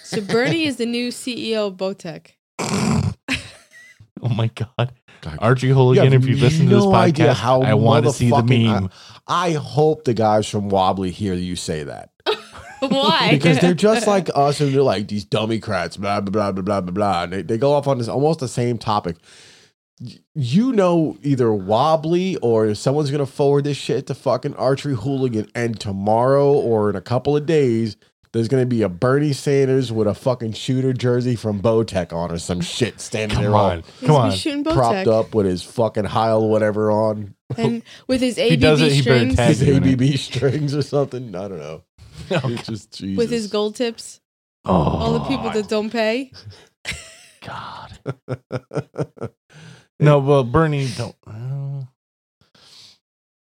A: so bernie is the new ceo of botech
C: Oh my god,
B: God.
C: Archie
B: You
C: Hooligan!
B: have
C: if you listen to this
B: no idea
C: podcast,
B: how
C: I want to see the
B: motherfucking- uh,
C: meme.
B: I hope the guys from Wobbly hear you say that
A: why
B: because they're just like us and they're like these democrats, blah, blah, blah, blah, blah, blah, blah. And they, they go off on this almost the same topic. Y- You know, either Wobbly or someone's going to forward this shit to fucking Archery Hooligan, and tomorrow or in a couple of days. There's gonna be a Bernie Sanders with a fucking shooter jersey from Bowtech on or some shit standing
C: come
B: there
C: on,
A: He's
C: come
A: gonna
C: on.
A: be shooting
B: all propped
A: botech
B: up with his fucking Heil whatever on.
A: and with his abb
C: does it, he better
A: strings
C: tag
B: his
C: doing it.
B: ABB strings or something. I don't know.
C: Oh,
B: It's just Jesus.
A: with his gold tips all the people that don't pay
C: God. no, well, Bernie, don't. well,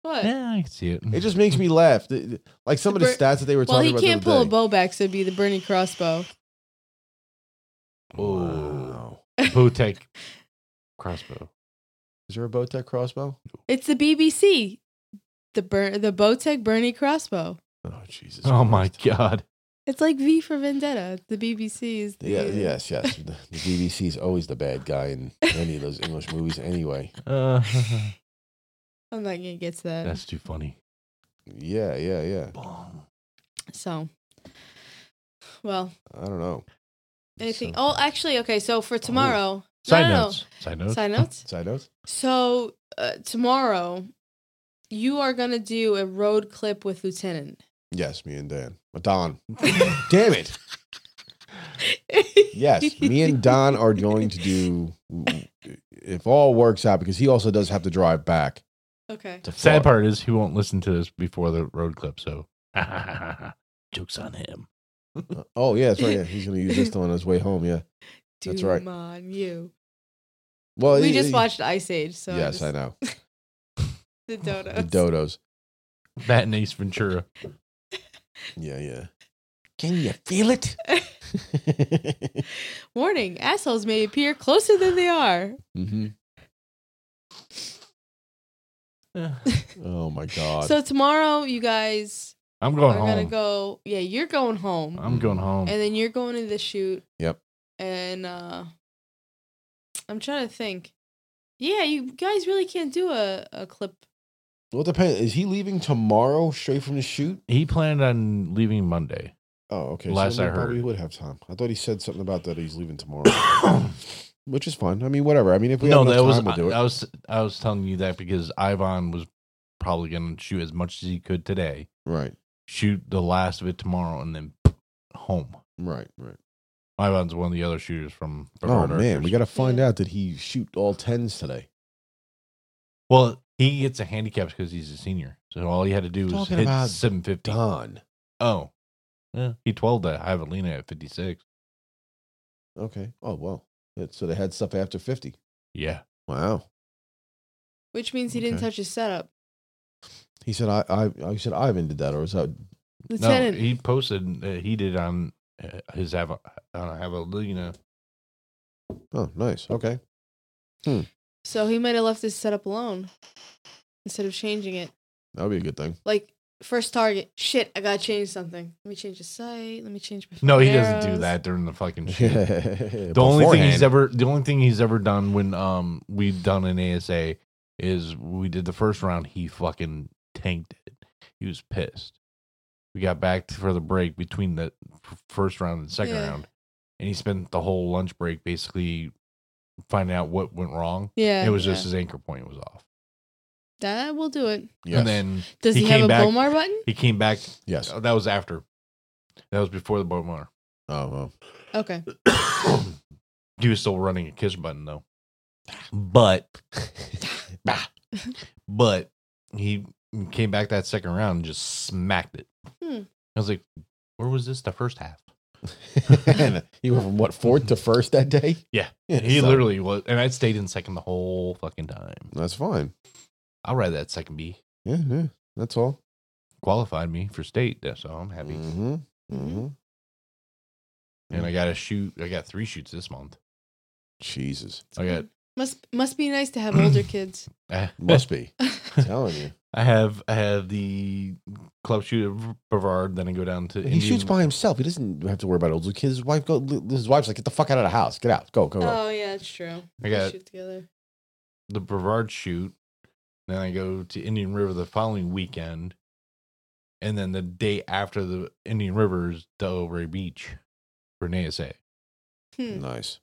A: what
C: yeah, I can see it.
B: It just makes me laugh. The- the- Like some of the
A: Bur-
B: stats that they were
A: Well,
B: talking
A: he
B: about.
A: can't
B: the
A: pull
B: other
A: a
B: day.
A: bow back, so it'd be the Bernie crossbow.
B: Oh.
C: Botech crossbow.
B: Is there a Bowtech crossbow?
A: It's the BBC, the Ber- the Bowtech Bernie crossbow.
B: Oh Jesus.
C: Oh my
B: Christ.
C: God.
A: It's like V for Vendetta. The BBC is the
B: Yeah, yes, yes. The the BBC is always the bad guy in any of those English movies anyway.
C: Uh,
A: I'm not gonna get to that.
C: that's too funny.
B: Yeah, yeah, yeah.
C: Boom.
A: so, well,
B: I don't know.
A: anything?
C: So-
A: Oh, actually, okay. So for tomorrow,
C: Side
A: no,
C: notes. Side
A: no, no.
C: notes.
A: side notes.
B: Side notes?
A: So uh, tomorrow, you are gonna do a road clip with Lieutenant.
B: Yes, me and Dan. Uh, Don. Damn it. Yes, me and Don are going to do if all works out because he also does have to drive back.
A: okay.
B: to Florida.
C: Sad part is he won't listen to this before the road clip, so jokes on him.
B: Oh yeah, that's right. Yeah, he's gonna use this on his way home. Yeah. That's
A: Doom
B: right.
A: on you.
B: Well,
A: we
B: he-
A: just
B: he-
A: watched Ice Age, so
B: yes,
A: just-
B: I know
C: Oh,
A: the dodo.
B: the dodos.
C: That and Ace Ventura.
B: Yeah, yeah. Can you feel it?
A: Warning: assholes may appear closer than they are.
B: hmm
C: Eh,
B: Oh my god.
A: So tomorrow, you guys
C: I'm going
A: are gonna
C: home. Oh.
A: go. Yeah, you're going home,
C: I'm going home.
A: and then you're going to the shoot.
B: Yep.
A: And uh I'm trying to think. Yeah, you guys really can't do a, a clip.
B: well, it depends. Is he leaving tomorrow straight from the shoot?
C: He planned on leaving Monday.
B: Oh, okay.
C: Last
B: then
C: I
B: they probably
C: heard.
B: would have time. I thought he said something about that he's leaving tomorrow, which is fine. I mean, whatever. I mean, if we
C: no,
B: have
C: that
B: enough
C: was
B: time, we'll do it.
C: I, I was I was telling you that because Ivan was probably gonna shoot as much as he could today,
B: right,
C: shoot the last of it tomorrow, and then home.
B: right, right.
C: Ivan's one of the other shooters from. from
B: Oh
C: Hard
B: man, we
C: Archers.
B: got to find out that he shoot all tens today.
C: Well, he gets a handicap because he's a senior, so all he had to do was
B: Talking
C: hit
B: about
C: seven fifty.
B: Done.
C: Oh, yeah, he twelve that Ivalina at fifty six.
B: Okay. Oh well. Yeah, So they had stuff after fifty.
C: Yeah,
B: Wow.
A: Which means he didn't
B: Okay.
A: touch his setup.
B: He said I I I said Ivan did that or is that
A: Lieutenant,
C: no, he posted that he did on uh, his Ava, on Avalina.
B: oh nice. Okay.
A: so he might have left his setup alone instead of changing it.
B: That would be a good thing.
A: Like first target, shit, I gotta change something. Let me change the sight. Let me change my.
C: No, he
A: fucking
C: doesn't do
A: arrows.
C: that during the fucking
B: the
C: shoot. the only thing he's ever the only thing he's ever done when um we done an ASA is we did the first round he fucking tanked it. He was pissed. We got back to- for the break between the f- first round and second
A: Yeah.
C: round, and he spent the whole lunch break basically finding out what went wrong.
A: Yeah,
C: it was
A: yeah.
C: just his anchor point was off,
A: that will do it.
B: yes.
C: and then Oh.
A: Does
C: He
A: he, have
C: came
A: a
C: back-
A: Bomar button?
C: he came back.
B: yes.
C: That was after That was before the Bob Marley.
B: Oh, well.
A: Okay.
C: He was still running a kiss button though. But but he came back that second round and just smacked it.
A: Hmm.
C: I was like, where was this the first half?
B: you went from what fourth to first that day?
C: Yeah. He
B: he literally.
C: literally was, and I stayed in second the whole fucking time.
B: That's fine.
C: I'll ride that second B.
B: Yeah, yeah. That's all.
C: Qualified me for state, that's- so I'm happy.
B: Mm-hmm. Mm-hmm.
C: And I got a shoot. I got three shoots this month.
B: Jesus,
C: I got.
A: Must must be nice to have older kids.
B: must be
C: Oh,
B: I'm telling you.
C: I have I have the club shoot of Brevard. Then I go down to
B: He shoots by himself. He doesn't have to worry about older kids. His wife go. His wife's like, get the fuck out of the house. Get out. Go. Go. go.
A: Oh yeah, that's true.
C: I
A: They
C: got-
A: shoot together.
C: the Brevard shoot. Then I go to Indian River the following weekend, and then the day after the Indian River is Delray Beach for an ASA.
A: Hmm.
B: Nice.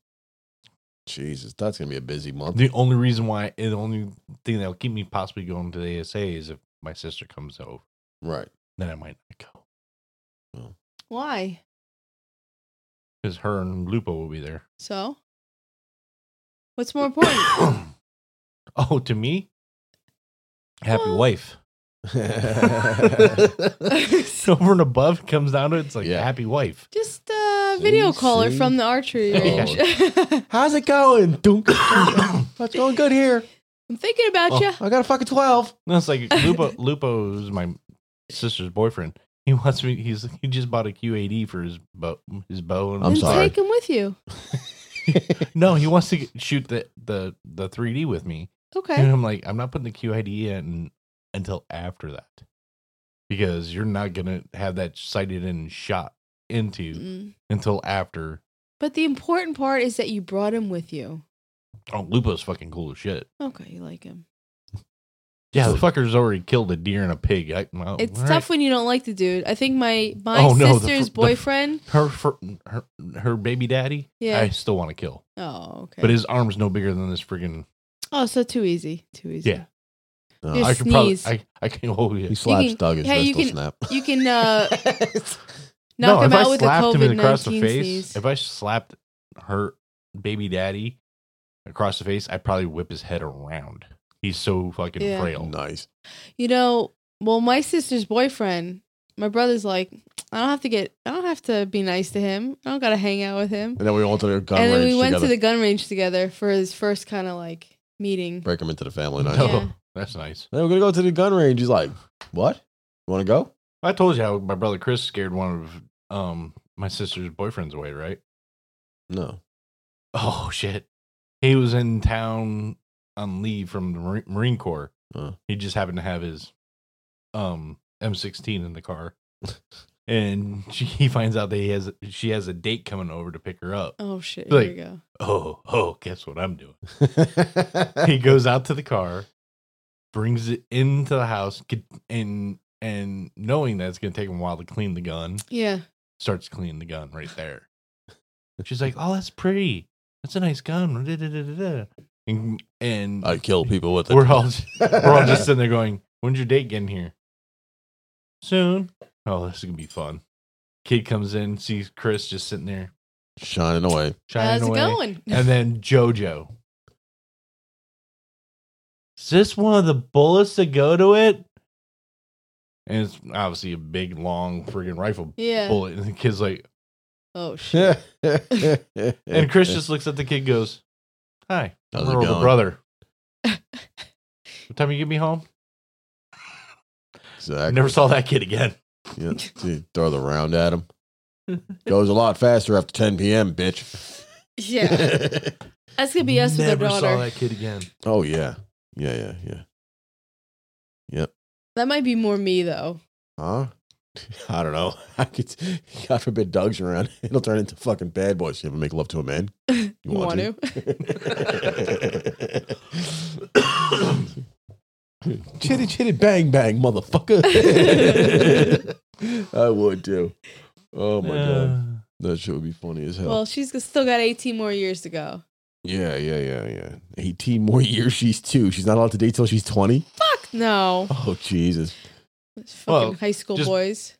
B: Jesus, that's gonna be a busy month.
C: The only reason why, and the only thing that'll keep me possibly going to the ASA is if my sister comes over.
B: Right.
C: Then I might not go
A: Why?
C: because her and Lupo will be there.
A: So? What's more important?
C: oh, to me, happy
A: Well-
C: wife.
B: yeah.
C: Over and above comes down to it's like
B: Yeah.
C: happy wife.
A: Just uh, video
B: See,
A: caller
B: see?
A: from the archery
C: Oh.
A: range.
B: How's it going? Dunk. That's going good here.
A: I'm thinking about
C: Oh.
A: you.
B: I got a fucking twelve.
C: No, it's like Lupo. Lupo's my sister's boyfriend. He wants me. He's he just bought a QAD for his bow. His bow. And
B: I'm
A: then
B: sorry.
A: take him with you.
C: No, he wants to get- shoot the the the 3D with me. And
A: Okay.
C: I'm like, I'm not putting the QAD in until after that, because you're not gonna have that sighted and shot into
A: Mm.
C: until after.
A: But the important part is that you brought him with you.
C: Oh, Lupo's fucking cool as shit.
A: Okay, you like him.
C: Yeah, the fucker's already killed a deer and a pig. I, well,
A: It's
C: Oh, all right.
A: tough when you don't like the dude. I think my my
C: Oh, no, the
A: sister's
C: fr- the-
A: boyfriend.
C: Her, fir- her her baby daddy.
A: Yeah.
C: I still want to kill.
A: oh, okay.
C: But his arm's no bigger than this friggin'
A: oh, so too easy. Too easy.
C: Yeah.
B: No,
A: You're
C: I could probably
A: Sneeze.
C: I, I can oh yeah.
B: he slaps
A: can-
B: Doug. His
A: hey, you
B: wrist will
A: can-
B: snap.
A: You can uh,
C: No,
A: knock
C: if
A: him
C: I
A: out with a
C: slapped him
A: COVID
C: across
A: nineteen
C: the face,
A: sneeze.
C: if I slapped her baby daddy across the face, I'd probably whip his head around. He's so fucking
A: Yeah.
C: frail.
B: nice.
A: You know, well, my sister's boyfriend, my brother's like, I don't have to get, I don't have to be nice to him. I don't got to hang out with him.
B: And then we all went to their gun
A: and then
B: range
A: we went
B: together.
A: to the gun range together for his first kind of like meeting.
B: Break him into the family night.
C: No,
A: Yeah.
C: that's nice.
B: Then we're gonna go to the gun range. He's like, "What? You want to go?"
C: I told you how my brother Chris scared one of um my sister's boyfriends away, right?
B: No.
C: Oh shit. He was in town on leave from the Mar- Marine Corps.
B: Huh.
C: He just happened to have his um M16 in the car. and she, he finds out that he has she has a date coming over to pick her up.
A: Oh shit!
C: Like-
A: here we go.
C: Oh, oh, guess what I'm doing. he goes out to the car, brings it into the house, get, and and knowing that it's going to take him a while to clean the gun,
A: Yeah.
C: starts cleaning the gun right there. She's like, "Oh, that's pretty. That's a nice gun." da, da, da, da, da." And and
B: I kill people with it.
C: we're all we're all just sitting there going, "When's your date getting here?" Soon. Oh, this is gonna be fun. Kid comes in, sees Chris just sitting there
B: shining away.
C: shining
A: How's
C: away,
A: it going?
C: and then JoJo. Is this one of the bullets that go to it? And it's obviously a big, long, friggin' rifle
A: yeah.
C: bullet. And the kid's like,
A: Oh shit.
C: And
B: and
C: Chris just looks at the kid and goes, Hi, I'm
B: How's it
C: her older
B: going?"
C: brother. what time you get me home? I
B: exactly.
C: never saw that kid again.
B: Yeah, see, throw the round at him. Goes a lot faster after 10 p.m., bitch.
A: Yeah. That's gonna be us with our
C: never
A: daughter.
C: saw
A: That.
C: that kid again.
B: oh yeah, yeah, yeah, yeah.
A: might be more me though.
B: Huh? I don't know. I could. God forbid, Doug's around. It'll turn into fucking bad boys. You ever make love to a man? You,
A: You want to?
B: chitty chitty bang bang, motherfucker. I would too. Oh my god, that shit would be funny as hell.
A: Well, she's g- still got 18 more years to go.
B: Yeah, yeah, yeah, yeah. 18 more years. She's two. She's not allowed to date till she's 20.
A: Fuck no.
B: Oh, Jesus.
A: It's fucking
C: Well,
A: high school
C: just-
A: boys.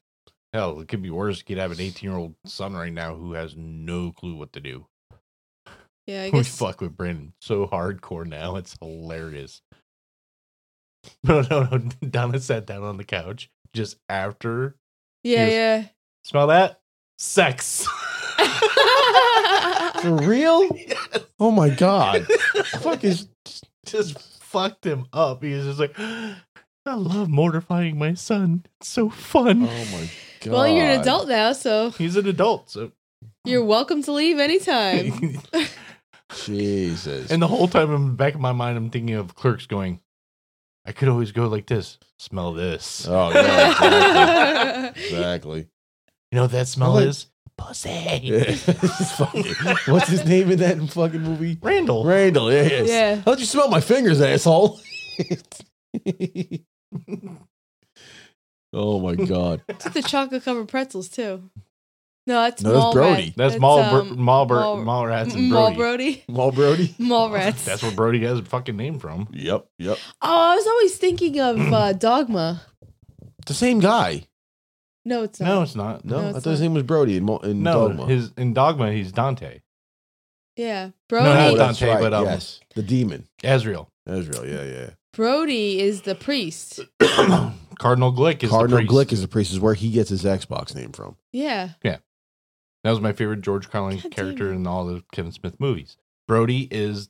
C: Hell, it could be worse. You could have an 18 year old son right now who has no clue what to do.
A: Yeah, I
C: we
A: guess.
C: fuck with Brandon so hardcore now. It's hilarious. No, no, no. Donna sat down on the couch just after.
A: Yeah,
C: Yes.
A: yeah.
C: Smell that? Sex.
B: For real? Oh my god. Fuck is Oh,
C: just fucked him up. He was just like, I love mortifying my son. It's so
B: Oh
C: fun.
B: my god.
A: well, you're an adult now, so
C: He's an adult, so
A: you're welcome to leave anytime.
C: and
B: Jesus.
C: the whole time in the back of my mind I'm thinking of clerks going, I could always go like this. Smell this.
B: oh yeah, exactly.
A: yeah,
B: exactly.
C: You know what that smell
B: Like-
C: is? Pussy.
B: Yeah. It's fucking- What's his name in that fucking movie?
C: Randall.
B: Randall, yeah, yes. How'd you smell my fingers, asshole? oh my god.
A: it's with the chocolate covered pretzels too. No, that's
B: No, that's
A: mall
B: Brody.
A: rat-
C: That's Mall
A: um,
C: Mall
A: Mall-
C: Mall Rats and
A: mall
C: Brody.
A: Brody.
B: Mall Brody?
A: Mall rats.
C: That's where Brody has a fucking name from.
B: Yep, yep.
A: Oh, I was always thinking of uh, Dogma.
B: The same guy.
A: No, it's not.
C: No, it's not.
B: No,
A: No,
B: I
A: it's
B: thought his
A: not.
B: name was Brody in, Mo- in
C: No,
B: Dogma.
C: his in Dogma he's Dante.
A: Yeah,
C: No,
A: Brody.
C: not
B: Oh, that's
C: Dante,
B: right,
C: but, um,
B: yes, the demon.
C: Azrael.
B: Ezreal, yeah, yeah.
A: Brody is the priest.
C: Cardinal Glick is
B: Cardinal
C: the priest.
B: Glick is the priest. Is where he gets his Xbox name from.
A: Yeah.
C: That was my favorite George Carlin
A: God damn
C: character
A: it.
C: in all the Kevin Smith movies. Brody is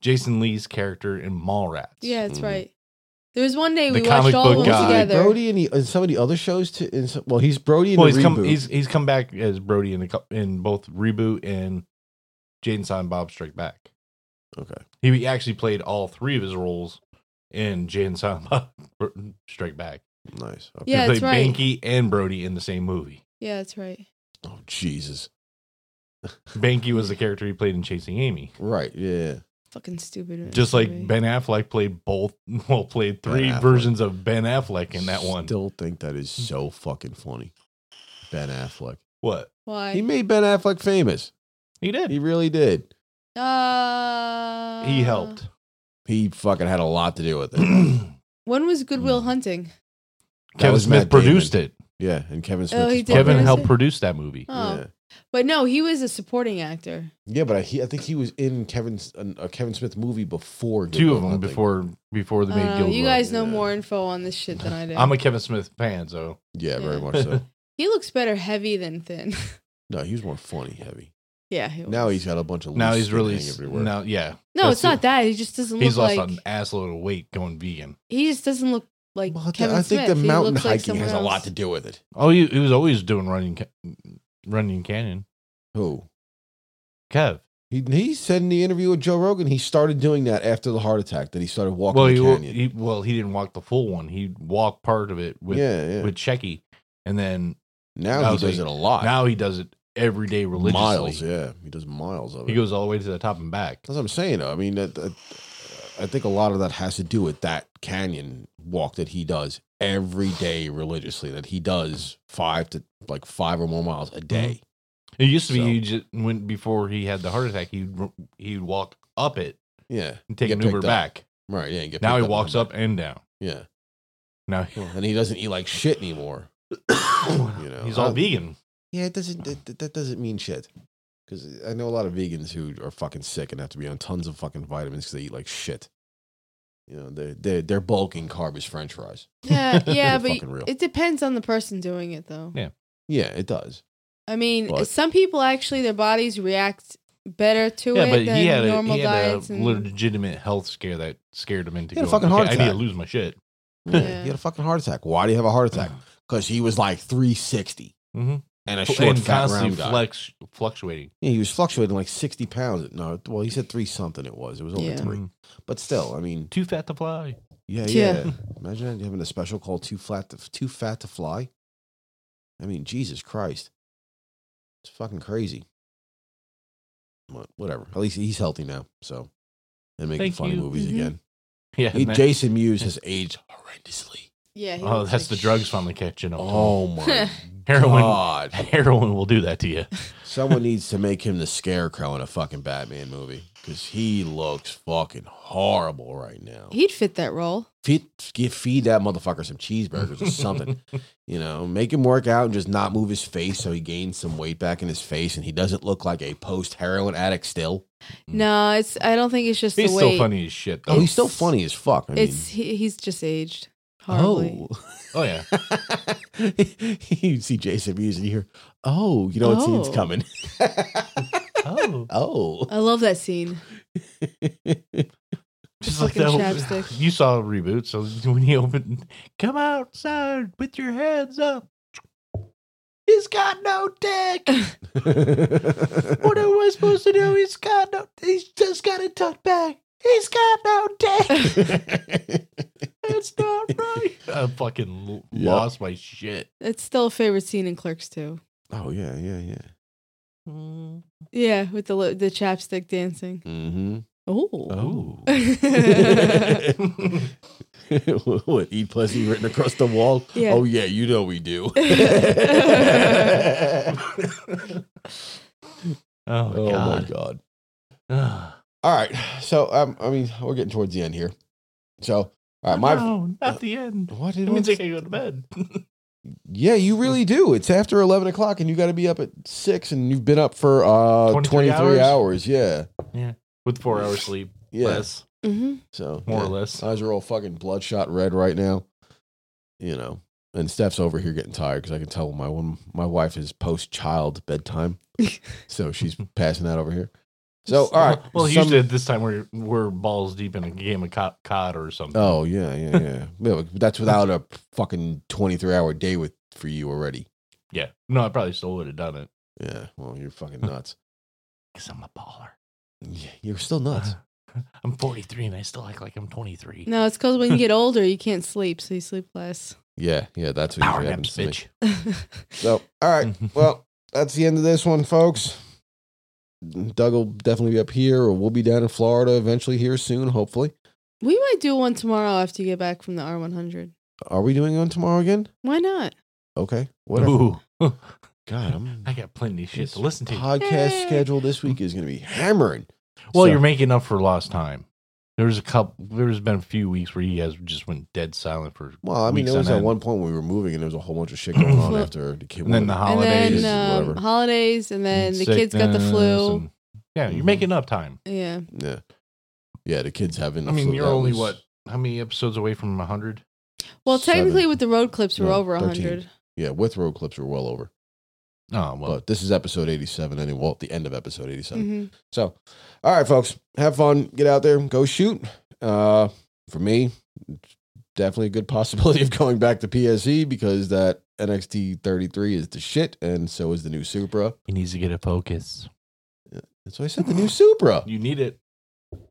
C: Jason Lee's character in Mallrats.
A: Yeah, that's
B: Mhm.
A: right. There was one day
C: Mm. The
A: we watched
C: comic
A: all of
C: book
A: them
C: guy.
A: together.
B: Brody and, he, and some of the other shows too. In some, well, he's Brody in
C: Well,
B: the
C: he's
B: reboot.
C: come he's he's come back as Brody in the co- in both reboot and Jaden Silent Bob Strike Back.
B: okay,
C: He actually played all three of his roles in Jaden Silent Bob Strike Back.
B: nice. Okay.
A: Yeah,
C: he
A: that's
C: played
A: right.
C: Banky and Brody in the same movie.
A: Yeah, that's right.
B: Oh Jesus.
C: Banky was the character he played in Chasing Amy.
B: Right. Yeah.
A: Fucking stupid.
C: Just like
A: movie.
C: Ben Affleck played both, well, played
B: Ben
C: three
B: Affleck.
C: versions of Ben Affleck in that one.
B: Still think that is so fucking funny. Ben Affleck.
C: What?
A: Why?
B: He made Ben Affleck famous.
C: He did.
B: He really did.
A: uh,
C: he helped.
B: He fucking had a lot to do with it.
C: Kevin
A: When was Goodwill
B: Mm.
A: Hunting?
B: That was
C: Smith
B: Matt Damon.
C: produced it.
B: Yeah, and Kevin Smith.
A: Oh, he
B: is
A: did
B: part of it.
C: Kevin
A: produce
C: helped
A: it?
C: produce that movie.
A: Oh,
B: Yeah.
A: but no, he was a supporting actor.
B: Yeah, but I, he, I think he was in Kevin's a Kevin Smith movie before Good
C: Two
B: Will
C: of them
B: Hunting.
C: before before they made
A: Uh,
C: Guild
A: you
C: Road.
A: guys know
B: yeah.
A: more info on this shit than I do.
C: I'm a Kevin Smith fan, so
B: Yeah, very
A: Yeah.
B: much so.
A: he looks better heavy than thin.
B: No, he was more funny heavy.
A: yeah. he
B: Now
A: was.
B: he's got a bunch of
C: now
B: loose
C: he's
B: skin
C: really
B: hanging everywhere.
C: now yeah.
A: no,
C: that's
A: it's not that. He just doesn't
C: He's
A: look
C: lost
A: like
C: an ass load of weight going vegan.
A: he just doesn't look like
B: Well, I thi-
A: Kevin
B: I think
A: Smith.
B: the
A: He
B: mountain
A: looks like
B: hiking has
A: someone
B: a lot
A: else.
B: to do with it.
C: Oh, he, he was always doing running Ca- running canyon.
B: Who?
C: Kev.
B: He, he said in the interview with Joe Rogan, he started doing that after the heart attack. That he started walking
C: Well,
B: the
C: he, wa-
B: canyon.
C: he well he didn't walk the full one. He walked part of it with
B: yeah, yeah.
C: with Checky, and then
B: now
C: I
B: he
C: was
B: does
C: like,
B: it a lot.
C: now he does it every day religiously.
B: miles, yeah, he does miles of it.
C: He goes all the way to the top and back.
B: That's what I'm saying. Though. I mean, that, that- I think a lot of that has to do with that canyon walk that he does every day religiously. That he does five to like five or more miles
C: Mm-hmm.
B: a day.
C: It used to be
B: So-
C: he just went before he had the heart attack. He'd r- he'd walk up it
B: Yeah,
C: and take
B: Get
C: an Uber
B: picked up.
C: back.
B: right. Yeah. and get
C: Now he
B: picked
C: walks
B: on
C: up and down.
B: that. Yeah,
C: Now
B: and he doesn't eat like shit anymore. You know,
C: he's all
B: I-
C: vegan.
B: Yeah, it doesn't. That, that- that doesn't mean shit. Because I know a lot of vegans who are fucking sick and have to be on tons of fucking vitamins because they eat like shit. You know, their their their bulking carb is French fries.
A: Yeah, yeah,
B: They're
A: but
B: fucking real.
A: it depends on the person doing it though.
B: Yeah, it does.
A: I mean,
B: But-
A: some people actually their bodies react better to
C: yeah,
A: it
C: but
A: than
C: he had a
A: normal
C: he had a
A: diets. and,
C: legitimate health scare that scared him into
B: He had
C: going.
B: a fucking heart
C: "Okay, I need to
B: attack."
C: lose my shit.
A: Yeah.
B: He had a fucking heart attack. Why do you have a heart attack? Because he was like 360
C: Mm-hmm.
B: and a short,
C: And
B: fat,
C: constantly
B: round guy.
C: flex fluctuating.
B: Yeah, he was fluctuating like 60 pounds. No, well, he said three something it was. It was only
A: Yeah.
B: three.
C: Mhm.
B: But still, I mean,
C: Too fat to fly.
B: yeah, yeah.
A: Yeah.
B: Imagine that, having a special called Too Flat to, Too Fat to Fly. I mean, Jesus Christ. It's fucking crazy. But whatever. At least he's healthy now. So, and making
C: Thank
B: funny
C: you.
B: movies
A: Mhm.
B: again.
C: Yeah,
B: He,
C: and that-
B: Jason Mewes has aged horrendously.
A: yeah. he
C: oh,
A: looks
C: that's
A: like
C: the drugs
A: sh-
C: finally catching up. to him.
B: Oh my
C: Oh heroin,
B: God.
C: heroin will do that to you.
B: Someone needs to make him the scarecrow in a fucking Batman movie because he looks fucking horrible right now.
A: He'd fit that role.
B: Feed, give, feed that motherfucker some cheeseburgers or something. you know, make him work out and just not move his face so he gains some weight back in his face and he doesn't look like a post heroin addict still.
C: Mm.
A: No, it's. I don't think it's just
C: He's
A: the
C: still
A: way.
C: funny as shit though.
B: Oh, he's still funny as fuck. I mean,
A: It's he, he's just aged horribly.
C: Oh yeah.
B: you see Jason Mewes and you hear, oh, you know what scene's
A: Oh.
B: coming.
C: Oh.
B: oh.
A: I love that scene.
C: Just
A: Fucking
C: whole-
A: chapstick.
C: You saw a reboot, so when he opened, come outside with your hands up. He's got no dick. what am I supposed to do? He's got no. He's just got a tuck back. He's got no dick. That's not right. I fucking l-
B: Yeah.
C: lost my shit.
A: It's still a favorite scene in Clerks too.
B: oh, yeah, yeah, yeah.
C: Oh.
A: Yeah, with the li- the chapstick dancing.
B: Mm-hmm.
A: Oh.
B: Oh.
A: yeah,
B: what, eat pussy written across the wall?
A: Yeah.
B: Oh, yeah, you know we do.
C: Oh,
B: oh, my
C: god.
B: God.
C: My
B: All right. So, um, I mean, we're getting towards the end here. So, all right, my.
C: no, not the end.
B: What
C: uh, It
B: did
C: means
B: we
C: I can go to bed.
B: Yeah, you really do. It's after eleven o'clock, and you got to be up at six, and you've been up for uh twenty
C: 23
B: three hours?
C: hours?
B: Yeah,
C: With four hours sleep,
B: yeah.
C: less,
A: hmm
B: So
C: more
B: yeah.
C: or less.
B: eyes are all fucking bloodshot red right now. You know, and Steph's over here getting tired because I can tell my one my wife is post child bedtime, so she's passing out over here. So all right,
C: Well,
B: some-
C: usually at this time we're we're balls deep in a game of co- COD or something.
B: Oh yeah, yeah, yeah. yeah but that's without a fucking twenty three hour day with for you already.
C: Yeah. No, I probably still would have done it
B: Yeah, well, you're fucking nuts.
C: because I'm a baller.
B: Yeah, You're still nuts.
C: I'm 43 and I still act like I'm 23.
A: No, it's because when you get older, you can't sleep, so you sleep less.
B: Yeah, yeah, that's what
C: Power
B: usually
C: naps,
B: happens to me.
C: bitch.
B: So, all right. Well, that's the end of this one, folks. Doug will definitely be up here, or we'll be down in Florida eventually here soon, hopefully.
A: we might do one tomorrow after you get back from the R100.
B: Are we doing one tomorrow again?
A: Why not?
B: Okay. Whatever.
C: Ooh.
B: God, I'm.
C: I got plenty of shit
B: this
C: to listen to.
B: Podcast
A: Yay.
B: schedule this week is going to be hammering.
C: Well,
B: So-
C: you're making up for lost time. There was a couple. There's been a few weeks where you guys just went dead silent for,
B: Well, I mean,
C: weeks
B: it was
C: on
B: at
C: end.
B: one point when we were moving, and there was a whole bunch of shit going on
A: Well-
B: after the kid.
C: and then the
A: and
C: holidays.
A: then um,
B: whatever.
A: holidays, and then the kids got the
C: sickness
A: flu.
C: and- yeah, you're
B: Mhm.
C: making up time.
A: yeah,
B: yeah, yeah, the kids having. the
C: I mean,
B: flu,
C: you're
B: that
C: only
B: was-
C: what? How many episodes away from 100?
A: well,
B: Seven.
A: technically, with the road clips, we're
B: No,
A: over
B: 13.
A: 100.
B: Yeah, with road clips, we're well over.
C: Oh, well.
B: but this is episode eighty-seven, and well, the end of episode eighty-seven.
A: hmm
B: So, all right, folks, have fun. Get out there, go shoot. Uh, for me, it's definitely a good possibility of going back to PSE because that NXT 33 is the shit, and so is the new Supra.
C: He needs to get a focus.
B: That's why I said the new Supra.
C: You need it.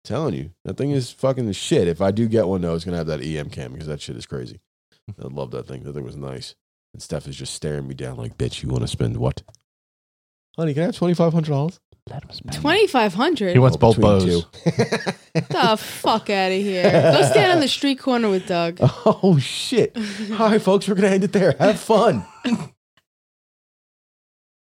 B: telling you, that thing is fucking the shit. If I do get one, though, it's gonna have that EM cam because that shit is crazy. I love that thing. That thing was nice. And Steph is just staring me down like, bitch, you want to spend what? Honey, can I have twenty five hundred dollars?
C: Let him spend it. He
A: 2,500.
C: wants both bows.
A: the fuck out of here. Go stand on the street corner with Doug.
B: Oh shit. All right, folks, we're gonna end it there. Have fun.